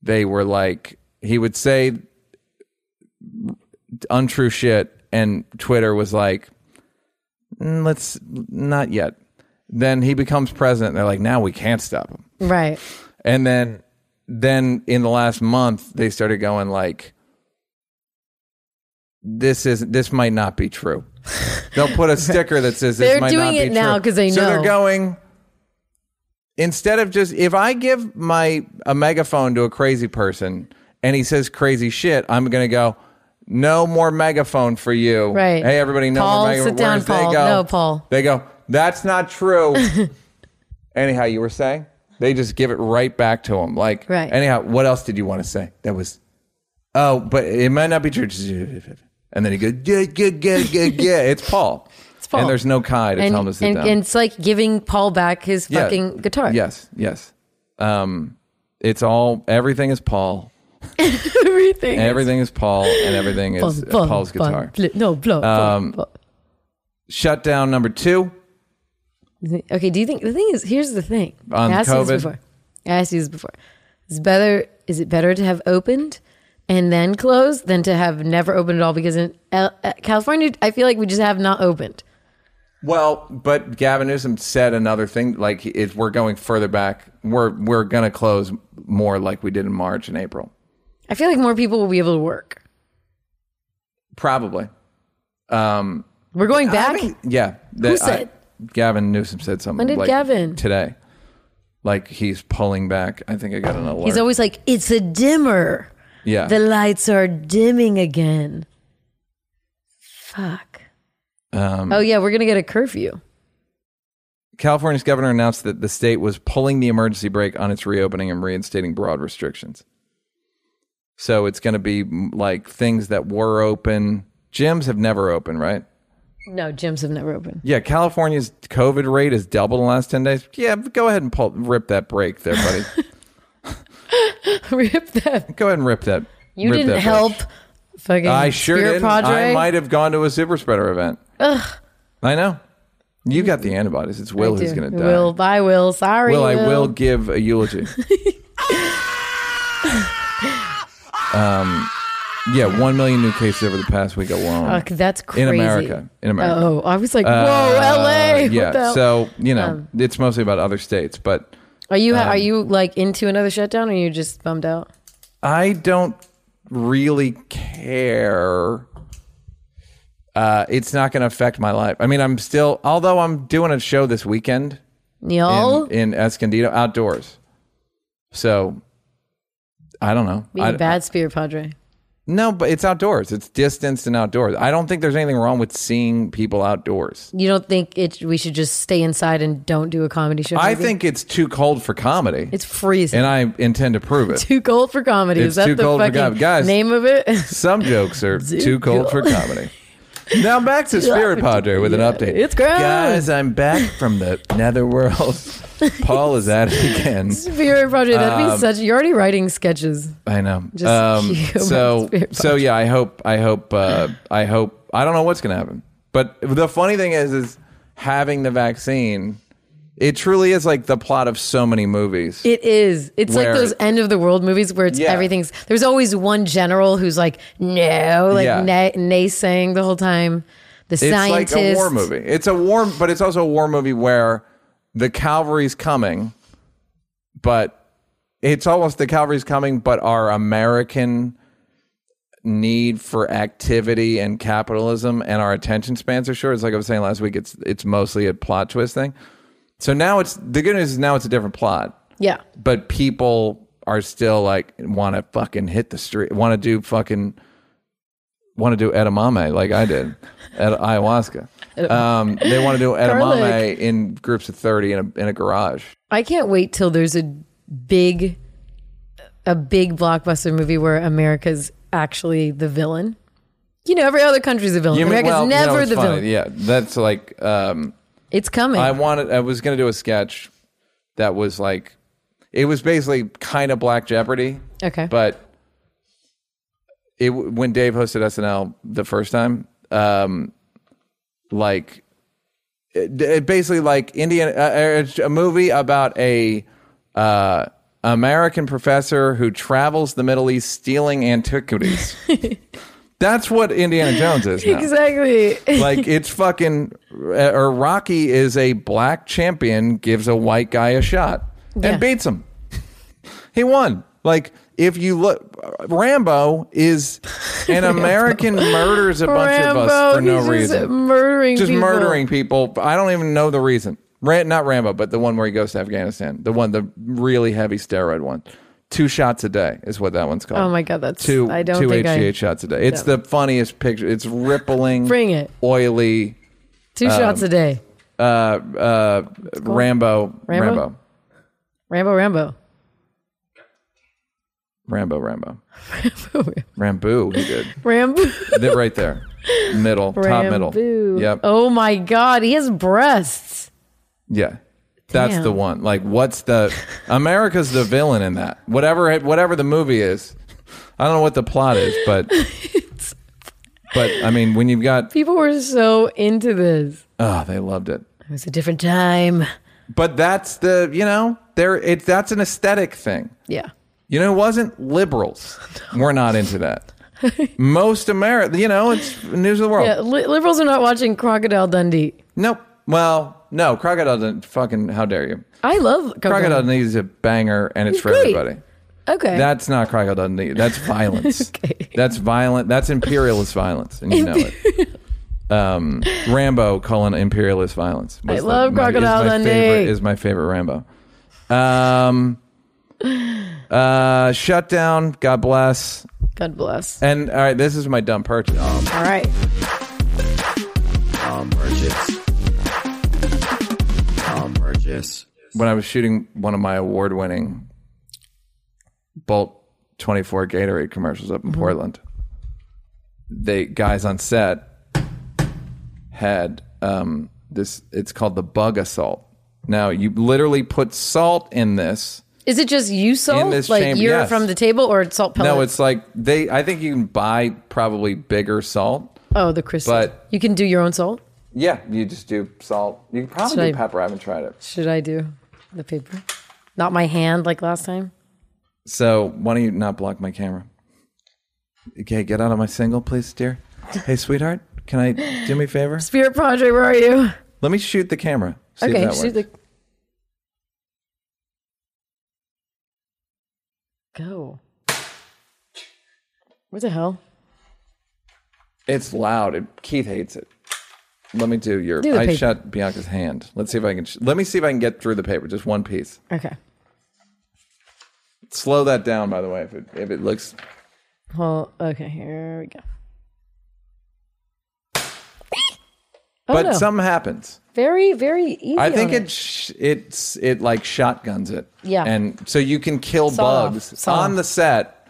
Speaker 2: they were like he would say untrue shit, and Twitter was like, "Mm, let's not yet. Then he becomes president. and they're like, now we can't stop him.
Speaker 1: Right.
Speaker 2: And then then in the last month they started going like this is this might not be true. They'll put a sticker that says this
Speaker 1: They're
Speaker 2: might not
Speaker 1: doing
Speaker 2: be
Speaker 1: it now
Speaker 2: true.
Speaker 1: 'cause they
Speaker 2: so they're
Speaker 1: know.
Speaker 2: going instead of just if I give my a megaphone to a crazy person and he says crazy shit, I'm going to go no more megaphone for you.
Speaker 1: Right.
Speaker 2: Hey everybody, no
Speaker 1: Paul,
Speaker 2: more megaphone.
Speaker 1: sit down,
Speaker 2: Whereas
Speaker 1: Paul.
Speaker 2: They go,
Speaker 1: No, Paul.
Speaker 2: They go, that's not true. anyhow you were saying they just give it right back to him like
Speaker 1: Right.
Speaker 2: anyhow what else did you want to say that was oh but it might not be true and then he goes yeah yeah yeah yeah yeah it's paul it's
Speaker 1: Paul.
Speaker 2: and there's no kai to
Speaker 1: And,
Speaker 2: tell him to sit
Speaker 1: and,
Speaker 2: down
Speaker 1: and it's like giving Paul back his
Speaker 2: Yeah.
Speaker 1: fucking guitar.
Speaker 2: yes yes um it's all everything is paul
Speaker 1: Everything.
Speaker 2: everything is paul and everything
Speaker 1: Bum,
Speaker 2: is
Speaker 1: bum,
Speaker 2: paul's
Speaker 1: bum,
Speaker 2: guitar
Speaker 1: bl- no, blow.
Speaker 2: Um,
Speaker 1: blow,
Speaker 2: shutdown number two
Speaker 1: blow. Okay, do you think the thing is here's the thing.
Speaker 2: On
Speaker 1: I asked you
Speaker 2: COVID?
Speaker 1: this before. I asked you this before. Is better is it better to have opened and then closed than to have never opened at all? Because in L- uh, California, I feel like we just have not opened.
Speaker 2: Well, but Gavin Newsom said another thing. Like, if we're going further back, we're we're gonna close more like we did in March and April,
Speaker 1: I feel like more people will be able to work.
Speaker 2: probably. Um,
Speaker 1: We're going back.
Speaker 2: having- yeah. that- I-
Speaker 1: said?
Speaker 2: Gavin Newsom said something.
Speaker 1: When did
Speaker 2: like,
Speaker 1: Gavin?
Speaker 2: today? Like he's pulling back. I think I got an alert.
Speaker 1: He's always like, "It's a dimmer.
Speaker 2: yeah.
Speaker 1: The lights are dimming again." Fuck.
Speaker 2: um,
Speaker 1: Oh yeah, we're gonna get a curfew.
Speaker 2: California's governor announced that the state was pulling the emergency brake on its reopening and reinstating broad restrictions. So it's going to be m- like things that were open. Gyms have never opened, right?
Speaker 1: No, gyms have never opened.
Speaker 2: Yeah, California's COVID rate has doubled in the last 10 days. Yeah, go ahead and pull, rip that brake there, buddy.
Speaker 1: Rip that.
Speaker 2: go ahead and rip that.
Speaker 1: You
Speaker 2: rip that
Speaker 1: didn't
Speaker 2: brake.
Speaker 1: help. Fucking.
Speaker 2: I sure
Speaker 1: Spirit
Speaker 2: didn't.
Speaker 1: Padre.
Speaker 2: I might have gone to a super spreader event. Ugh. I know. You got the antibodies. It's Will who's
Speaker 1: Mm-hmm. do.
Speaker 2: going to die.
Speaker 1: Will, bye, Will. Sorry,
Speaker 2: Will, I will give a eulogy. um, yeah, one million new cases over the past week alone.
Speaker 1: Fuck, that's crazy.
Speaker 2: In America. In America.
Speaker 1: Oh, I was like, whoa,
Speaker 2: Uh,
Speaker 1: LA. what the
Speaker 2: Yeah.
Speaker 1: hell? Um,
Speaker 2: So you know, it's mostly about other states, but
Speaker 1: are you
Speaker 2: um,
Speaker 1: are you like into another shutdown, or are you just bummed out?
Speaker 2: I don't really care. uh, it's not going to affect my life. I mean, I'm still, although I'm doing a show this weekend
Speaker 1: Neil,
Speaker 2: in, in Escondido outdoors. So I don't know.
Speaker 1: be a
Speaker 2: I-
Speaker 1: bad spirit padre.
Speaker 2: no, but it's outdoors. It's distanced and outdoors. I don't think there's anything wrong with seeing people outdoors.
Speaker 1: You don't think it? We should just stay inside and don't do a comedy show?
Speaker 2: I
Speaker 1: maybe?
Speaker 2: think it's too cold for comedy,
Speaker 1: it's freezing.
Speaker 2: and I intend to prove it.
Speaker 1: too cold for comedy.
Speaker 2: It's
Speaker 1: Is that
Speaker 2: too
Speaker 1: the
Speaker 2: cold for
Speaker 1: fucking
Speaker 2: com- Guys.
Speaker 1: name of it?
Speaker 2: Some jokes are too cold for comedy. Now back to Spirit Padre with an update.
Speaker 1: it's gross.
Speaker 2: guys. I'm back from the netherworld. Paul is at it again.
Speaker 1: Spirit Project. That'd
Speaker 2: Um,
Speaker 1: be such. You're already writing sketches.
Speaker 2: I know.
Speaker 1: Just
Speaker 2: um,
Speaker 1: human
Speaker 2: so
Speaker 1: spirit
Speaker 2: so yeah. I hope. I hope. Uh, I hope. I don't know what's gonna happen. But the funny thing is, is having the vaccine. It truly is like the plot of so many movies.
Speaker 1: It is. It's
Speaker 2: Where-
Speaker 1: like those end of the world movies where it's
Speaker 2: Yeah.
Speaker 1: everything's. There's always one general who's like, no, like
Speaker 2: Yeah.
Speaker 1: nay, naysaying the whole time. The
Speaker 2: it's
Speaker 1: scientist.
Speaker 2: like a war movie. It's a war, but it's also a war movie where the cavalry's coming, but it's almost the cavalry's coming, but our American need for activity and capitalism and our attention spans are short. It's like I was saying last week. It's it's mostly a plot twist thing. So now it's the good news is now it's a different plot
Speaker 1: Yeah.
Speaker 2: but people are still like want to fucking hit the street, want to do fucking, want to do edamame like I did at ayahuasca. Um, they want to do edamame
Speaker 1: Garlic.
Speaker 2: in groups of thirty in a in a garage.
Speaker 1: I can't wait till there's a big, a big blockbuster movie where America's actually the villain. You know, every other country's a villain.
Speaker 2: You mean-
Speaker 1: America's
Speaker 2: well, you know,
Speaker 1: never
Speaker 2: it's
Speaker 1: the
Speaker 2: funny.
Speaker 1: villain.
Speaker 2: Yeah, that's like um,
Speaker 1: It's coming.
Speaker 2: I wanted. I was gonna do a sketch that was like, it was basically kind of Black Jeopardy,
Speaker 1: okay.
Speaker 2: but it when Dave hosted SNL the first time, um, like it, it basically like Indian uh, uh, a movie about a uh, American professor who travels the Middle East stealing antiquities. That's what Indiana Jones is now.
Speaker 1: exactly.
Speaker 2: Like it's fucking uh, or Rocky is a black champion gives a white guy a shot
Speaker 1: Yeah.
Speaker 2: and beats him. he won. Like if you look, Rambo is an American murders a bunch of us for no
Speaker 1: he's just
Speaker 2: reason,
Speaker 1: Murdering
Speaker 2: just
Speaker 1: people.
Speaker 2: murdering people. I don't even know the reason. Ran, not Rambo, but the one where he goes to Afghanistan, the one, the really heavy steroid one. Two shots a day is what that one's called.
Speaker 1: Oh my God, that's-
Speaker 2: two.
Speaker 1: I don't
Speaker 2: two
Speaker 1: think I-
Speaker 2: HGH shots a day. It's the funniest picture. It's rippling,
Speaker 1: Bring it.
Speaker 2: oily,
Speaker 1: Two
Speaker 2: Um,
Speaker 1: shots a day.
Speaker 2: uh, uh, Rambo, Rambo,
Speaker 1: Rambo?
Speaker 2: Rambo,
Speaker 1: Rambo, Rambo.
Speaker 2: Rambo, Rambo, Rambo. He did.
Speaker 1: Rambo.
Speaker 2: They're right there. Middle, top middle.
Speaker 1: Rambo.
Speaker 2: Yep.
Speaker 1: Oh my God, he has breasts.
Speaker 2: Yeah. That's
Speaker 1: Damn.
Speaker 2: the one. Like what's the America's the villain in that. Whatever it- whatever the movie is. I don't know what the plot is, but but I mean when you've got
Speaker 1: People were so into this.
Speaker 2: oh, they loved it.
Speaker 1: It was a different time.
Speaker 2: But that's the, you know, there it that's an aesthetic thing.
Speaker 1: Yeah.
Speaker 2: You know, it wasn't liberals. We're not into that. Most Ameri you know, it's news of the world.
Speaker 1: Yeah, Uh, li- liberals are not watching Crocodile Dundee.
Speaker 2: Nope. Well, no, Crocodile didn't fucking how dare you.
Speaker 1: I love Crocodile.
Speaker 2: Crocodile needs a banger and it's for
Speaker 1: Great.
Speaker 2: everybody.
Speaker 1: Okay.
Speaker 2: That's not Crocodile Dundee. That's violence.
Speaker 1: Okay.
Speaker 2: That's violent. That's imperialist violence, and you know it. Um, Rambo calling imperialist violence. was
Speaker 1: I love
Speaker 2: my- is
Speaker 1: Crocodile
Speaker 2: my
Speaker 1: Dundee.
Speaker 2: Favorite, is my favorite Rambo. Um, uh, shutdown. God bless.
Speaker 1: God bless.
Speaker 2: And all right, this is my dumb purchase. Um,
Speaker 1: All right.
Speaker 5: Tom Burgess. Tom Burgess.
Speaker 2: When I was shooting one of my award-winning Bolt 24 Gatorade commercials up in Portland, they guys on set had um, this. It's called the bug assault. Now you literally put salt in this.
Speaker 1: Is it just you salt?
Speaker 2: In this
Speaker 1: like
Speaker 2: chamber,
Speaker 1: you're
Speaker 2: yes.
Speaker 1: from the table or it's salt pellets?
Speaker 2: No, it's like they. I think you can buy probably bigger salt.
Speaker 1: Oh, the crystal.
Speaker 2: but-
Speaker 1: you can do your own salt?
Speaker 2: Yeah, you just do salt. You can probably
Speaker 1: Should
Speaker 2: do
Speaker 1: I-
Speaker 2: pepper. I haven't tried it.
Speaker 1: Should I do the paper? Not my hand like last time?
Speaker 2: So why don't you not block my camera? Okay, get out of my single, please, dear. Hey, sweetheart, can I do me a favor?
Speaker 1: Spirit Padre, where are you?
Speaker 2: Let me shoot the camera. See if
Speaker 1: okay,
Speaker 2: that
Speaker 1: shoot
Speaker 2: works.
Speaker 1: the. Go. What the hell?
Speaker 2: It's loud. It, Keith hates it. Let me do your.
Speaker 1: Do the
Speaker 2: I
Speaker 1: paper.
Speaker 2: shut Bianca's hand. Let's see if I can. sh- Let me see if I can get through the paper. Just one piece.
Speaker 1: Okay.
Speaker 2: Slow that down, by the way. If it if it looks
Speaker 1: Well, okay, here we go. Oh,
Speaker 2: but
Speaker 1: no.
Speaker 2: something happens.
Speaker 1: very, very easy.
Speaker 2: I think
Speaker 1: on
Speaker 2: it sh- it's it like shotguns it.
Speaker 1: Yeah.
Speaker 2: And so you can kill
Speaker 1: Saw.
Speaker 2: bugs
Speaker 1: Saw.
Speaker 2: on the set.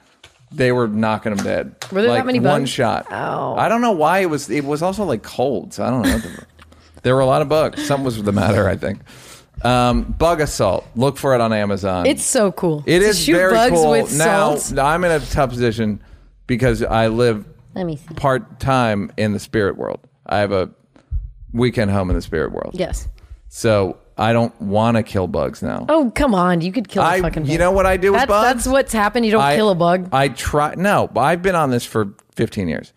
Speaker 2: They were knocking them dead.
Speaker 1: Were there that
Speaker 2: like
Speaker 1: many
Speaker 2: One
Speaker 1: bugs?
Speaker 2: shot. Oh. I don't know why it was. It was also like cold. So I don't know. What the, there were a lot of bugs. Something was the matter. I think. Um, bug assault. Look for it on Amazon.
Speaker 1: It's so cool.
Speaker 2: It
Speaker 1: to
Speaker 2: is
Speaker 1: shoot
Speaker 2: very
Speaker 1: bugs
Speaker 2: cool.
Speaker 1: with
Speaker 2: now
Speaker 1: salt.
Speaker 2: I'm in a tough position because I live
Speaker 1: Let me see.
Speaker 2: part time in the spirit world. I have a weekend home in the spirit world.
Speaker 1: Yes.
Speaker 2: So I don't want to kill bugs now.
Speaker 1: Oh come on! You could kill a
Speaker 2: I,
Speaker 1: fucking. Bug.
Speaker 2: you know what I do with
Speaker 1: That's,
Speaker 2: bugs?
Speaker 1: that's what's happened. You don't
Speaker 2: I-
Speaker 1: kill a bug.
Speaker 2: I try. No, but I've been on this for 15 years.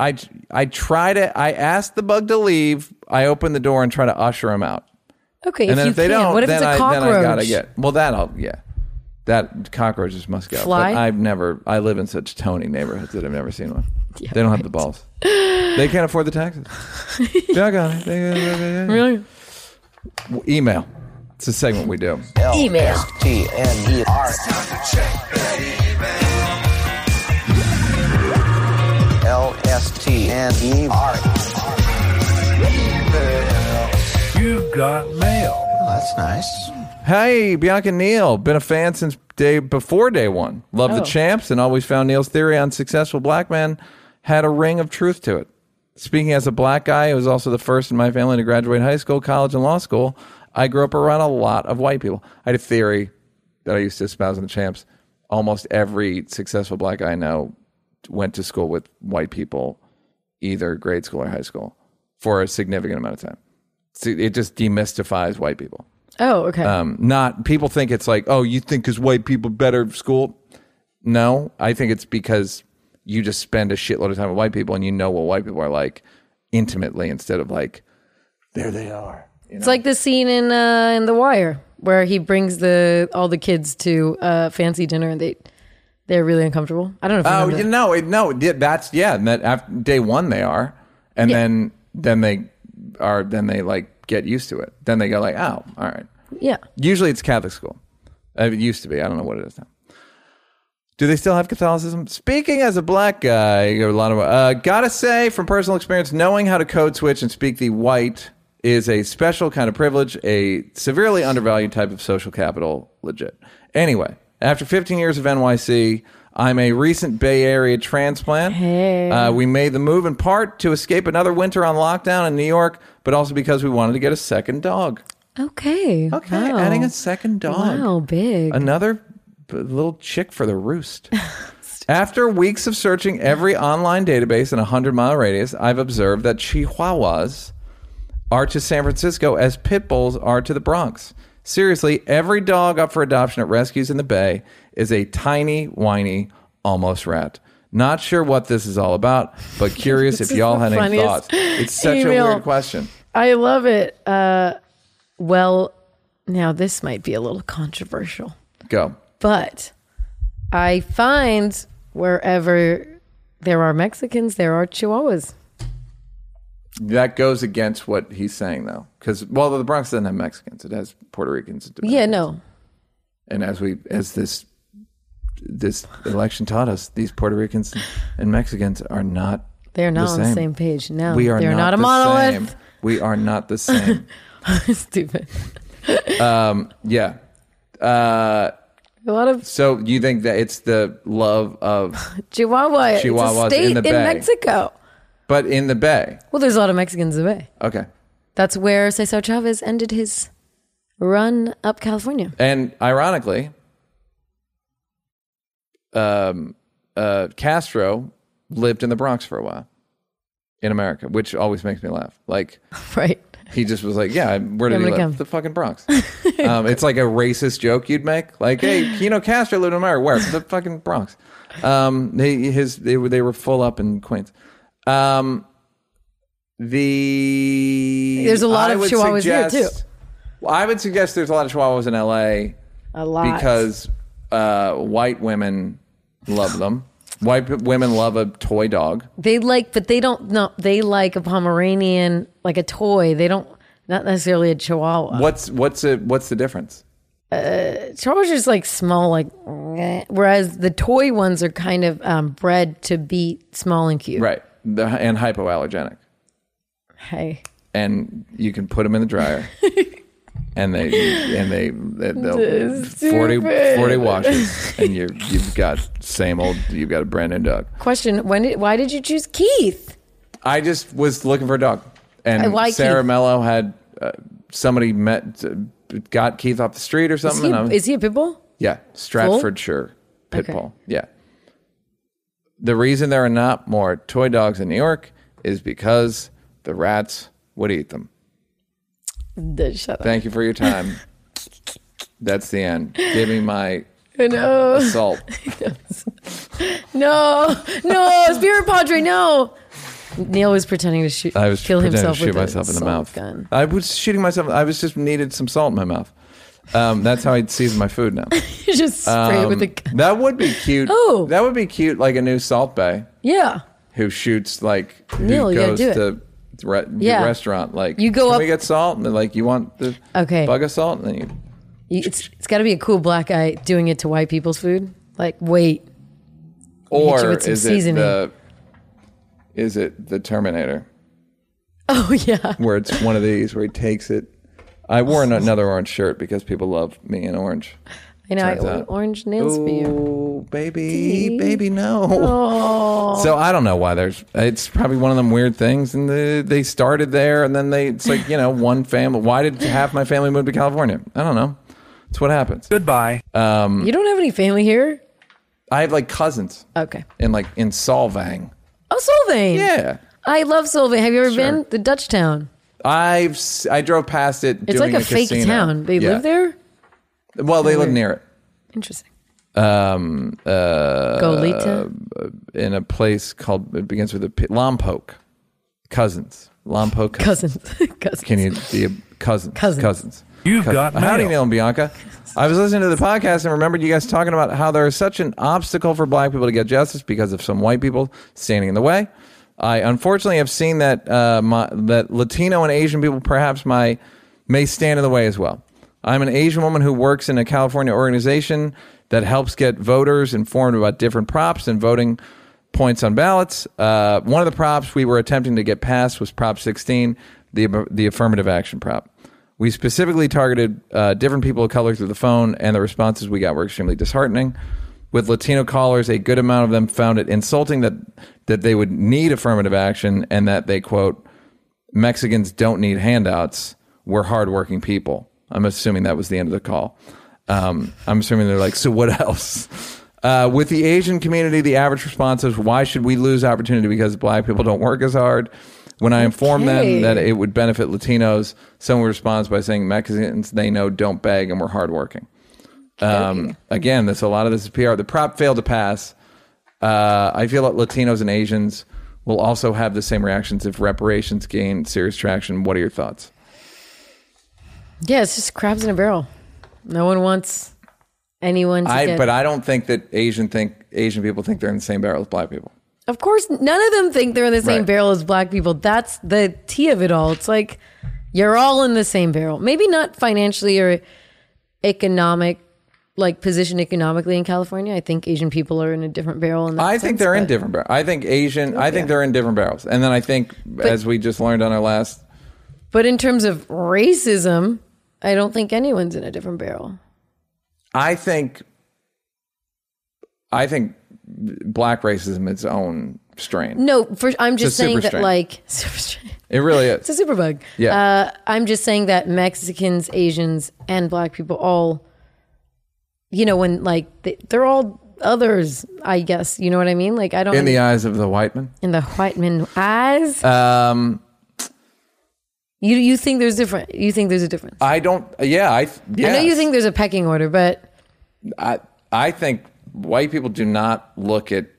Speaker 2: I I try to. I ask the bug to leave. I open the door and try to usher him out.
Speaker 1: okay,
Speaker 2: and
Speaker 1: if
Speaker 2: then
Speaker 1: you
Speaker 2: if they
Speaker 1: can,
Speaker 2: don't,
Speaker 1: what if
Speaker 2: then,
Speaker 1: it's a
Speaker 2: I,
Speaker 1: cockroach?
Speaker 2: then I gotta get. Well, that'll yeah. That cockroaches must go.
Speaker 1: Fly?
Speaker 2: But I've never. I live in such Tony neighborhoods that I've never seen one. they don't have the balls. They can't afford the taxes. Dog on it. They-
Speaker 1: Really?
Speaker 2: Email. It's a segment we do.
Speaker 1: Email.
Speaker 6: T-M-E-R. L-S-T-M-E-R.
Speaker 7: You've got mail.
Speaker 6: That's nice.
Speaker 2: Hey, Bianca Neal, been a fan since day before day one. Love the
Speaker 1: Oh.
Speaker 2: champs and always found Neal's theory on successful black men had a ring of truth to it. Speaking as a black guy who was also the first in my family to graduate high school, college, and law school, I grew up around a lot of white people. I had a theory that I used to espouse on the champs. Almost every successful black guy I know went to school with white people, either grade school or high school, for a significant amount of time. So it just demystifies white people
Speaker 1: Oh, okay.
Speaker 2: um, not people think it's like oh you think because white people better at school no i think it's because you just spend a shitload of time with white people and you know what white people are like intimately instead of like there they are
Speaker 1: it's like the scene in uh, in The Wire where he brings the all the kids to uh, fancy dinner and they they're really uncomfortable. I don't know. If you
Speaker 2: oh
Speaker 1: remember
Speaker 2: you
Speaker 1: that.
Speaker 2: know it, no it did- that's yeah and that after day one they are and then then they are then they like get used to it then they go like oh all right
Speaker 1: yeah.
Speaker 2: Usually it's Catholic school. Uh, It used to be. I don't know what it is now. Do they still have Catholicism? Speaking as a black guy, a lot of uh, gotta say from personal experience, knowing how to code switch and speak the white is a special kind of privilege, a severely undervalued type of social capital. Legit. Anyway, after 15 years of NYC, I'm a recent Bay Area transplant. Uh, we made the move in part to escape another winter on lockdown in New York, but also because we wanted to get a second dog.
Speaker 1: Okay.
Speaker 2: Okay,
Speaker 1: Wow.
Speaker 2: adding a second dog.
Speaker 1: Wow, big.
Speaker 2: Another b- little chick for the roost. After weeks of searching every online database in a 100 mile radius, I've observed that Chihuahuas are to San Francisco as pit bulls are to the Bronx. Seriously, every dog up for adoption at rescues in the Bay is a tiny, whiny, almost rat. Not sure what this is all about, but curious
Speaker 1: This
Speaker 2: if
Speaker 1: is
Speaker 2: y'all
Speaker 1: the
Speaker 2: had any
Speaker 1: funniest
Speaker 2: thoughts. It's such
Speaker 1: email.
Speaker 2: a weird question.
Speaker 1: I love it. Uh, well, now this might be a little controversial,
Speaker 2: Go.
Speaker 1: but I find wherever there are Mexicans, there are Chihuahuas.
Speaker 2: That goes against what he's saying, though, because well, the Bronx doesn't have Mexicans; it has Puerto Ricans. And Dominicans.
Speaker 1: Yeah, no.
Speaker 2: And as we, as this, this election taught us, these Puerto Ricans and Mexicans are not.
Speaker 1: They're not
Speaker 2: the
Speaker 1: on
Speaker 2: same.
Speaker 1: the same page. No,
Speaker 2: We are
Speaker 1: they're not, a
Speaker 2: the
Speaker 1: monolith.
Speaker 2: Same. We are not the same.
Speaker 1: Stupid.
Speaker 2: yeah. Uh,
Speaker 1: A lot of
Speaker 2: so you think that it's the love of,
Speaker 1: Chihuahua. It's a
Speaker 2: Chihuahuas in
Speaker 1: state
Speaker 2: the
Speaker 1: in,
Speaker 2: Bay.
Speaker 1: Mexico.
Speaker 2: but in the Bay,
Speaker 1: Well, there's a lot of Mexicans in the Bay.
Speaker 2: okay.
Speaker 1: That's where Cesar Chavez ended his run up California.
Speaker 2: And ironically, um, uh, Castro lived in the Bronx for a while in America, which always makes me laugh. Like
Speaker 1: Right.
Speaker 2: he just was like, "Yeah, where did
Speaker 1: I'm
Speaker 2: he live?
Speaker 1: gonna come.
Speaker 2: The fucking Bronx." um, it's like a racist joke you'd make, like, "Hey, you know, Castro lived in America. Where? The fucking Bronx." Um, they his they were they were full up in Queens. Um, the
Speaker 1: There's a lot
Speaker 2: I
Speaker 1: of
Speaker 2: would
Speaker 1: Chihuahuas here, too.
Speaker 2: Well, I would suggest there's a lot of Chihuahuas in L.A
Speaker 1: A lot.
Speaker 2: because uh, white women love them White women love a toy dog.
Speaker 1: They like, but they don't. No, they like a Pomeranian, like a toy. They don't, not necessarily a Chihuahua.
Speaker 2: What's what's it? What's the difference?
Speaker 1: Chihuahuas are just like small, like. meh, Whereas the toy ones are kind of um, bred to be small and cute.
Speaker 2: Right, the, and hypoallergenic,
Speaker 1: Hey,
Speaker 2: and you can put them in the dryer, and they and they they'll 40, 40 washes, and you you've got same old. You've got a brand new dog.
Speaker 1: question: When did? Why did you choose Keith?
Speaker 2: I just was looking for a dog,
Speaker 1: I
Speaker 2: and
Speaker 1: like
Speaker 2: Sarah
Speaker 1: Keith.
Speaker 2: Mello had uh, somebody met uh, got Keith off the street or
Speaker 1: Is
Speaker 2: something.
Speaker 1: he,
Speaker 2: and I was-
Speaker 1: is he a pit bull?
Speaker 2: Yeah, Stratfordshire pit
Speaker 1: Okay.
Speaker 2: bull. Yeah. The reason there are not more toy dogs in New York is because the rats would eat them.
Speaker 1: The- Shut up.
Speaker 2: Thank you for your time. That's the end. Give me my
Speaker 1: No,
Speaker 2: salt.
Speaker 1: no, no, Spirit Padre, no. Neil was pretending to shoot.
Speaker 2: I was
Speaker 1: kill
Speaker 2: pretending
Speaker 1: himself
Speaker 2: to shoot
Speaker 1: with a
Speaker 2: myself in the
Speaker 1: assault
Speaker 2: mouth.
Speaker 1: Gun.
Speaker 2: I was shooting myself. I was just needed some salt in my mouth. Um, that's how I season my food now.
Speaker 1: You just spray it with a
Speaker 2: Um,
Speaker 1: gun.
Speaker 2: that would be cute.
Speaker 1: Oh.
Speaker 2: that would be cute, like a new salt bay
Speaker 1: Yeah.
Speaker 2: who shoots like who
Speaker 1: Neil, you gotta
Speaker 2: goes
Speaker 1: do it.
Speaker 2: to re-
Speaker 1: Yeah.
Speaker 2: restaurant. Like
Speaker 1: You go
Speaker 2: Can
Speaker 1: up-
Speaker 2: we get salt, and they're like you want the
Speaker 1: Okay.
Speaker 2: bug of salt, and then you
Speaker 1: You- It's it's got to be a cool black guy doing it to white people's food. Like, wait, hit you
Speaker 2: or
Speaker 1: with some
Speaker 2: is
Speaker 1: seasoning.
Speaker 2: it the is it the Terminator
Speaker 1: oh yeah,
Speaker 2: where it's one of these where he takes it. I wore an- another orange shirt because people love me in orange.
Speaker 1: I know. I
Speaker 2: Turns
Speaker 1: ordered
Speaker 2: out-
Speaker 1: orange nails for you.
Speaker 2: Ooh, Oh, baby, baby, no. So I don't know why there's. It's probably one of them weird things, and the, they started there, and then they. It's like you know, one family. Why did half my family move to California? I don't know. It's what happens.
Speaker 7: Goodbye.
Speaker 1: You don't have any family here.
Speaker 2: I have like cousins
Speaker 1: Okay.
Speaker 2: in like in Solvang.
Speaker 1: Oh, Solvang.
Speaker 2: Yeah,
Speaker 1: I love Solvang. Have you ever
Speaker 2: Sure.
Speaker 1: been the Dutch town?
Speaker 2: I've s- I drove past it.
Speaker 1: It's
Speaker 2: doing
Speaker 1: like a, fake
Speaker 2: casino.
Speaker 1: town. They
Speaker 2: Yeah.
Speaker 1: live there.
Speaker 2: Well, they live near it.
Speaker 1: Interesting.
Speaker 2: Um, uh,
Speaker 1: Goleta.
Speaker 2: in a place called it begins with a P, Lompoc, cousins, Lompoc, cousins.
Speaker 1: cousins. cousins.
Speaker 2: Can you the cousins?
Speaker 1: Cousins.
Speaker 2: Cousins.
Speaker 7: You've
Speaker 2: Cous-
Speaker 7: got
Speaker 2: Howdy,
Speaker 7: mail.
Speaker 2: Neil and Bianca. I was listening to the podcast and remembered you guys talking about how there is such an obstacle for black people to get justice because of some white people standing in the way. I unfortunately have seen that uh, my, that Latino and Asian people perhaps my may stand in the way as well. I'm an Asian woman who works in a California organization that helps get voters informed about different props and voting points on ballots. Uh, one of the props we were attempting to get passed was Prop 16, the the affirmative action prop. We specifically targeted uh, different people of color through the phone, and the responses we got were extremely disheartening. With Latino callers, a good amount of them found it insulting that that they would need affirmative action and that they quote Mexicans don't need handouts. We're hardworking people. I'm assuming that was the end of the call. Um, I'm assuming they're like, so what else? Uh, with the Asian community, the average response is, why should we lose opportunity because black people don't work as hard? When I informed
Speaker 1: Okay.
Speaker 2: them that it would benefit Latinos, someone responds by saying, Mexicans they know don't beg and we're hardworking. Um, again, this a lot of this is PR. The prop failed to pass. Uh, I feel that Latinos and Asians will also have the same reactions if reparations gain serious traction. What are your thoughts?
Speaker 1: yeah, it's just crabs in a barrel. No one wants anyone to
Speaker 2: I
Speaker 1: get.
Speaker 2: but I don't think that Asian think Asian people think they're in the same barrel as black people.
Speaker 1: Of course, none of them think they're in the same
Speaker 2: Right.
Speaker 1: barrel as black people. That's the tea of it all. It's like you're all in the same barrel. Maybe not financially or economic, like position economically in California. I think Asian people are in a different barrel. In that
Speaker 2: I think
Speaker 1: sense,
Speaker 2: they're in
Speaker 1: but-
Speaker 2: different barrels. I think Asian. I think they're in different barrels. And then I think, as we just learned on our last,
Speaker 1: But in terms of racism, I don't think anyone's in a different barrel.
Speaker 2: I think, I think black racism is its own strain.
Speaker 1: No, for, I'm just
Speaker 2: a
Speaker 1: saying
Speaker 2: super
Speaker 1: that
Speaker 2: strain.
Speaker 1: like super strain.
Speaker 2: It really is.
Speaker 1: It's a superbug.
Speaker 2: Yeah.
Speaker 1: Uh, I'm just saying that Mexicans, Asians, and Black people all, you know, when like they, they're all others, I guess. You know what I mean? Like I don't
Speaker 2: in the eyes of the white man.
Speaker 1: in the white men eyes.
Speaker 2: Um,
Speaker 1: you you think there's different? You think there's a difference?
Speaker 2: I don't. Yeah, I.
Speaker 1: I know you
Speaker 2: yes.
Speaker 1: think there's a pecking order, but
Speaker 2: I I think white people do not look at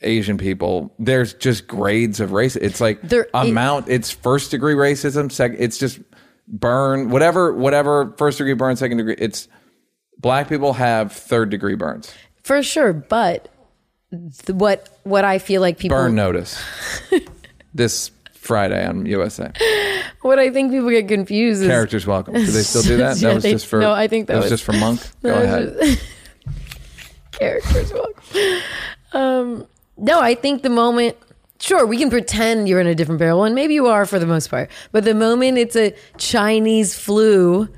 Speaker 2: Asian people. There's just grades of race. It's like
Speaker 1: There-
Speaker 2: amount. it's first degree racism. Sec, it's just burn. Whatever. Whatever. First degree burn. Second degree. It's black people have third degree burns.
Speaker 1: for sure. But th- what what I feel like people
Speaker 2: Burn notice this Friday on USA.
Speaker 1: what I think people get confused is
Speaker 2: Characters welcome. Do they still do that?
Speaker 1: Yeah,
Speaker 2: That was
Speaker 1: they-
Speaker 2: just for
Speaker 1: no, I think that
Speaker 2: was
Speaker 1: was-
Speaker 2: just for Monk. Go
Speaker 1: was
Speaker 2: ahead.
Speaker 1: characters walk. Um, no, I think the moment. Sure, we can pretend you're in a different barrel, and maybe you are for the most part. But the moment it's a Chinese flu,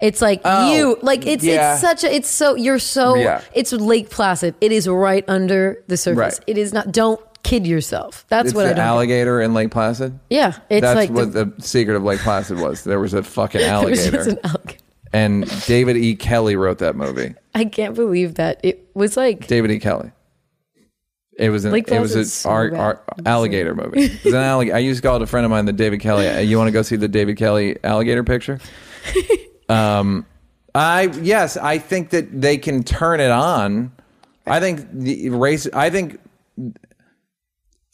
Speaker 1: it's like
Speaker 2: Oh,
Speaker 1: you, like it's
Speaker 2: yeah.
Speaker 1: it's such a, it's so you're so
Speaker 2: Yeah.
Speaker 1: it's Lake Placid. It is right under the surface.
Speaker 2: Right.
Speaker 1: It is not. Don't kid yourself. That's
Speaker 2: It's
Speaker 1: what I
Speaker 2: the
Speaker 1: don't.
Speaker 2: alligator in Lake Placid.
Speaker 1: yeah, it's
Speaker 2: That's
Speaker 1: like
Speaker 2: what the, secret of Lake Placid was. There was a fucking
Speaker 1: it was
Speaker 2: alligator.
Speaker 1: just an alligator.
Speaker 2: and David E. Kelly wrote that movie.
Speaker 1: I can't believe that it was like
Speaker 2: David E. Kelly. It was an
Speaker 1: Lake
Speaker 2: it was an
Speaker 1: Placid's so
Speaker 2: ar-
Speaker 1: bad.
Speaker 2: ar- alligator movie. It was an allig- I used to call it a friend of mine, the David Kelly. "Uh, You want to go see the David Kelly alligator picture? um, I yes, I think that they can turn it on. I think the race. I think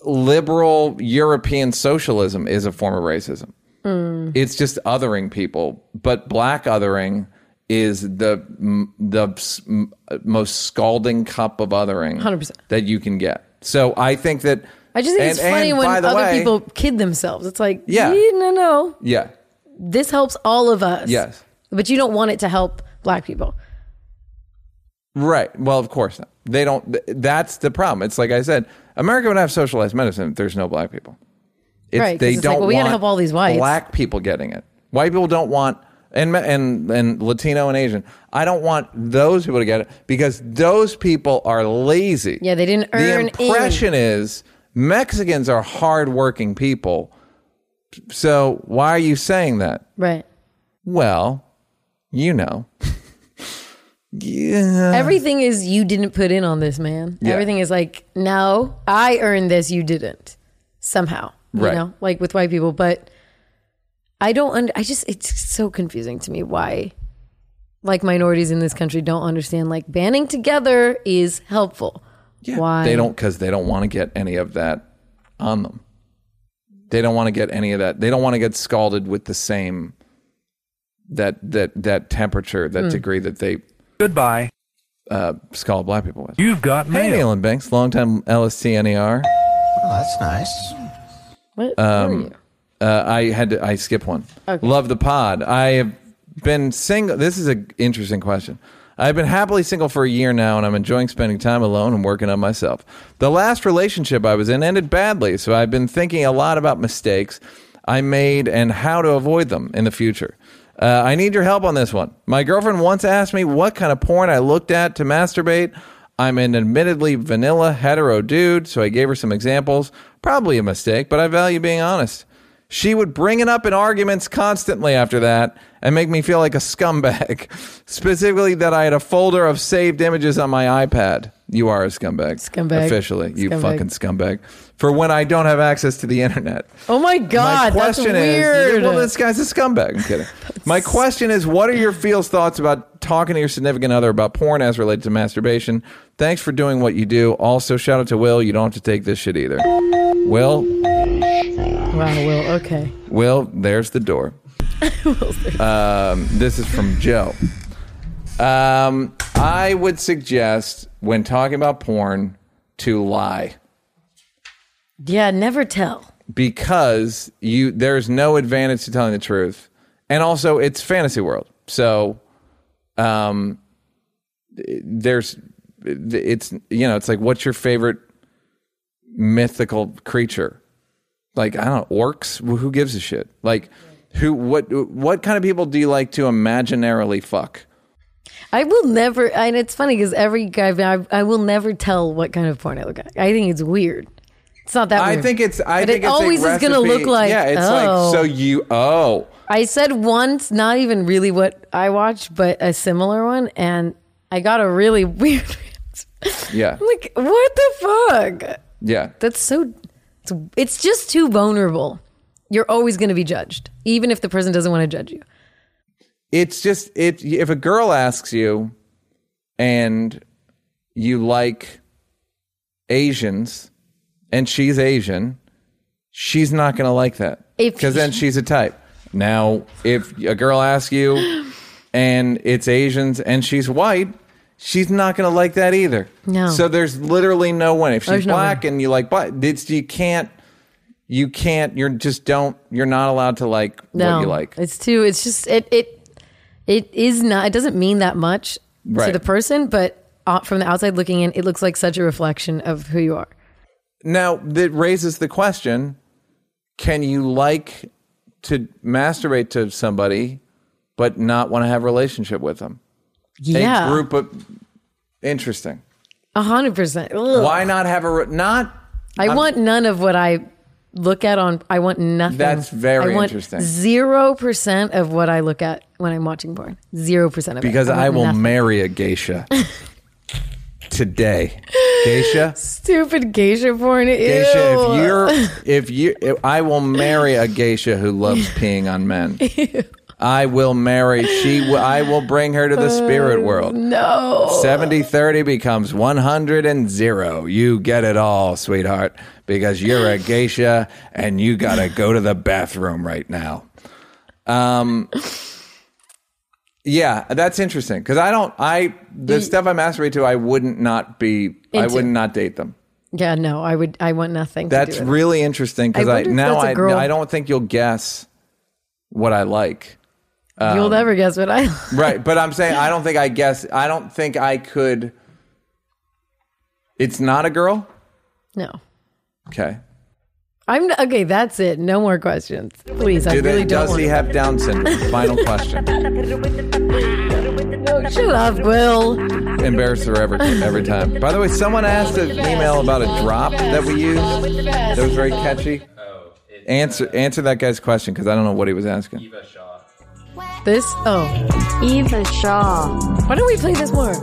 Speaker 2: liberal European socialism is a form of racism.
Speaker 1: Hmm.
Speaker 2: It's just othering people, but black othering is the m- the s- m- most scalding cup of othering
Speaker 1: 100%.
Speaker 2: that you can get. So I think that
Speaker 1: I just think it's
Speaker 2: and-
Speaker 1: funny
Speaker 2: and
Speaker 1: when
Speaker 2: by the
Speaker 1: other
Speaker 2: way-
Speaker 1: people kid themselves. It's like,
Speaker 2: Yeah.
Speaker 1: yeah, no, no,
Speaker 2: yeah,
Speaker 1: this helps all of us.
Speaker 2: Yes.
Speaker 1: but you don't want it to help black people.
Speaker 2: right. Well, of course not. They don't. th- That's the problem. It's like I said, America would have socialized medicine if there's no black people. It's,
Speaker 1: Right, 'cause
Speaker 2: They
Speaker 1: it's
Speaker 2: don't
Speaker 1: like, well, we gotta
Speaker 2: want
Speaker 1: help all these whites.
Speaker 2: Black people getting it. White people don't want and ma- and and Latino and Asian. I don't want those people to get it because those people are lazy.
Speaker 1: Yeah, they didn't
Speaker 2: The
Speaker 1: earn in.
Speaker 2: impression is Mexicans are hardworking people. So why are you saying that?
Speaker 1: Right.
Speaker 2: Well, you know. yeah.
Speaker 1: Everything is you didn't put in on this, man.
Speaker 2: Yeah.
Speaker 1: Everything is like, no, I earned this, you didn't. Somehow. You
Speaker 2: Right.
Speaker 1: know, like with white people, but I don't under, I just it's so confusing to me why like minorities in this country don't understand like banding together is helpful.
Speaker 2: Yeah.
Speaker 1: Why?
Speaker 2: They don't because they don't want to get any of that on them. They don't want to get any of that. They don't want to get scalded with the same that that that temperature, that degree that they
Speaker 7: Goodbye.
Speaker 2: uh, scald black people with.
Speaker 7: You've got
Speaker 2: Hey,
Speaker 7: mail.
Speaker 2: Nalen Banks, longtime LSTNER.
Speaker 6: Oh, that's nice.
Speaker 1: What who are you?
Speaker 2: Uh, I had to, I skip one. Love the pod. I have been single. This is an interesting question. I've been happily single for a year now, and I'm enjoying spending time alone and working on myself. The last relationship I was in ended badly, so I've been thinking a lot about mistakes I made and how to avoid them in the future. Uh, I need your help on this one. My girlfriend once asked me what kind of porn I looked at to masturbate. I'm an admittedly vanilla hetero dude, so I gave her some examples. Probably a mistake, but I value being honest. She would bring it up in arguments constantly after that and make me feel like a scumbag. Specifically, that I had a folder of saved images on my iPad. You are a scumbag.
Speaker 1: Scumbag.
Speaker 2: Officially, you
Speaker 1: Scumbag.
Speaker 2: fucking scumbag. For when I don't have access to the internet.
Speaker 1: Oh my
Speaker 2: My
Speaker 1: god,
Speaker 2: question
Speaker 1: that's
Speaker 2: is,
Speaker 1: weird.
Speaker 2: well, this guy's a scumbag. I'm kidding. My question is, what are your feels, thoughts about talking to your significant other about porn as related to masturbation? Thanks for doing what you do. Also, shout out to Will. You don't have to take this shit either. Will,
Speaker 1: wow, Will, okay.
Speaker 2: Will, there's the door. um, this is from Joe. Um, I would suggest when talking about porn to lie.
Speaker 1: Yeah, never tell.
Speaker 2: because you there's no advantage to telling the truth and also it's fantasy world so um there's it's you know it's like what's your favorite mythical creature like i don't know orcs Wh- who gives a shit like who what what kind of people do you like to imaginarily fuck
Speaker 1: I will never, and it's funny because every guy, I, I will never tell what kind of porn I look at. I think it's weird. It's not that
Speaker 2: i
Speaker 1: weird.
Speaker 2: think it's i
Speaker 1: But
Speaker 2: think
Speaker 1: it
Speaker 2: it's a
Speaker 1: always is gonna
Speaker 2: recipe-
Speaker 1: look like,
Speaker 2: yeah it's
Speaker 1: oh.
Speaker 2: like so you oh
Speaker 1: I said once, not even really what I watched, but a similar one, and I got a really weird reaction.
Speaker 2: yeah
Speaker 1: I'm like, what the fuck?
Speaker 2: yeah
Speaker 1: That's so, it's, it's just too vulnerable. You're always going to be judged, even if the person doesn't want to judge you.
Speaker 2: it's just it if a girl asks you and you like Asians and she's Asian, she's not going to like that
Speaker 1: If-
Speaker 2: because then she's a type. Now, if a girl asks you and it's Asians and she's white, she's not going to like that either.
Speaker 1: No.
Speaker 2: So there's literally no win. If she's
Speaker 1: There's no
Speaker 2: black and you like black, it's, you can't. You can't. You're just don't. You're not allowed to like
Speaker 1: No,
Speaker 2: what you like.
Speaker 1: it's too. It's just it it it is not. It doesn't mean that much to
Speaker 2: Right.
Speaker 1: the person, but uh, from the outside looking in, it looks like such a reflection of who you are.
Speaker 2: Now that raises the question: Can you like to masturbate to somebody, but not want to have a relationship with them?
Speaker 1: Yeah,
Speaker 2: A group of interesting.
Speaker 1: a hundred percent. Ugh.
Speaker 2: Why not have a re- not?
Speaker 1: I want none of what I look at on. I want nothing.
Speaker 2: That's very
Speaker 1: I want
Speaker 2: interesting.
Speaker 1: Zero percent of what I look at when I'm watching porn. Zero percent of it.
Speaker 2: Because I
Speaker 1: want
Speaker 2: will
Speaker 1: nothing.
Speaker 2: marry a geisha today. Geisha,
Speaker 1: stupid geisha porn. Ew.
Speaker 2: geisha. If you're, if you, if- I will marry a geisha who loves peeing on men. I will marry. She. w- I will bring her to the spirit world.
Speaker 1: Uh, no.
Speaker 2: 70 30 becomes 100 and 0. You get it all, sweetheart, because you're a geisha and you got to go to the bathroom right now. Um Yeah, that's interesting cuz I don't I the stuff I masturbate to I wouldn't not be I
Speaker 1: Into.
Speaker 2: would not date them.
Speaker 1: Yeah, no. I would. I want nothing.
Speaker 2: That's
Speaker 1: to do with it.
Speaker 2: really interesting cuz
Speaker 1: I
Speaker 2: I,
Speaker 1: wonder if
Speaker 2: now
Speaker 1: that's a
Speaker 2: I
Speaker 1: girl.
Speaker 2: I don't think you'll guess what I like. um,
Speaker 1: You'll never guess what I.
Speaker 2: Right, but I'm saying I don't think I guess I don't think I could It's not a girl?
Speaker 1: No.
Speaker 2: Okay.
Speaker 1: I'm not, okay. That's it. No more questions, please. I
Speaker 2: Do they-
Speaker 1: really don't.
Speaker 2: does
Speaker 1: Want
Speaker 2: he have Down syndrome? Final question.
Speaker 1: to. Shut up, Will.
Speaker 2: Embarrass her every every time. By the way, someone asked an email about a drop that we used that was very catchy. Answer answer that guy's question because I don't know what he was asking.
Speaker 1: This. Oh,
Speaker 8: Eva Shaw.
Speaker 1: why don't we play this more?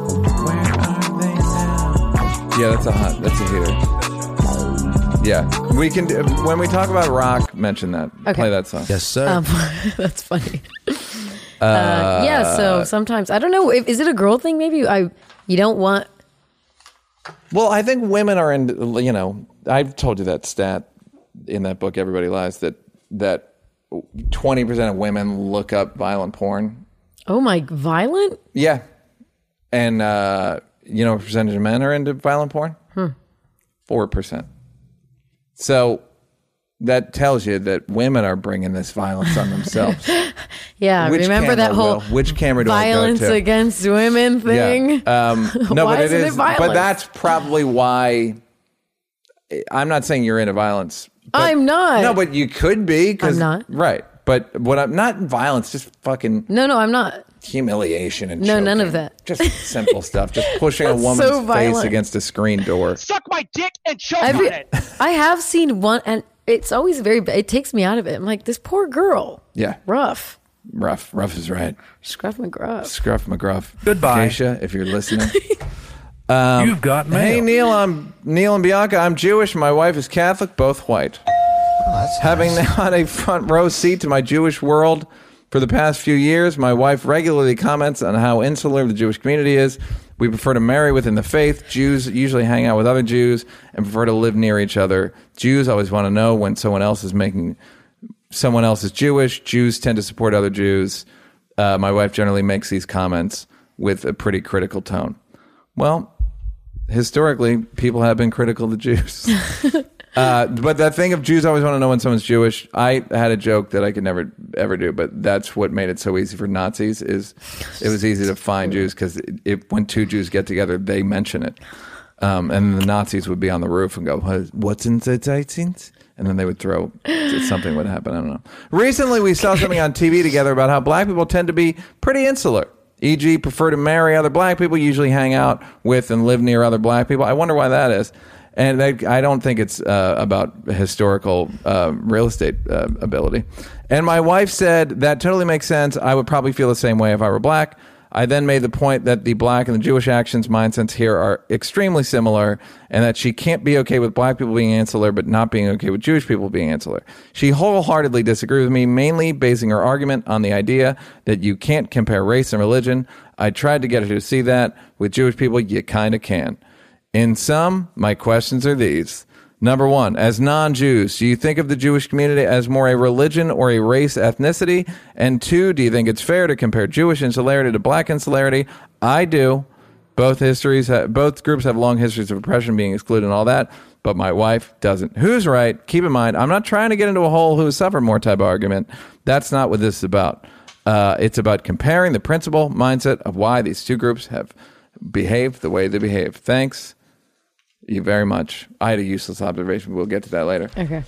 Speaker 2: Yeah, that's a hot. That's a heater. Yeah, we can. do- When we talk about rock, mention that.
Speaker 1: Okay.
Speaker 2: Play that song.
Speaker 6: Yes, sir.
Speaker 1: Um, that's funny. Uh, yeah. So sometimes I don't know. If, is it a girl thing? Maybe I. You don't want.
Speaker 2: Well, I think women are in. You know, I've told you that stat in that book, Everybody Lies, that that twenty percent of women look up violent porn
Speaker 1: Oh my, violent.
Speaker 2: Yeah. And uh, you know what percentage of men are into violent porn? Four percent. So that tells you that women are bringing this violence on themselves.
Speaker 1: Yeah.
Speaker 2: Which
Speaker 1: Uh, remember
Speaker 2: camera,
Speaker 1: that whole
Speaker 2: Will? Which camera do I go
Speaker 1: violence
Speaker 2: to?
Speaker 1: against women thing.
Speaker 2: Yeah. Um, no,
Speaker 1: Why
Speaker 2: but
Speaker 1: isn't it
Speaker 2: But
Speaker 1: violence?
Speaker 2: that's probably why. I'm not saying you're into violence. but-
Speaker 1: I'm not.
Speaker 2: No, but you could be. 'cause-
Speaker 1: I'm not.
Speaker 2: Right. But what I'm not violence, just fucking
Speaker 1: No, no, I'm not.
Speaker 2: humiliation and
Speaker 1: No, none of
Speaker 2: choking.
Speaker 1: that.
Speaker 2: Just simple stuff. Just pushing a
Speaker 1: That's
Speaker 2: woman's
Speaker 1: so
Speaker 2: face
Speaker 1: violent.
Speaker 2: against a screen door.
Speaker 9: Suck my dick and choke
Speaker 1: Every,
Speaker 9: on it.
Speaker 1: I have seen one, and it's always very. ba- It takes me out of it. I'm like this poor girl.
Speaker 2: Yeah,
Speaker 1: Rough.
Speaker 2: rough. Rough is right.
Speaker 1: Scruff McGruff.
Speaker 2: Scruff McGruff.
Speaker 7: Goodbye.
Speaker 2: Keisha, if you're listening.
Speaker 7: You've got mail.
Speaker 2: hey, Neil. I'm Neil and Bianca. I'm Jewish. My wife is Catholic. Both white. Having now had a front row seat to my Jewish world for the past few years, my wife regularly comments on how insular the Jewish community is. We prefer to marry within the faith. Jews usually hang out with other Jews and prefer to live near each other. Jews always want to know when someone else is making someone else is Jewish. Jews tend to support other Jews. Uh, my wife generally makes these comments with a pretty critical tone. Well, historically, people have been critical to Jews. Uh, but that thing of Jews always want to know when someone's Jewish. I had a joke that I could never ever do, but that's what made it so easy for Nazis. Is it was easy to find Jews because it, when two Jews get together, they mention it, um, and the Nazis would be on the roof and go, "What- "What's in the 18th? And then they would throw something would happen. I don't know. Recently, we saw something on TV together about how black people tend to be pretty insular. E.g., E prefer to marry other black people, usually hang out with and live near other black people. I wonder why that is. And that, I don't think it's uh, about historical uh, real estate uh, ability. And my wife said, That totally makes sense. I would probably feel the same way if I were black. I then made the point that the black and the Jewish actions mindsets here are extremely similar and that she can't be okay with black people being insular but not being okay with Jewish people being insular. She wholeheartedly disagreed with me, mainly basing her argument on the idea that you can't compare race and religion. I tried to get her to see that. With Jewish people, you kind of can. In sum, my questions are these. Number one, as non Jews, do you think of the Jewish community as more a religion or a race ethnicity? And two, do you think it's fair to compare Jewish insularity to black insularity? I do. Both histories, ha- both groups have long histories of oppression, being excluded, and all that. But my wife doesn't. Who's right? Keep in mind, I'm not trying to get into a whole who suffered more type of argument. That's not what this is about. Uh, it's about comparing the principle mindset of why these two groups have behaved the way they behave. Thanks you very much. I had a useless observation. We'll get to that later.
Speaker 1: Okay.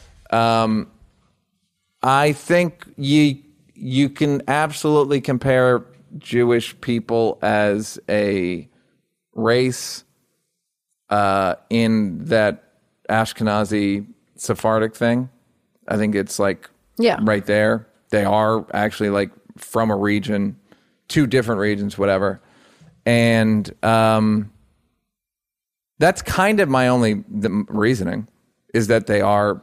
Speaker 2: I think you you can absolutely compare Jewish people as a race uh, in that Ashkenazi Sephardic thing. I think it's like
Speaker 1: Yeah.
Speaker 2: right there. They are actually like from a region, two different regions, whatever. And um, that's kind of my only the reasoning is that they are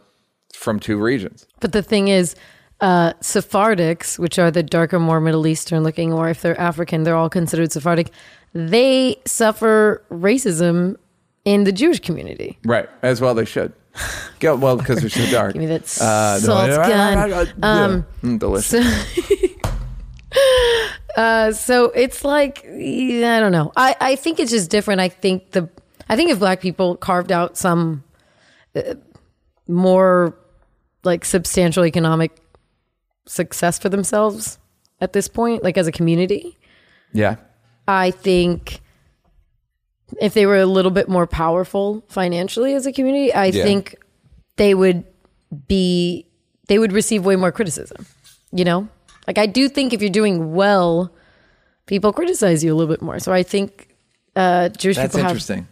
Speaker 2: from two regions.
Speaker 1: But the thing is, uh, Sephardics, which are the darker, more Middle Eastern looking, or if they're African, they're all considered Sephardic. They suffer racism in the Jewish community.
Speaker 2: Right. As well, they should. Go, well, because they're so dark. Uh,
Speaker 1: Give me that salt gun.
Speaker 2: Um, delicious.
Speaker 1: Uh, so it's like yeah, I don't know. I, I think it's just different. I think the I think if black people carved out some uh, more like substantial economic success for themselves at this point, like as a community,
Speaker 2: yeah.
Speaker 1: I think if they were a little bit more powerful financially as a community, I
Speaker 2: Yeah.
Speaker 1: think they would be they would receive way more criticism. You know? Like I do think if you're doing well, people criticize you a little bit more. So I think uh Jewish
Speaker 2: That's
Speaker 1: people
Speaker 2: interesting.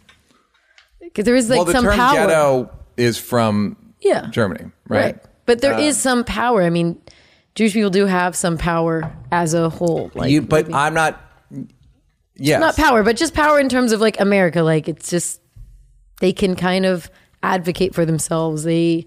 Speaker 1: have 'cause there is like
Speaker 2: well, the
Speaker 1: some
Speaker 2: term
Speaker 1: power.
Speaker 2: ghetto is from
Speaker 1: yeah.
Speaker 2: Germany, right? Uh,
Speaker 1: But there is some power. I mean, Jewish people do have some power as a whole. Like
Speaker 2: you, but I'm not. Yes.
Speaker 1: not power, but just power in terms of like America. Like it's just they can kind of advocate for themselves. They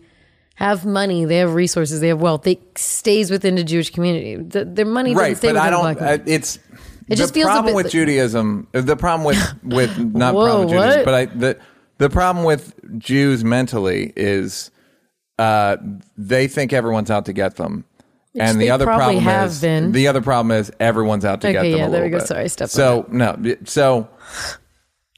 Speaker 1: have money, they have resources, they have wealth. It stays within the Jewish community. The, their money doesn't
Speaker 2: right,
Speaker 1: stay
Speaker 2: but
Speaker 1: within
Speaker 2: I
Speaker 1: the
Speaker 2: don't.
Speaker 1: black
Speaker 2: I,
Speaker 1: community.
Speaker 2: it's the
Speaker 1: just feels a
Speaker 2: problem
Speaker 1: bit
Speaker 2: with
Speaker 1: like-
Speaker 2: Judaism. uh, The problem with with not
Speaker 1: Whoa,
Speaker 2: problem with Judaism,
Speaker 1: what?
Speaker 2: but I the the problem with Jews mentally is uh, they think everyone's out to get them. and
Speaker 1: they
Speaker 2: the other
Speaker 1: probably
Speaker 2: problem
Speaker 1: have
Speaker 2: is
Speaker 1: been.
Speaker 2: the other problem is everyone's out to get
Speaker 1: Okay,
Speaker 2: them.
Speaker 1: yeah,
Speaker 2: a
Speaker 1: there we
Speaker 2: little
Speaker 1: go.
Speaker 2: bit.
Speaker 1: Sorry, I stepped
Speaker 2: So no, so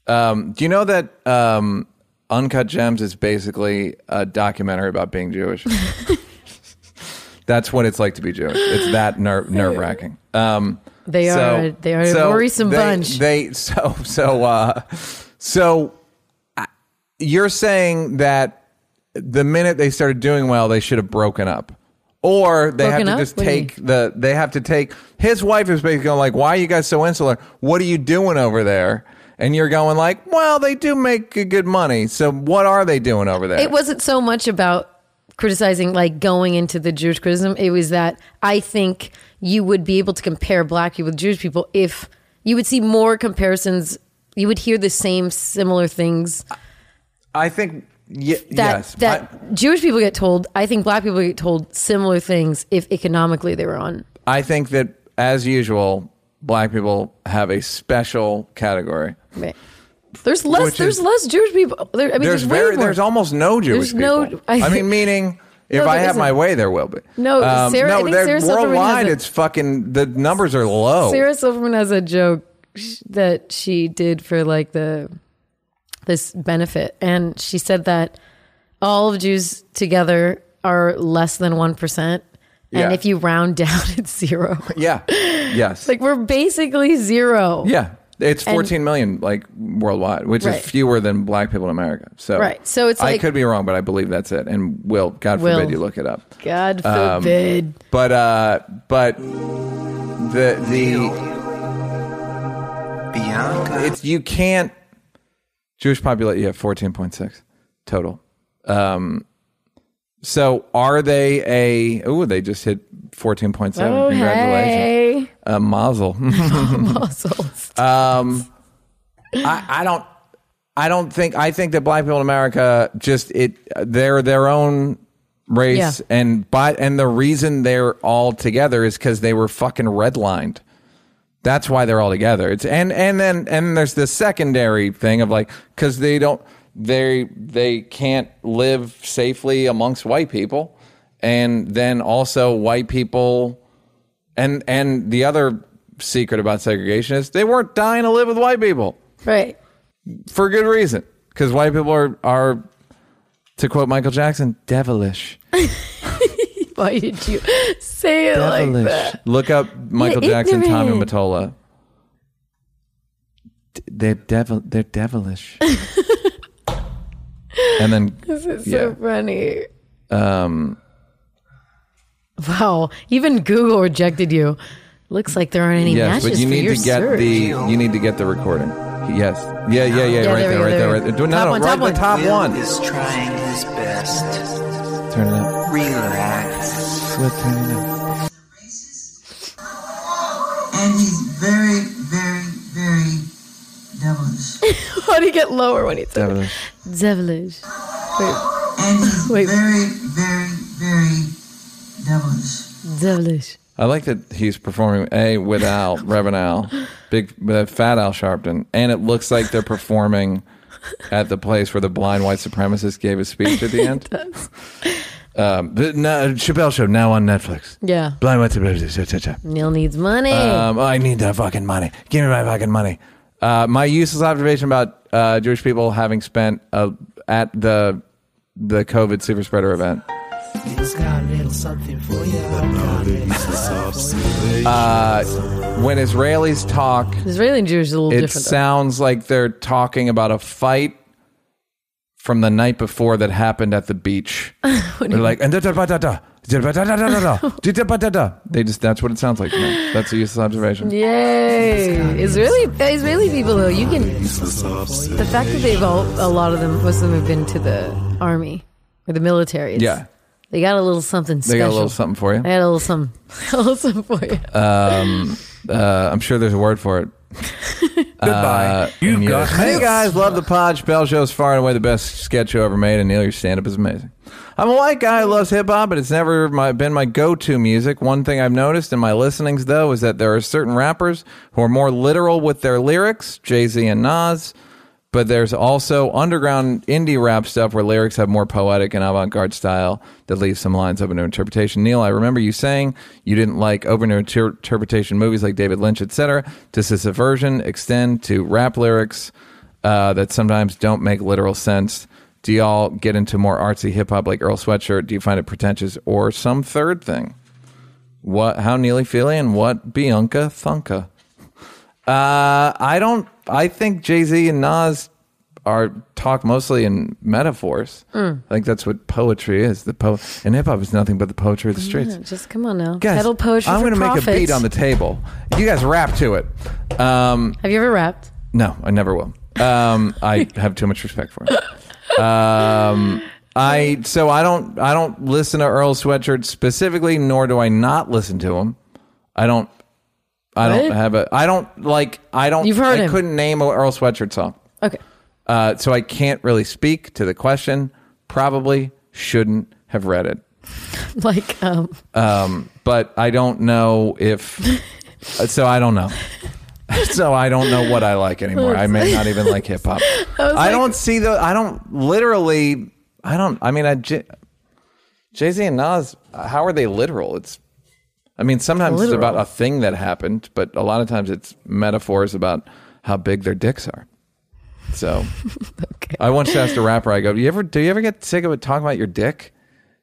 Speaker 2: um, do you know that um, Uncut Gems is basically a documentary about being Jewish? That's what it's like to be Jewish. It's that ner- nerve wracking. Um,
Speaker 1: They are- they are a worrisome
Speaker 2: they-
Speaker 1: bunch.
Speaker 2: They so so uh, so. I- You're saying that the minute they started doing well, they should have broken up, or they
Speaker 1: Broken
Speaker 2: have to
Speaker 1: up?
Speaker 2: just
Speaker 1: What do you
Speaker 2: take the. They have to take his wife is basically going like, "Why are you guys so insular? What are you doing over there?" And you're going like, "Well, they do make good money, so what are they doing over there?"
Speaker 1: it wasn't so much about criticizing like going into the Jewish criticism. It was that I think you would be able to compare black people with Jewish people if you would see more comparisons. You would hear the same similar things
Speaker 2: I think. ye-
Speaker 1: that
Speaker 2: yes,
Speaker 1: that Jewish people get told. I think black people get told similar things if economically they were on.
Speaker 2: I think that as usual, black people have a special category.
Speaker 1: Right. There's less.
Speaker 2: Which
Speaker 1: there's
Speaker 2: is-
Speaker 1: less Jewish people. There, I mean,
Speaker 2: there's
Speaker 1: there's, way
Speaker 2: very,
Speaker 1: more.
Speaker 2: there's almost no
Speaker 1: There's
Speaker 2: Jewish
Speaker 1: no-
Speaker 2: people.
Speaker 1: I-
Speaker 2: I, mean, meaning. If
Speaker 1: No,
Speaker 2: I
Speaker 1: there
Speaker 2: have my
Speaker 1: isn't.
Speaker 2: way, there will be. Um,
Speaker 1: No, Sarah- I
Speaker 2: no,
Speaker 1: think
Speaker 2: they're-
Speaker 1: Sarah Silverman has
Speaker 2: worldwide,
Speaker 1: a-
Speaker 2: it's fucking the numbers are low.
Speaker 1: Sarah Silverman has a joke sh- that she did for like the this benefit, and she said that all of Jews together are less than one percent, and
Speaker 2: Yeah.
Speaker 1: if you round down, it's zero.
Speaker 2: Yeah, yes,
Speaker 1: like we're basically zero.
Speaker 2: yeah. It's 14 million like worldwide, which
Speaker 1: Right.
Speaker 2: is fewer than black people in America. So
Speaker 1: Right. So it's
Speaker 2: I
Speaker 1: like-
Speaker 2: could be wrong, but I believe that's it. And will God
Speaker 1: Will.
Speaker 2: forbid you look it up.
Speaker 1: God
Speaker 2: Um,
Speaker 1: forbid.
Speaker 2: But uh, but the the
Speaker 6: Bianca.
Speaker 2: it's you can't Jewish population yeah 14.6 total. Um so are they a oh they just hit 14.7
Speaker 1: oh
Speaker 2: congratulations.
Speaker 1: hey,
Speaker 2: Uh, mazel.
Speaker 1: muscles.
Speaker 2: I, I don't I don't think I think that black people in America just it they're their own race
Speaker 1: Yeah.
Speaker 2: and by and the reason they're all together is because they were fucking redlined. That's why they're all together. It's and and then and there's the secondary thing of like because they don't they they can't live safely amongst white people, and then also white people, and and the other secret about segregation is they weren't dying to live with white people.
Speaker 1: Right.
Speaker 2: for good reason because white people are are to quote Michael Jackson devilish
Speaker 1: Why did you say it like
Speaker 2: devilish
Speaker 1: that?
Speaker 2: look up Michael
Speaker 1: You're
Speaker 2: Jackson Tommy
Speaker 1: ignorant.
Speaker 2: Mottola D- they're devil they're devilish and then
Speaker 1: It's so
Speaker 2: yeah
Speaker 1: funny. Um. Wow. Even Google rejected you. Looks like there aren't any
Speaker 2: yes
Speaker 1: matches
Speaker 2: but you
Speaker 1: for
Speaker 2: need
Speaker 1: your
Speaker 2: to get
Speaker 1: search.
Speaker 2: the you need to get the recording yes yeah yeah yeah,
Speaker 1: Yeah,
Speaker 2: right
Speaker 1: there
Speaker 2: there,
Speaker 1: we go, there
Speaker 2: right there,
Speaker 1: we
Speaker 2: right
Speaker 1: go.
Speaker 2: there Do- no
Speaker 1: Top
Speaker 2: no
Speaker 1: one,
Speaker 2: right
Speaker 1: top
Speaker 2: the
Speaker 1: one.
Speaker 2: top
Speaker 6: Will
Speaker 2: one
Speaker 6: is trying his best.
Speaker 2: turn it up
Speaker 6: Relax.
Speaker 2: Will, turn it up
Speaker 9: and he's very, very, very devilish.
Speaker 1: How do you get lower when you think
Speaker 2: devilish
Speaker 1: devilish?
Speaker 9: And he's
Speaker 1: Wait.
Speaker 9: very, very, very devilish.
Speaker 1: Devilish.
Speaker 2: I like that he's performing a with Al Reverend Al, big uh, fat Al Sharpton, and it looks like they're performing at the place where the blind white supremacist gave his speech at the end. um, but no, Chappelle show now on Netflix.
Speaker 1: Yeah.
Speaker 2: Blind white supremacist. cha, cha,
Speaker 1: Neil needs money.
Speaker 2: cha. Um, I need that fucking money. Give me my fucking money. Uh, my useless observation about uh, Jewish people having spent uh, at the the COVID super spreader event. Uh, when Israelis talk,
Speaker 1: Israeli and Jewish is a little
Speaker 2: it
Speaker 1: different. though.
Speaker 2: sounds like they're talking about a fight from the night before that happened at the beach. they're like, and da da da da da. da da da da da da da, da da da da." They just that's what it sounds like. to me. That's a useless observation.
Speaker 1: Yay! Israeli Israeli people though, you can the fact that they've all a lot of them most of them have been to the army or the military. is-
Speaker 2: Yeah.
Speaker 1: they got a little something
Speaker 2: They
Speaker 1: special.
Speaker 2: got a little something for you.
Speaker 1: I got a little something, a little something for you.
Speaker 2: Uh, I'm sure there's a word for it.
Speaker 7: Goodbye.
Speaker 2: uh,
Speaker 7: You've
Speaker 2: Neil-
Speaker 7: got
Speaker 2: Hey
Speaker 7: mail.
Speaker 2: guys, love the pod. Chappelle show is far and away the best sketch show ever made, and Neil, your stand up is amazing. I'm a white guy who loves hip hop, but it's never my, been my go to music. One thing I've noticed in my listenings, though, is that there are certain rappers who are more literal with their lyrics, Jay Z and Nas, but there's also underground indie rap stuff where lyrics have more poetic and avant garde style that leaves some lines open to interpretation. Neil, I remember you saying you didn't like open to inter- interpretation movies like David Lynch, etc. Does this aversion extend to rap lyrics uh, that sometimes don't make literal sense? Do y'all get into more artsy hip hop like Earl Sweatshirt? Do you find it pretentious or some third thing? What? How Neely Feely and what Bianca Thunka? Uh, I don't. I think Jay Z and Nas are talk mostly in metaphors.
Speaker 1: Hmm.
Speaker 2: I think that's what poetry is. The po and hip hop is nothing but the poetry of the streets.
Speaker 1: Yeah, just come on now,
Speaker 2: Guys,
Speaker 1: pedal poetry.
Speaker 2: I'm
Speaker 1: for
Speaker 2: gonna make a
Speaker 1: profit.
Speaker 2: beat on the table. You guys rap to it. Um,
Speaker 1: Have you ever rapped?
Speaker 2: no, I never will. Um, I have too much respect for him. Um, I so I don't I don't listen to Earl Sweatshirt specifically, nor do I not listen to him. I don't. I don't
Speaker 1: What?
Speaker 2: have a. I don't like. I don't.
Speaker 1: You've heard
Speaker 2: I
Speaker 1: him.
Speaker 2: couldn't name a Earl Sweatshirt song,
Speaker 1: Okay,
Speaker 2: uh, so I can't really speak to the question. Probably shouldn't have read it
Speaker 1: like um,
Speaker 2: but I don't know if. so I don't know. So I don't know what I like anymore. I may not even like hip hop. I, don't see the. I don't literally. I don't. I mean, I Jay Z and Nas. How are they literal? It's. I mean, sometimes
Speaker 1: Literal.
Speaker 2: it's about a thing that happened, but a lot of times it's metaphors about how big their dicks are. So, I once asked a rapper, I go, "Do you ever do you ever get sick of it talking about your dick?"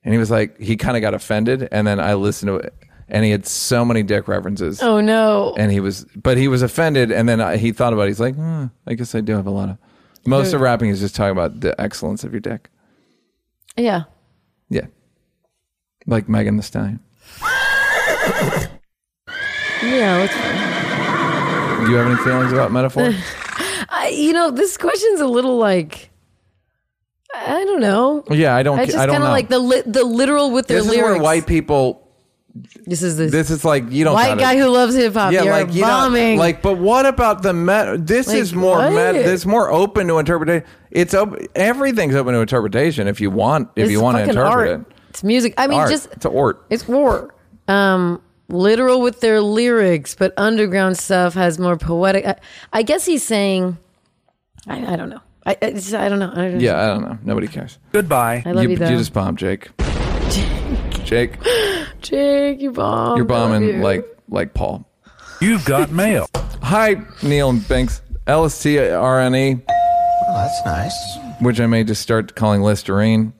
Speaker 2: And he was like, he kind of got offended, and then I listened to it, and he had so many dick references,
Speaker 1: oh no,
Speaker 2: and he was, but he was offended, and then I, he thought about, it. he's like, hmm, I guess I do have a lot of. Most of rapping is just talking about the excellence of your dick.
Speaker 1: yeah,
Speaker 2: Yeah, like Megan the Stallion.
Speaker 1: yeah. let's-
Speaker 2: Do you have any feelings about metaphor?
Speaker 1: I, you know, this question's a little like I don't know.
Speaker 2: yeah, I don't.
Speaker 1: I just
Speaker 2: I don't
Speaker 1: kind of
Speaker 2: know.
Speaker 1: like the li- the literal with their
Speaker 2: this is
Speaker 1: lyrics.
Speaker 2: where white people.
Speaker 1: this is the
Speaker 2: This is like you don't.
Speaker 1: white
Speaker 2: gotta-
Speaker 1: guy who loves hip hop. You're
Speaker 2: you know,
Speaker 1: bombing.
Speaker 2: like, but what about the met? This
Speaker 1: Like,
Speaker 2: is more
Speaker 1: what?
Speaker 2: met. This more open to interpretation. It's open. Everything's open to interpretation if you want. If
Speaker 1: It's
Speaker 2: you want to
Speaker 1: fucking
Speaker 2: interpret
Speaker 1: art.
Speaker 2: it,
Speaker 1: It's music. I mean,
Speaker 2: art.
Speaker 1: just
Speaker 2: it's art.
Speaker 1: it's war. Um, literal with their lyrics, but underground stuff has more poetic. I, I guess he's saying, I, I don't know. I, I, just, I don't know. I don't know.
Speaker 2: Yeah, I don't know. Nobody cares.
Speaker 7: Goodbye.
Speaker 1: I love you,
Speaker 2: you,
Speaker 1: though.
Speaker 2: you just bomb Jake. Jake,
Speaker 1: Jake, you bomb.
Speaker 2: you're bombing like like Paul.
Speaker 7: You've got mail.
Speaker 2: Hi, Neil and Banks. LSTRNE. Well, that's nice. E, Which I may just start calling Listerine.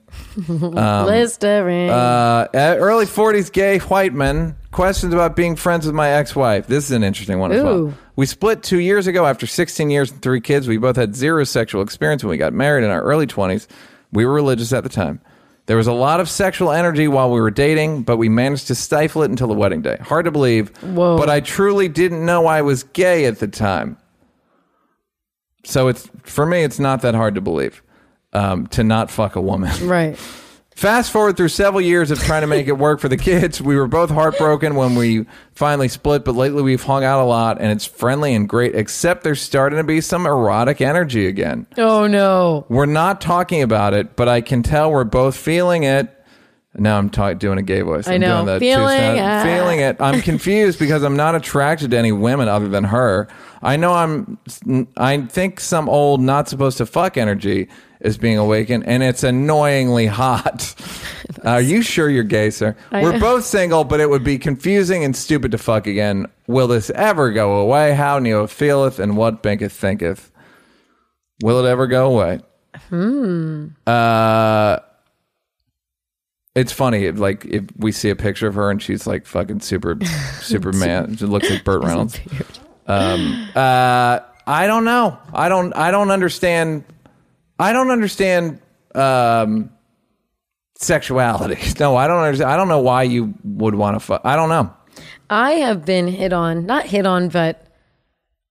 Speaker 2: Um,
Speaker 1: Listerine.
Speaker 2: Uh, uh, early 40s gay white men. Questions about being friends with my ex wife. This is an interesting one as
Speaker 1: Ooh.
Speaker 2: well. We split two years ago after 16 years and three kids. We both had zero sexual experience when we got married in our early 20s. We were religious at the time. There was a lot of sexual energy while we were dating, but we managed to stifle it until the wedding day. Hard to believe.
Speaker 1: Whoa.
Speaker 2: But I truly didn't know I was gay at the time. So it's for me, it's not that hard to believe um, to not fuck a woman.
Speaker 1: Right.
Speaker 2: Fast forward through several years of trying to make it work for the kids. We were both heartbroken when we finally split, but lately we've hung out a lot and it's friendly and great, except there's starting to be some erotic energy again.
Speaker 1: Oh no.
Speaker 2: We're not talking about it, but I can tell we're both feeling it. Now I'm ta- doing a gay voice.
Speaker 1: I
Speaker 2: I'm
Speaker 1: know.
Speaker 2: Doing that
Speaker 1: Feeling
Speaker 2: Tuesday night.
Speaker 1: it.
Speaker 2: Feeling it. I'm confused because I'm not attracted to any women other than her. I know I'm. I think some old not supposed to fuck energy is being awakened, and it's annoyingly hot. Are you sure you're gay, sir?
Speaker 1: I-
Speaker 2: We're both single, but it would be confusing and stupid to fuck again. Will this ever go away? How Neo feeleth, and what Binketh thinketh. Will it ever go away?
Speaker 1: Hmm.
Speaker 2: Uh, it's funny. if, Like if we see a picture of her and she's like fucking super Superman, she looks like Burt Reynolds. Um, uh, I don't know. I don't. I don't understand. I don't understand um, sexuality. No, I don't understand. I don't know why you would want to fuck. I don't know.
Speaker 1: I have been hit on, not hit on, but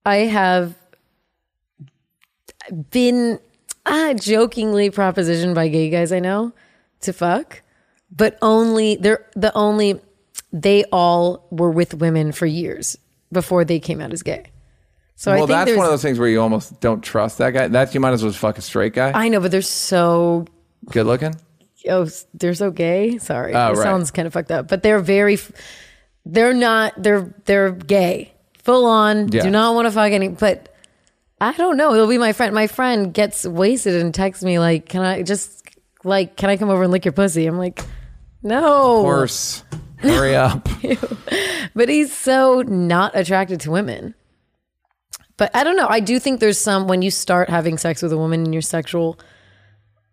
Speaker 1: I have been ah, jokingly propositioned by gay guys I know to fuck, but only they're the only they all were with women for years before they came out as gay. So I
Speaker 2: well,
Speaker 1: think
Speaker 2: that's
Speaker 1: there's,
Speaker 2: one of those things where you almost don't trust that guy. That you might as well just fuck a straight guy.
Speaker 1: I know, but they're so
Speaker 2: Good looking.
Speaker 1: oh they're so gay sorry
Speaker 2: Oh,
Speaker 1: it
Speaker 2: right.
Speaker 1: sounds kind of fucked up but they're very f- they're not they're they're gay full on
Speaker 2: Yeah.
Speaker 1: do not want to fuck any but i don't know it'll be my friend my friend gets wasted and texts me like can i just like can i come over and lick your pussy i'm like no
Speaker 2: Of course. Hurry up.
Speaker 1: but he's so not attracted to women. But I don't know. I do think there's some when you start having sex with a woman in your sexual,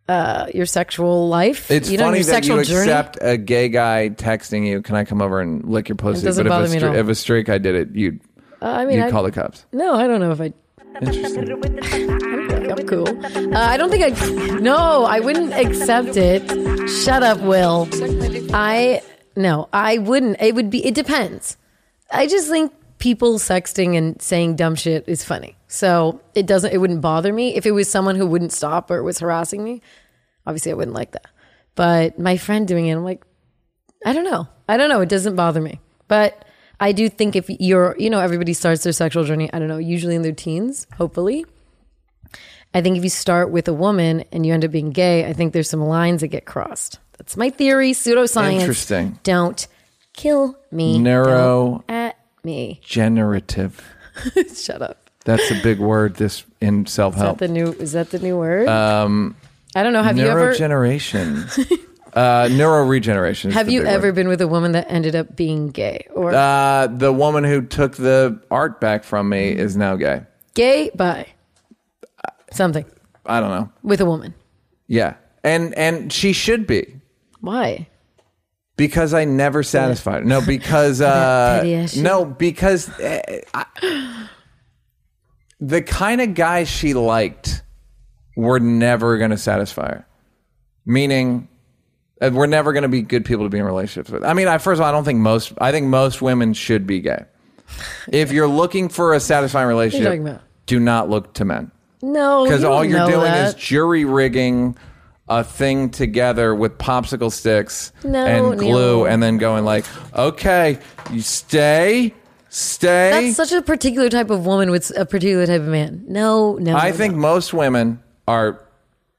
Speaker 1: uh, your sexual life.
Speaker 2: It's
Speaker 1: you know,
Speaker 2: funny
Speaker 1: your
Speaker 2: that
Speaker 1: sexual
Speaker 2: you
Speaker 1: journey.
Speaker 2: accept a gay guy texting you, "Can I come over and lick your pussy?"
Speaker 1: doesn't
Speaker 2: but
Speaker 1: bother
Speaker 2: if,
Speaker 1: me
Speaker 2: a
Speaker 1: at
Speaker 2: stra-
Speaker 1: all.
Speaker 2: if a straight guy did it, you'd
Speaker 1: Uh, I mean,
Speaker 2: you'd
Speaker 1: I,
Speaker 2: call the cops.
Speaker 1: no, I don't know if I.
Speaker 2: Interesting.
Speaker 1: I'm cool. Uh, I don't think I. No, I wouldn't accept it. Shut up, Will. I no, I wouldn't. It would be. It depends. I just think people sexting and saying dumb shit is funny. So it doesn't. It wouldn't bother me if it was someone who wouldn't stop or was harassing me. Obviously, I wouldn't like that. But my friend doing it, I'm like, I don't know. I don't know. It doesn't bother me. But I do think if you're, you know, everybody starts their sexual journey, I don't know, usually in their teens, hopefully. I think if you start with a woman and you end up being gay, I think there's some lines that get crossed. That's my theory, pseudoscience.
Speaker 2: Interesting.
Speaker 1: Don't kill me.
Speaker 2: Neuro-
Speaker 1: Don't at me.
Speaker 2: Generative.
Speaker 1: Shut up.
Speaker 2: That's a big word. This in self
Speaker 1: Is that
Speaker 2: help.
Speaker 1: the new is that the new word?
Speaker 2: Um,
Speaker 1: I don't know. Have you ever
Speaker 2: neurogeneration. uh, neuroregeneration. is
Speaker 1: have
Speaker 2: the
Speaker 1: you
Speaker 2: big word.
Speaker 1: ever been with a woman that ended up being gay or
Speaker 2: Uh, the woman who took the art back from me is now gay.
Speaker 1: gay by something
Speaker 2: I don't know.
Speaker 1: with a woman?
Speaker 2: Yeah, and and she should be.
Speaker 1: Why?
Speaker 2: Because I never satisfied. her. No, because
Speaker 1: petty
Speaker 2: uh,
Speaker 1: ass shit.
Speaker 2: no, because uh, I- the kind of guys she liked were never going to satisfy her. Meaning, uh, we're never going to be good people to be in relationships with. I mean, I first of all, I don't think most. I think most women should be gay. If you're looking for a satisfying
Speaker 1: talking
Speaker 2: relationship,
Speaker 1: about?
Speaker 2: do not look to men
Speaker 1: No,
Speaker 2: because
Speaker 1: Oh, you
Speaker 2: all
Speaker 1: don't
Speaker 2: you're
Speaker 1: know
Speaker 2: doing
Speaker 1: that.
Speaker 2: is jury rigging a thing together with popsicle sticks
Speaker 1: No,
Speaker 2: and glue,
Speaker 1: Neil.
Speaker 2: and then going like, "Okay, you stay, stay."
Speaker 1: That's such a particular type of woman with a particular type of man. No, no.
Speaker 2: I
Speaker 1: no,
Speaker 2: think most women are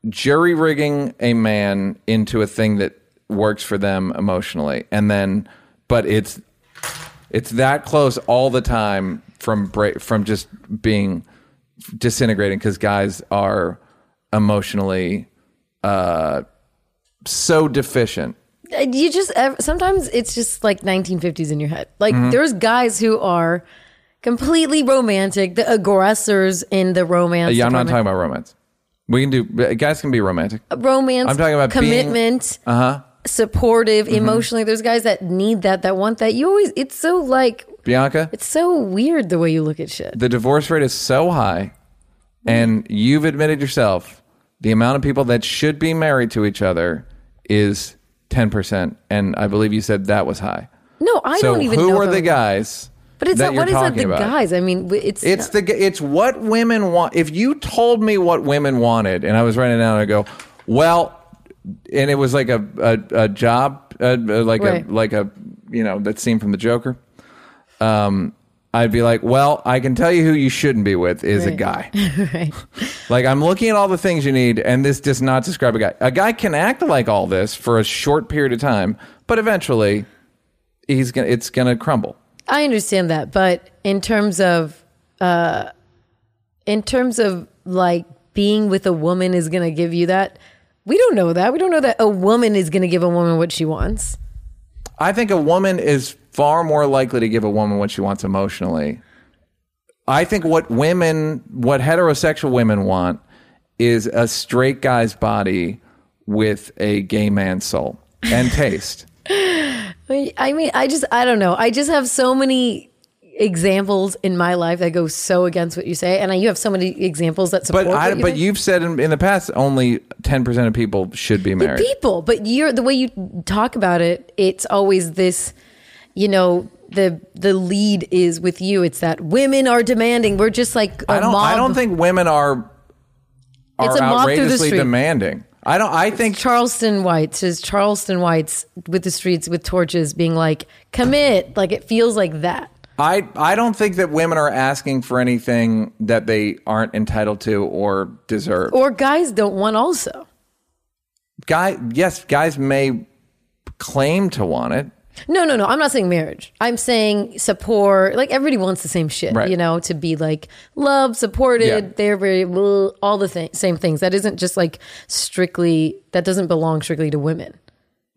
Speaker 2: jury rigging a man into a thing that works for them emotionally, and then, but it's it's that close all the time from break from just being disintegrating because guys are emotionally uh so deficient.
Speaker 1: no.
Speaker 2: Mm-hmm.
Speaker 1: you just ev- sometimes it's just like 1950s in your head. Like there's guys who are completely romantic. The aggressors in the romance.
Speaker 2: yeah, I'm not talking
Speaker 1: department.
Speaker 2: about romance. We can do guys can be romantic.
Speaker 1: romance.
Speaker 2: I'm talking about being- Mm-hmm.
Speaker 1: commitment,
Speaker 2: Uh huh.
Speaker 1: supportive, emotionally. There's guys that need that, that want that. You always. It's so like.
Speaker 2: Bianca,
Speaker 1: It's so weird the way you look at shit.
Speaker 2: the divorce rate is so high, and you've admitted yourself the amount of people that should be married to each other is 10%. And I believe you said that was high.
Speaker 1: No, I
Speaker 2: so
Speaker 1: don't even
Speaker 2: who
Speaker 1: know.
Speaker 2: are
Speaker 1: if
Speaker 2: the
Speaker 1: I'm-
Speaker 2: guys?
Speaker 1: But it's
Speaker 2: that
Speaker 1: not.
Speaker 2: you're
Speaker 1: What is that?
Speaker 2: talking
Speaker 1: The
Speaker 2: about?
Speaker 1: guys. I mean, w- it's
Speaker 2: It's the g- it's what women want. If you told me what women wanted, and I was writing it down, I go, well, and it was like a a, a job, uh, uh, like
Speaker 1: Right.
Speaker 2: a like a you know that scene from the Joker. Um, I'd be like, well, I can tell you who you shouldn't be with is a
Speaker 1: Right.
Speaker 2: guy.
Speaker 1: right.
Speaker 2: Like I'm looking at all the things you need, and this does not describe a guy. A guy can act like all this for a short period of time, but eventually, he's gonna it's gonna crumble.
Speaker 1: I understand that, but in terms of, uh, in terms of like being with a woman is going to give you that. We don't know that. We don't know that a woman is going to give a woman what she wants.
Speaker 2: I think a woman is far more likely to give a woman what she wants emotionally. I think what women, what heterosexual women want is a straight guy's body with a gay man's soul and taste.
Speaker 1: I mean- I mean, I just, I don't know. I just have so many examples in my life that go so against what you say, and I, you have so many examples that support.
Speaker 2: but I,
Speaker 1: what you
Speaker 2: but
Speaker 1: think.
Speaker 2: you've said in, in the past only 10% of people should be
Speaker 1: the
Speaker 2: married.
Speaker 1: people but you're the way you talk about it it's always this you know the the lead is with you it's that women are demanding we're just like a
Speaker 2: I don't
Speaker 1: mob
Speaker 2: I don't think women are are
Speaker 1: It's a mob through the
Speaker 2: outrageously
Speaker 1: street.
Speaker 2: demanding. I don't I think
Speaker 1: charleston whites is charleston whites with the streets with torches being like commit like it feels like that
Speaker 2: I I don't think that women are asking for anything that they aren't entitled to or deserve.
Speaker 1: or guys don't want also
Speaker 2: Guy, yes, guys may claim to want it.
Speaker 1: no no no i'm not saying marriage i'm saying support like everybody wants the same shit
Speaker 2: Right.
Speaker 1: you know to be like loved supported
Speaker 2: Yeah.
Speaker 1: they're very well, all the th- same things that isn't just like strictly that doesn't belong strictly to women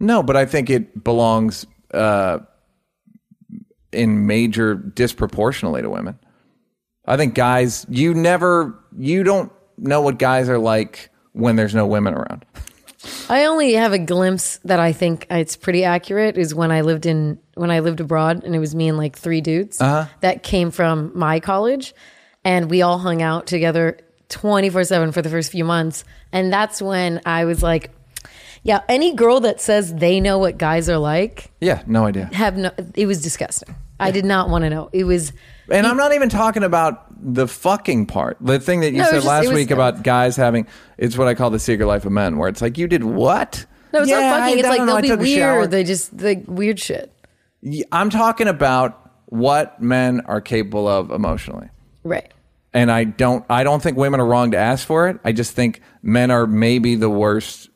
Speaker 2: No, but I think it belongs uh, in major disproportionately to women. I think guys, you never, you don't know what guys are like when there's no women around.
Speaker 1: I only have a glimpse that I think it's pretty accurate is when I lived in when I lived abroad and it was me and like three dudes
Speaker 2: Uh-huh.
Speaker 1: that came from my college and we all hung out together 24/7 for the first few months and that's when I was like yeah any girl that says they know what guys are like
Speaker 2: Yeah, no idea.
Speaker 1: have no it was disgusting. I did not want to know. It was
Speaker 2: And I'm not even talking about the fucking part. The thing that you
Speaker 1: No, it
Speaker 2: said
Speaker 1: was just-
Speaker 2: last
Speaker 1: it was-
Speaker 2: week about guys having it's what I call the secret life of men, where it's like you did what?
Speaker 1: no it's
Speaker 2: Yeah,
Speaker 1: not
Speaker 2: I-
Speaker 1: fucking it's
Speaker 2: I
Speaker 1: like
Speaker 2: don't know,
Speaker 1: they'll
Speaker 2: I
Speaker 1: be
Speaker 2: took a shower.
Speaker 1: weird. They just like weird shit.
Speaker 2: Y- I'm talking about what men are capable of emotionally.
Speaker 1: Right.
Speaker 2: And I don't I don't think women are wrong to ask for it. I just think men are maybe the worst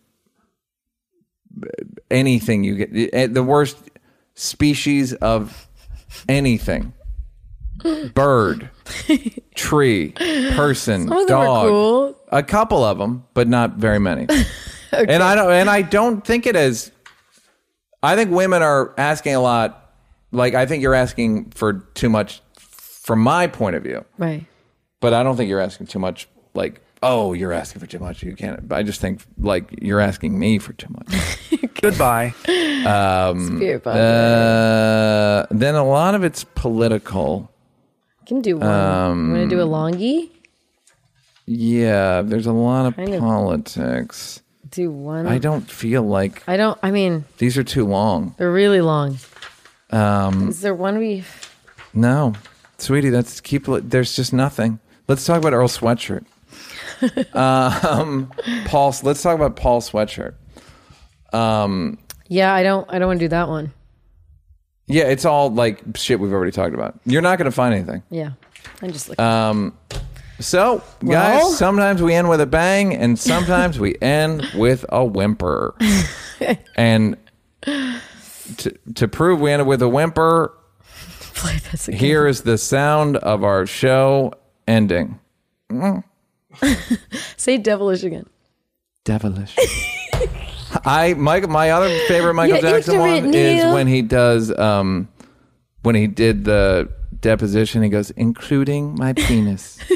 Speaker 2: anything you get eh, the worst species of anything. Bird, tree, person,
Speaker 1: Some of them are
Speaker 2: dog.
Speaker 1: cool.
Speaker 2: A couple of them, but not very many. And I don't and I don't think it is I think women are asking a lot. Like, I think you're asking for too much from my point of view,
Speaker 1: Right.
Speaker 2: but I don't think you're asking too much. Like, oh, you're asking for too much. You can't. I just think like you're asking me for too much.
Speaker 7: Goodbye.
Speaker 2: Mm.
Speaker 1: Spirit bomb.
Speaker 2: uh, then a lot of it's political.
Speaker 1: can do one. I'm going to do
Speaker 2: um,
Speaker 1: a longie.
Speaker 2: Yeah, there's a lot of
Speaker 1: Kind of.
Speaker 2: politics.
Speaker 1: Do one.
Speaker 2: I don't feel like
Speaker 1: I don't. I mean,
Speaker 2: these are too long.
Speaker 1: they're really long. Um, is there one we?
Speaker 2: No, sweetie, that's keep. There's just nothing. Let's talk about Earl Sweatshirt. um, Paul. Let's talk about Paul Sweatshirt.
Speaker 1: Yeah, I don't. I don't want to do that one.
Speaker 2: Yeah, it's all like shit we've already talked about. You're not going to find anything.
Speaker 1: Yeah, I'm just like
Speaker 2: So,
Speaker 1: Well?
Speaker 2: guys, sometimes we end with a bang, and sometimes we end with a whimper. and to to prove we ended with a whimper,
Speaker 1: play this again.
Speaker 2: here is the sound of our show ending.
Speaker 1: Say devilish again.
Speaker 2: devilish. I my my other favorite Michael
Speaker 1: You're
Speaker 2: Jackson one
Speaker 1: ignorant,
Speaker 2: is
Speaker 1: Neil.
Speaker 2: when he does um when he did the deposition. He goes, including my penis.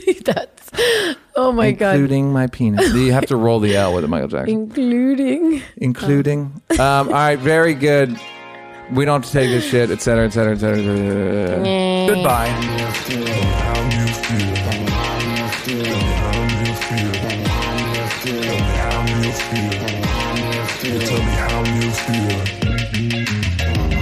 Speaker 1: Oh my god.
Speaker 2: including my penis. You have to roll the L with it, Michael Jackson.
Speaker 1: Including.
Speaker 2: including. Um, all right, very good. We don't have to take this shit, et cetera, et cetera, et cetera. et cetera.
Speaker 7: Goodbye.
Speaker 6: Tell me how you feel.